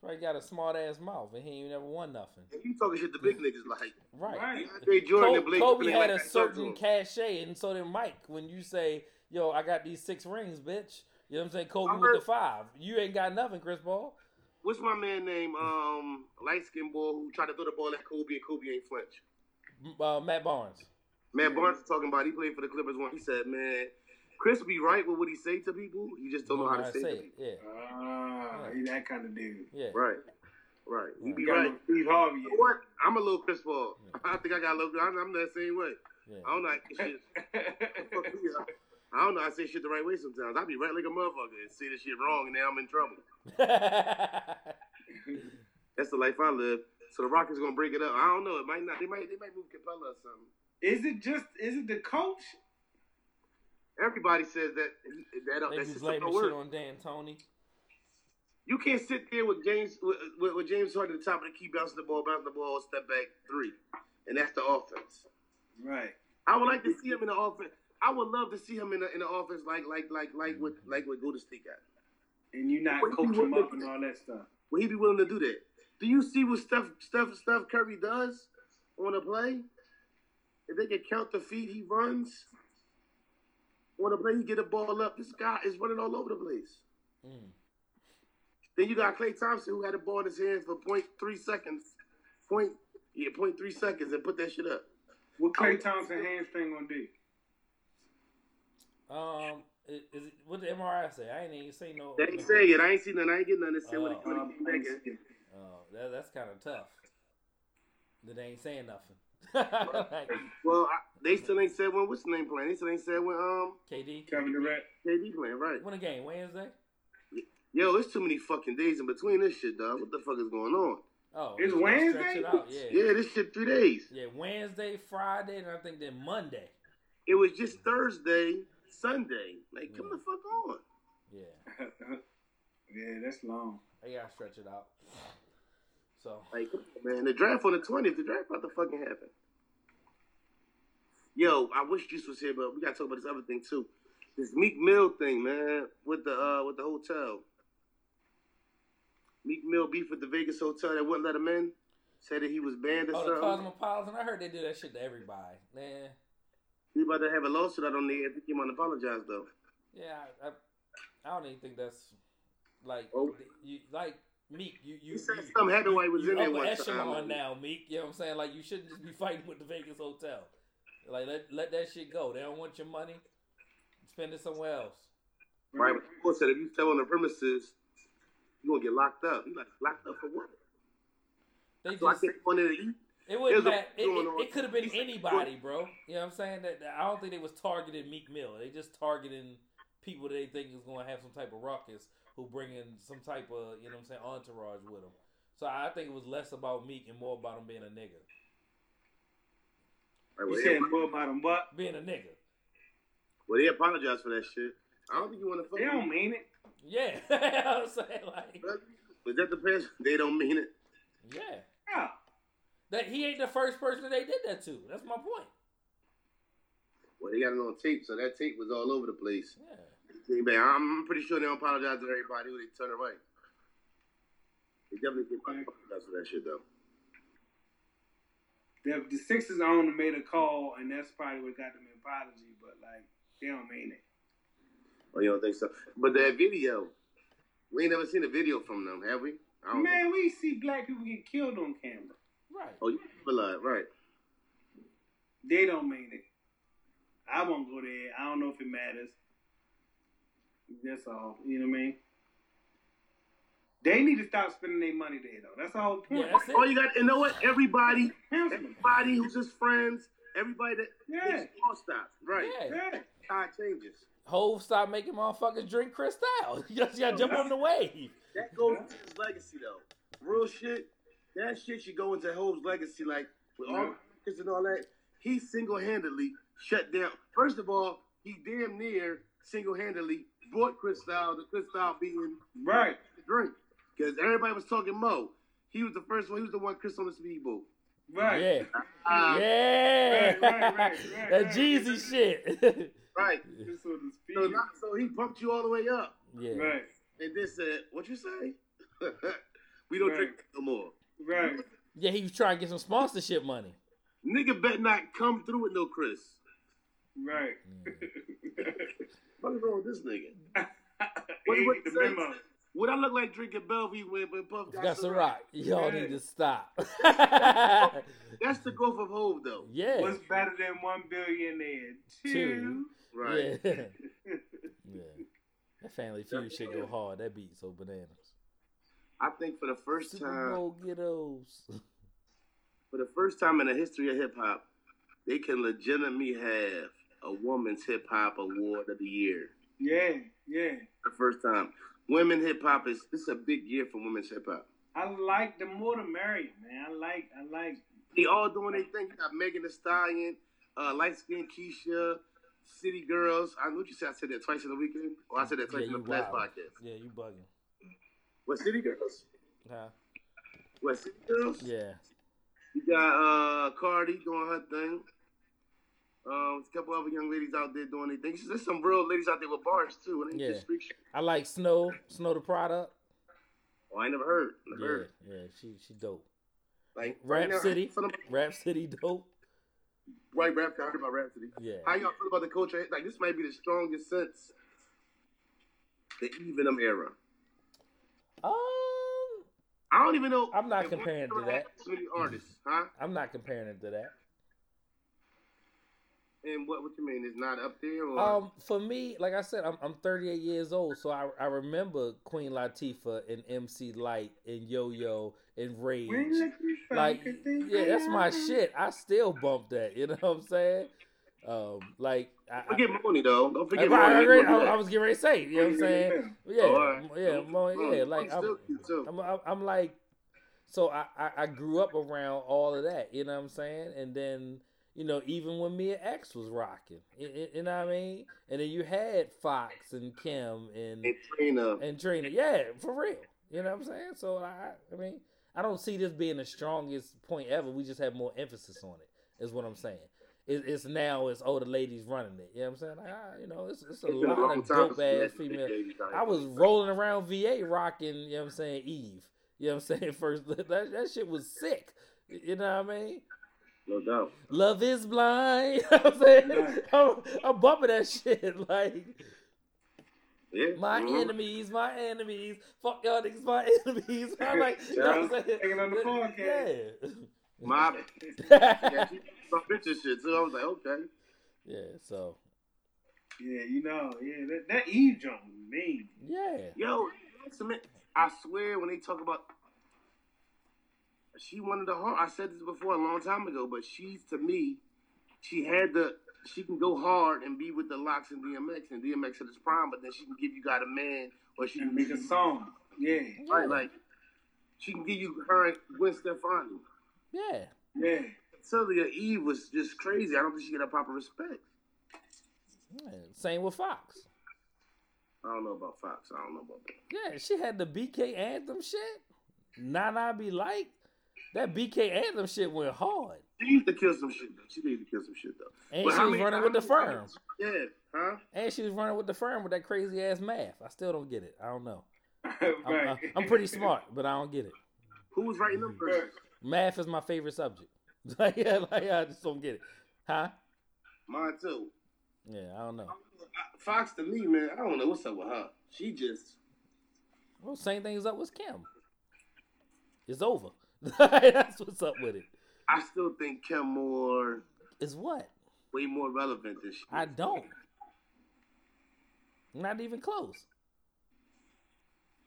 S3: Probably got a smart ass mouth, and he ain't never won nothing.
S2: And you talking shit to big niggas like
S3: Right.
S4: Right.
S2: Andre Jordan and
S3: Kobe,
S2: Blake.
S3: Kobe
S2: Blake like
S3: had a
S2: that talk to
S3: certain
S2: him.
S3: cachet, and so did Mike. When you say, "Yo, I got these six rings, bitch," you know what I'm saying? Kobe
S2: I
S3: with the
S2: heard-
S3: five. You ain't got nothing, Chris Paul.
S2: What's my man name? Um, light skinned boy who tried to throw the ball at Kobe and Kobe ain't flinch.
S3: M- Uh, Matt Barnes.
S2: Man, Barnes was talking about he played for the Clippers once. He said, "Man, Chris be right with what he say to people. He just don't know how to say, it. to
S3: it.
S2: people."
S3: Yeah,
S4: Ah, he that kind of dude.
S3: yeah.
S2: Right, right. He be
S4: You got
S2: right.
S4: no Steve Harvey.
S2: You know what? I'm a little Chris Paul. I think I got a little. I'm, I'm that same way.
S3: yeah.
S2: I don't know. how to shit. <laughs> Fuck me up. I don't know. how to say shit the right way sometimes. I be right like a motherfucker and say the shit wrong, and now I'm in trouble.
S3: <laughs>
S2: That's the life I live. So the Rockets gonna break it up. I don't know. It might not. They might. They might move Capella or something.
S4: <laughs> is it just? Is it the coach?
S2: Everybody says that. That
S3: they
S2: that's just
S3: just
S2: a
S3: blaming
S2: word.
S3: shit on Dan Tony.
S2: You can't sit there with James with, with, with James Harden at the top of the key, bouncing the ball, bouncing the ball, step back three, and that's the offense.
S4: Right.
S2: I would like to see him in the offense. I would love to see him in the, in the offense like like like like what like what Golden State got.
S4: And you not
S2: What
S4: coach
S2: he
S4: him
S2: would-
S4: up and all that stuff.
S2: Would he be willing to do that? Do you see what Steph Steph Steph Curry does on a play? If they can count the feet he runs on a play, he get a ball up. This guy is running all over the place.
S3: Mm.
S2: Then you got Clay Thompson who had the ball in his hands for point three seconds, point yeah, point three seconds, and put that shit up. Oh,
S4: What Clay Thompson hamstring gonna do?
S3: Um, i- is, it what the MRI say? I ain't even seen no.
S2: They ain't say it. I ain't seen nothing. I ain't getting nothing. They said when it
S3: Oh.
S2: when it came back. in.
S3: Oh, that, that's kind of tough. That they ain't saying nothing. <laughs> Like,
S2: Well, I, they still ain't said when what's the name playing. They still ain't said when um
S3: KD,
S4: Kevin Durant. <laughs>
S2: KD playing. Right?
S3: win a game Wednesday.
S2: Yo, it's too many fucking days in between this shit, dog. What the fuck is going on?
S3: Oh,
S4: It's
S3: you gonna stretch
S4: Wednesday?
S3: It out. Yeah. yeah,
S2: Yeah, this shit three days.
S3: Wednesday, Friday, and I think then Monday.
S2: It was just Thursday, Sunday. Like, come the fuck on.
S3: Yeah,
S4: yeah, that's long.
S3: they gotta stretch it out. So
S2: Like, come on, man, the draft on the twentieth, the draft about to fucking happen. Yo, I wish Juice was here, but we gotta talk about this other thing too. This Meek Mill thing, man, with the uh with the hotel. Meek Mill beef with the Vegas hotel that wouldn't let him in. Said that he was banned or
S3: oh, the
S2: something.
S3: Cosmopolitan. I heard they do that shit to everybody. Man,
S2: He about to have a lawsuit out on the air if he came out and apologized though.
S3: yeah, I, I, I don't even think that's like
S2: Oh.
S3: you like Meek. You you
S2: He said
S3: you-
S2: something happened while he was
S3: you
S2: in there uh,
S3: upper
S2: one
S3: echelon
S2: time.
S3: now, Meek. You know what I'm saying? Like you shouldn't just be <laughs> fighting with the Vegas hotel. Like let let that shit go. They don't want your money. Spend it somewhere else.
S2: Right. But the court said if you step on the premises, you're gonna get locked up. You like locked up for what?
S3: They
S2: So I
S3: just
S2: can't go in there to eat.
S3: It wouldn't
S2: There's a-
S3: matter. It,
S2: going on.
S3: it, it could have been
S2: He's-
S3: anybody, bro. You know what I'm saying? That, that- I don't think they was targeting Meek Mill. They just targeting people that they think is going to have some type of ruckus who bring in some type of, you know what I'm saying, entourage with them. So I think it was less about Meek and more about him being a nigga.
S2: Like,
S4: You
S2: well,
S4: said
S2: they,
S4: more about them, but
S3: Being a nigga.
S2: well, they apologize for that shit. I don't think you want to fuck.
S4: they don't
S2: with
S4: mean it.
S3: Yeah. <laughs> You know what I'm saying? Like,
S2: me. But that depends. <laughs> They don't mean it.
S3: yeah.
S4: Yeah.
S3: That he ain't the first person they did that to. That's my point.
S2: Well, they got it on tape, so that tape was all over the place.
S3: Yeah.
S2: Hey, man, I'm pretty sure they don't apologize to everybody who they turn it right. They definitely can apologize for that shit though.
S4: The, the Sixers owner made a call, and that's probably what got them an apology. But like, they don't mean it.
S2: Oh, you don't think so? But that video, we ain't never seen a video from them, have we? I don't think.
S4: Man, we see black people get killed on camera.
S3: Right.
S2: Oh, you blood, right?
S4: They don't mean it. I won't go there. I don't know if it matters. That's all. You know what I mean? They need to stop spending their money there, though. That's the whole
S3: Yeah,
S4: point.
S3: that's it.
S2: Oh, you got. You know what? Everybody,
S4: Counseling.
S2: everybody who's just friends, everybody that
S4: Yeah.
S2: it's all stop, right?
S3: Yeah.
S4: Yeah.
S2: Tide changes.
S3: Hove stop making motherfuckers drink Cristal. <laughs> You just gotta jump on the wave.
S2: That goes into his legacy though. Real shit. That shit should go into Hope's legacy. Like with all the records and all that, he single handedly shut down. First of all, he damn near single handedly brought Cristal to Cristal being
S4: Right.
S2: the drink. Because everybody was talking Mo. He was the first one. He was the one Chris on the speedboat.
S4: Right.
S3: Yeah.
S2: Uh,
S3: Yeah.
S4: Right, right, right, right,
S3: <laughs> that
S4: right.
S3: Jeezy shit. <laughs>
S2: Right.
S4: Just so to speak.
S2: So, not, so he bumped you all the way up.
S3: yeah.
S4: Right.
S2: And then said, What you say? <laughs> we don't drink no more.
S4: Right.
S3: Yeah, he was trying to get some sponsorship
S4: <laughs>
S3: money.
S2: Nigga bet not come through with no Chris.
S4: Right. <laughs>
S2: What is wrong with this nigga?
S4: He
S2: what you
S4: get the
S2: say?
S4: memo.
S2: What I look like drinking Bellevue when, when Puff got,
S3: Got some rock. Y'all
S4: Yeah.
S3: need to stop. <laughs>
S2: That's the growth of Hove, though.
S3: yeah.
S4: What's better than one billionaire? Two.
S3: Two.
S2: Right.
S3: Yeah. <laughs> yeah. That Family Feud shit go hard. That beat so bananas.
S2: I think for the first
S3: Super
S2: time,
S3: Bowl ghettos. <laughs>
S2: for the first time in the history of hip hop, they can legitimately have a woman's hip hop award of the year.
S4: Yeah. Yeah.
S2: For the first time, women hip hop is this is a big year for women's hip hop.
S4: I like the more the merrier, man. I like. I like.
S2: They all doing their thing. You got Megan Thee Stallion, uh, light skinned Keisha, City Girls. I know what you said. I said that twice in the weekend. Or I said that twice
S3: Yeah,
S2: in the
S3: you
S2: last
S3: wild.
S2: podcast.
S3: Yeah, you bugging.
S2: What City Girls?
S3: Huh?
S2: What City Girls?
S3: Yeah.
S2: You got uh Cardi doing her thing. Um, a couple other young ladies out there doing their things. There's some real ladies out there with bars too. It ain't
S3: Yeah.
S2: just freak shit.
S3: I like Snow. Snow the product.
S2: Oh, I ain't never heard. Never
S3: Yeah,
S2: heard.
S3: yeah, she she dope.
S2: Like
S3: Rap
S2: right now,
S3: City.
S2: for the-
S3: Rap City dope.
S2: right, rap. I heard about Rap City.
S3: Yeah.
S2: How y'all feel about the culture? Like this might be the strongest since the Evenum era.
S3: Um,
S2: I don't even know.
S3: I'm not
S2: if one
S3: comparing to
S2: era
S3: that.
S2: had So many artists, huh?
S3: I'm not comparing it to that.
S2: And what? What you mean? It's not up there? Or
S3: Um, for me, like I said, I'm I'm 38 years old, so I I remember Queen Latifah and MC Light and Yo Yo and Rage. like yeah, that's my shit. I still bump that. You know what I'm saying? Um, like I, I,
S2: forget Money though. Don't
S3: I,
S2: forget Money.
S3: I,
S2: He wasn't
S3: I- I
S2: that.
S3: was getting ready to say. it, You know what I'm saying? Yeah,
S2: Oh, all right.
S3: yeah, Mo, yeah.
S2: Money.
S3: Like
S2: still
S3: I'm,
S2: cute, too.
S3: I'm, I'm, I'm like, so I, I, I grew up around all of that, you know what I'm saying? And then, you know, even when Mia X was rocking, you, you- you know what I mean? And then you had Fox and Kim and
S2: and Trina.
S3: and Trina, yeah, for real, you know what I'm saying? So I, I- I mean, I don't see this being the strongest point ever. We just have more emphasis on it, is what I'm saying. It, it's now it's older ladies running it. You know what I'm saying? Like, ah, you know, it's, it's a
S2: It's been
S3: lot
S2: a long
S3: of
S2: time
S3: dope
S2: since
S3: ass
S2: that
S3: female.
S2: baby died.
S3: I was rolling around VA rocking, you know what I'm saying, Eve. You know what I'm saying? <laughs> First that that shit was sick. You know what I mean?
S2: no doubt.
S3: Love is blind. <laughs> You know what I'm saying?
S4: Right.
S3: <laughs> I'm, I'm bumping that <laughs> shit. Like
S2: Yeah.
S3: my
S4: Mm-hmm.
S2: mhm.
S3: enemies, my enemies. Fuck y'all niggas, my <laughs> enemies. I'm like, you know what I'm saying?
S4: Taking on the podcast.
S2: My yeah,
S3: Yeah.
S2: she some bitches shit too. I was like, okay.
S3: <laughs> yeah, so
S4: <laughs> Yeah, you know, yeah, that, that Eve joint was mean.
S3: yeah.
S2: Yo, listen, man, I swear when they talk about she one of the hard I said this before a long time ago, but she's to me, she had the she can go hard and be with the locks and DMX and DMX at his prime, but then she can give you got a man or she
S4: And
S2: can
S4: make a song. Yeah,
S2: right, like she can give you her and Gwen Stefani.
S3: Yeah.
S4: yeah. <laughs>
S2: Sylvia Eve was just crazy. I don't think she got a proper respect.
S3: Yeah, Same with Fox.
S2: I don't know about Fox. I don't know about that.
S3: Yeah, she had the BK anthem shit. Nah, nah, be like that BK anthem shit went hard,
S2: She used to kill some shit though. She needed to kill some shit though.
S3: and
S2: But
S3: she
S2: how
S3: was
S2: many-
S3: running
S2: how
S3: with the
S2: many- how many-
S3: firm,
S2: Yeah, huh?
S3: and she was running with the firm with that crazy ass math. I still don't get it. I don't know. I'm,
S4: right.
S3: I- I'm pretty smart, but I don't get it.
S2: Who was writing them
S4: Right.
S2: verses?
S3: Math is my favorite subject. <laughs> like, yeah, like, I just don't get it. Huh?
S2: Mine too.
S3: Yeah, I don't know.
S2: Fox to me, man. I don't know what's up with her. She just
S3: Well, same thing's up with Kim. It's over. <laughs> That's what's up with it.
S2: I still think Kim more,
S3: It's what?
S2: way more relevant than she.
S3: I
S2: is.
S3: don't. Not even close.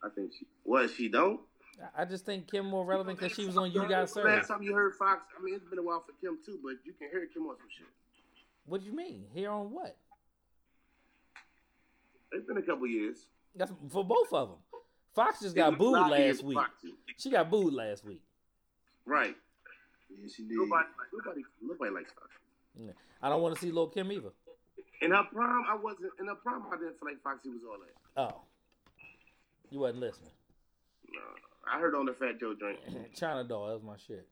S2: I think she. What she don't?
S3: I- I just think Kim more relevant because she was on You Got
S2: Last
S3: Served.
S2: time you heard Fox, I mean, it's been a while for Kim too, but you can hear Kim on some shit.
S3: What do you mean? Here on what?
S2: It's been a couple years.
S3: That's for both of them. Fox just got booed
S2: Rocky is
S3: last week.
S2: Foxy.
S3: She got booed last week.
S2: Right.
S4: Yeah, she did.
S2: Nobody, nobody, nobody likes Fox.
S3: I don't want to see Lil Kim either.
S2: In her prime, I wasn't. In her prime, I didn't feel like Foxy was all that.
S3: Oh, you wasn't listening. <clears throat>
S2: No, I heard on the Fat Joe joint,
S3: China doll, that was my shit.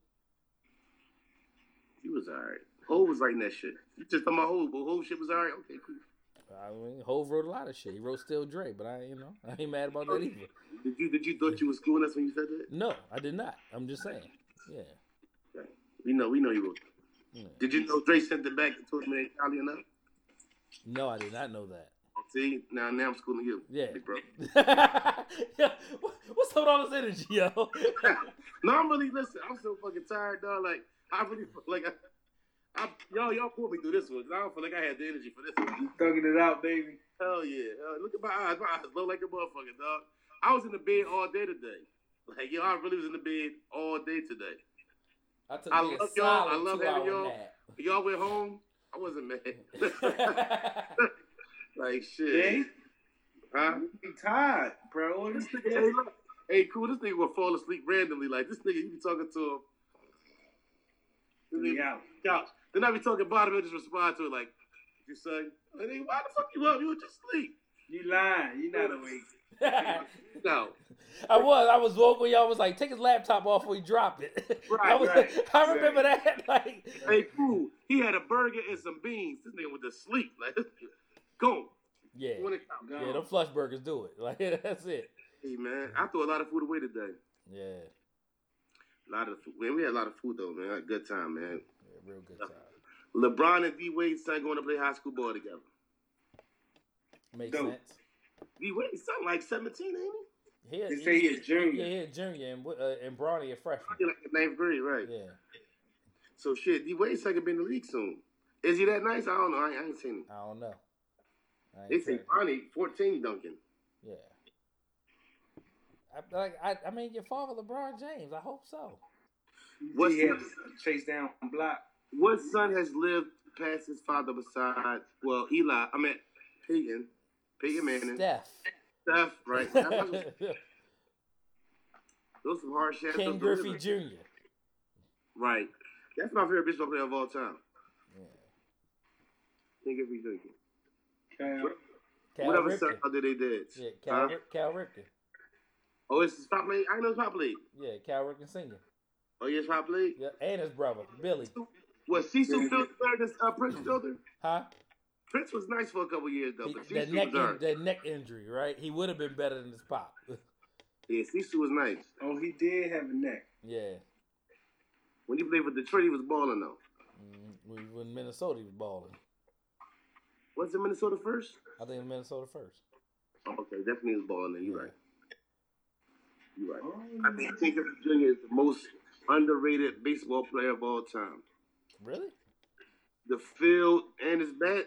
S2: he was alright. Ho was writing that shit. You just talking about Ho, but Ho shit was alright. Okay, cool.
S3: I mean, Hove wrote a lot of shit. He wrote Still Dre, but I, you know, I ain't mad about that either.
S2: Did you did you thought you was schooling us when you said that?
S3: No, I did not. I'm just saying. Yeah.
S2: We know we know you were.
S3: yeah.
S2: Did you know Dre sent it back and told me that enough?
S3: No, I did not know that. <laughs>
S2: See, now now I'm schooling you.
S3: Yeah.
S2: big bro.
S3: yeah. what- What's up with all this energy, yo?
S2: No, I'm really listen. I'm so fucking tired, dog. Like I really like. I, I, y'all, y'all pulled me through this one. 'cause I don't feel like I had the energy for this one.
S4: thugging it out, baby.
S2: Hell yeah! Hell, look at my eyes. My eyes look like a motherfucker, dog. I was in the bed all day today. Like yo, I really was in the bed all day today.
S3: I took
S2: I
S3: me a
S2: love y'all. I
S3: solid
S2: love
S3: two-hour
S2: having y'all.
S3: nap.
S2: Y'all went home. I wasn't
S3: <laughs>
S2: mad. like
S4: Yeah.
S2: shit, huh?
S4: Be tired, bro.
S2: This nigga, hey, look. hey, cool. This nigga will fall asleep randomly. Like this nigga, you be talking to him. This nigga-
S4: Yeah.
S2: couch. Then I be talking bottom, he'll just respond to it like, you son, why the fuck you up? You were just asleep.
S4: You lying. You not awake.
S2: No.
S3: <laughs> I was. I was woke when y'all was like, take his laptop off before he drop it. <laughs> I,
S2: Right,
S3: was,
S4: right,
S3: I remember that. <laughs> Like,
S2: Hey, fool, he had a burger and some beans. This nigga went to sleep. <laughs> Like, go.
S3: yeah.
S2: You wanna count?
S3: Yeah, them flush burgers do it. <laughs> Like, that's it.
S2: Hey, man, I threw a lot of food away today.
S3: Yeah.
S2: A lot of food. Man, we had a lot of food, though, man. Had a Good time, man.
S3: yeah real good time.
S2: LeBron and D Wade's son going to play high school ball together.
S3: Makes
S4: Dope.
S3: sense.
S2: D Wade's son, like 17, ain't he?
S3: He a-
S4: They say he's
S3: yeah,
S4: junior.
S3: he a junior and, uh, and Bronny a freshman.
S2: He like in ninth grade, right?
S3: Yeah.
S2: So, shit, D Wade's son could be in the league soon. Is he that nice? I don't know. I ain't, I ain't seen him.
S3: I don't know. I ain't
S2: They say
S3: tried.
S2: Bonnie, 14, Duncan.
S3: Yeah. I, like I, I mean, your father LeBron James. I hope so.
S2: What's
S4: he had
S2: the-
S4: chase down and block.
S2: What son has lived past his father beside, well, Eli, I mean, Peyton, Peyton Manning, Steph,
S3: Steph. <laughs>
S2: right? That's what- Those some hard shots.
S3: Ken
S2: those
S3: Griffey
S2: deliveries.
S3: Jr.
S2: Right. That's my favorite baseball player of all time.
S3: Yeah.
S2: Ken Griffey Jr.
S4: Damn.
S3: Cal
S2: Whatever
S3: Ripken.
S2: son out there they did.
S3: Yeah, Cal,
S2: Huh?
S3: Rip- Cal Ripken.
S2: Oh, it's his pop league? I know it's pop league.
S3: Yeah, Cal Ripken Sr.
S2: Oh, yes, pop league?
S3: Yeah, and his brother Billy.
S2: Was Cecil Fielder this uh, Prince Fielder?
S3: Huh?
S2: Prince was nice for a couple years, though.
S3: He-
S2: But
S3: that
S2: Cecil
S3: neck,
S2: was all
S3: in,
S2: right.
S3: that neck injury, right? He would have been better than his pop. <laughs>
S2: Yeah, Cecil was nice.
S4: Oh, he did have a neck.
S3: yeah.
S2: When he played for Detroit, he was balling, though.
S3: Mm, when- When Minnesota he was balling,
S2: Was it Minnesota first?
S3: I think Minnesota first.
S2: Oh, okay, definitely was balling, then. You're right. You're right.
S4: Oh,
S2: I think King Griffey Jr. is the most underrated baseball player of all time.
S3: Really?
S2: The field and his bat,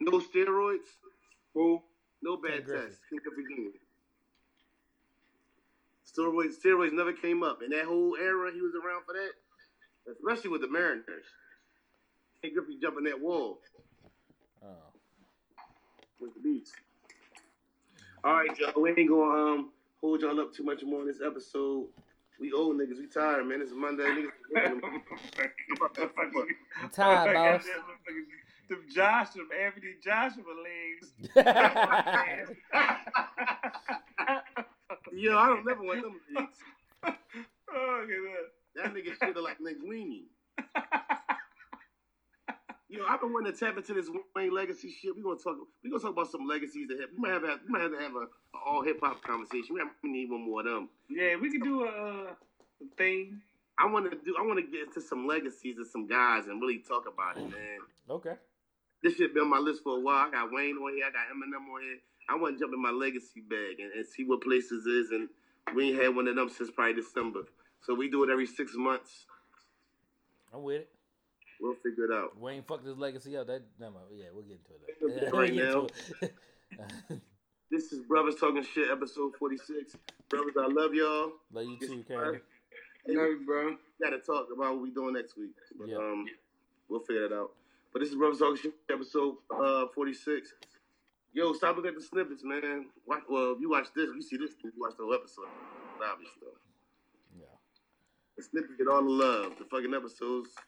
S2: no steroids,
S4: Who?
S2: no bad
S3: Ken Griffey.
S2: tests. King Griffey Jr. Steroids, steroids never came up. In that whole era, he was around for that, especially with the Mariners. King Griffey jumping that wall
S3: Oh.
S2: with the beats. All right, y'all, we ain't gonna um, hold y'all up too much more in this episode. We old niggas, we tired, man. It's Monday, <laughs> niggas.
S3: I'm
S4: <laughs>
S3: tired, boss.
S4: Them Joshua, Anthony Joshua legs.
S3: <laughs>
S4: <laughs>
S2: Yo, I don't never want <laughs> them. Niggas.
S4: oh, look
S2: That nigga shit are like linguini.
S4: at that.
S2: Yo, I've been wanting to tap into this Wayne legacy shit. We gonna talk. We gonna talk about some legacies that have. We might have. We might have to have a, a all hip hop conversation. We, have, we need one more of them.
S4: Yeah, we could do a, uh, a thing.
S2: I want to do. I want to get into some legacies of some guys and really talk about it, man.
S3: okay.
S2: This shit been on my list for a while. I got Wayne on here. I got Eminem on here. I want to jump in my legacy bag and, and see what places is. And we ain't had one of them since probably December. So we do it every six months.
S3: I'm with it.
S2: We'll figure it out.
S3: Wayne fucked his legacy up. That never mind. yeah, we'll get into it.
S2: Yeah,
S3: Later.
S2: right
S3: <laughs> We'll get into it. <laughs>
S2: This is Brothers Talking Shit, episode 46. Brothers, I love y'all.
S3: Love you too,
S2: Yes,
S3: Candy.
S2: sir.
S4: bro.
S2: got to talk about what we doing next week. But,
S3: Yeah.
S2: um, we'll figure that out. But this is Brothers Talking Shit, episode uh, 46. Yo, stop looking at the snippets, man. Watch, well, if you watch this, you see this, you watch the whole episode. Obviously, though.
S3: Yeah.
S2: The snippets get all the love. The fucking episodes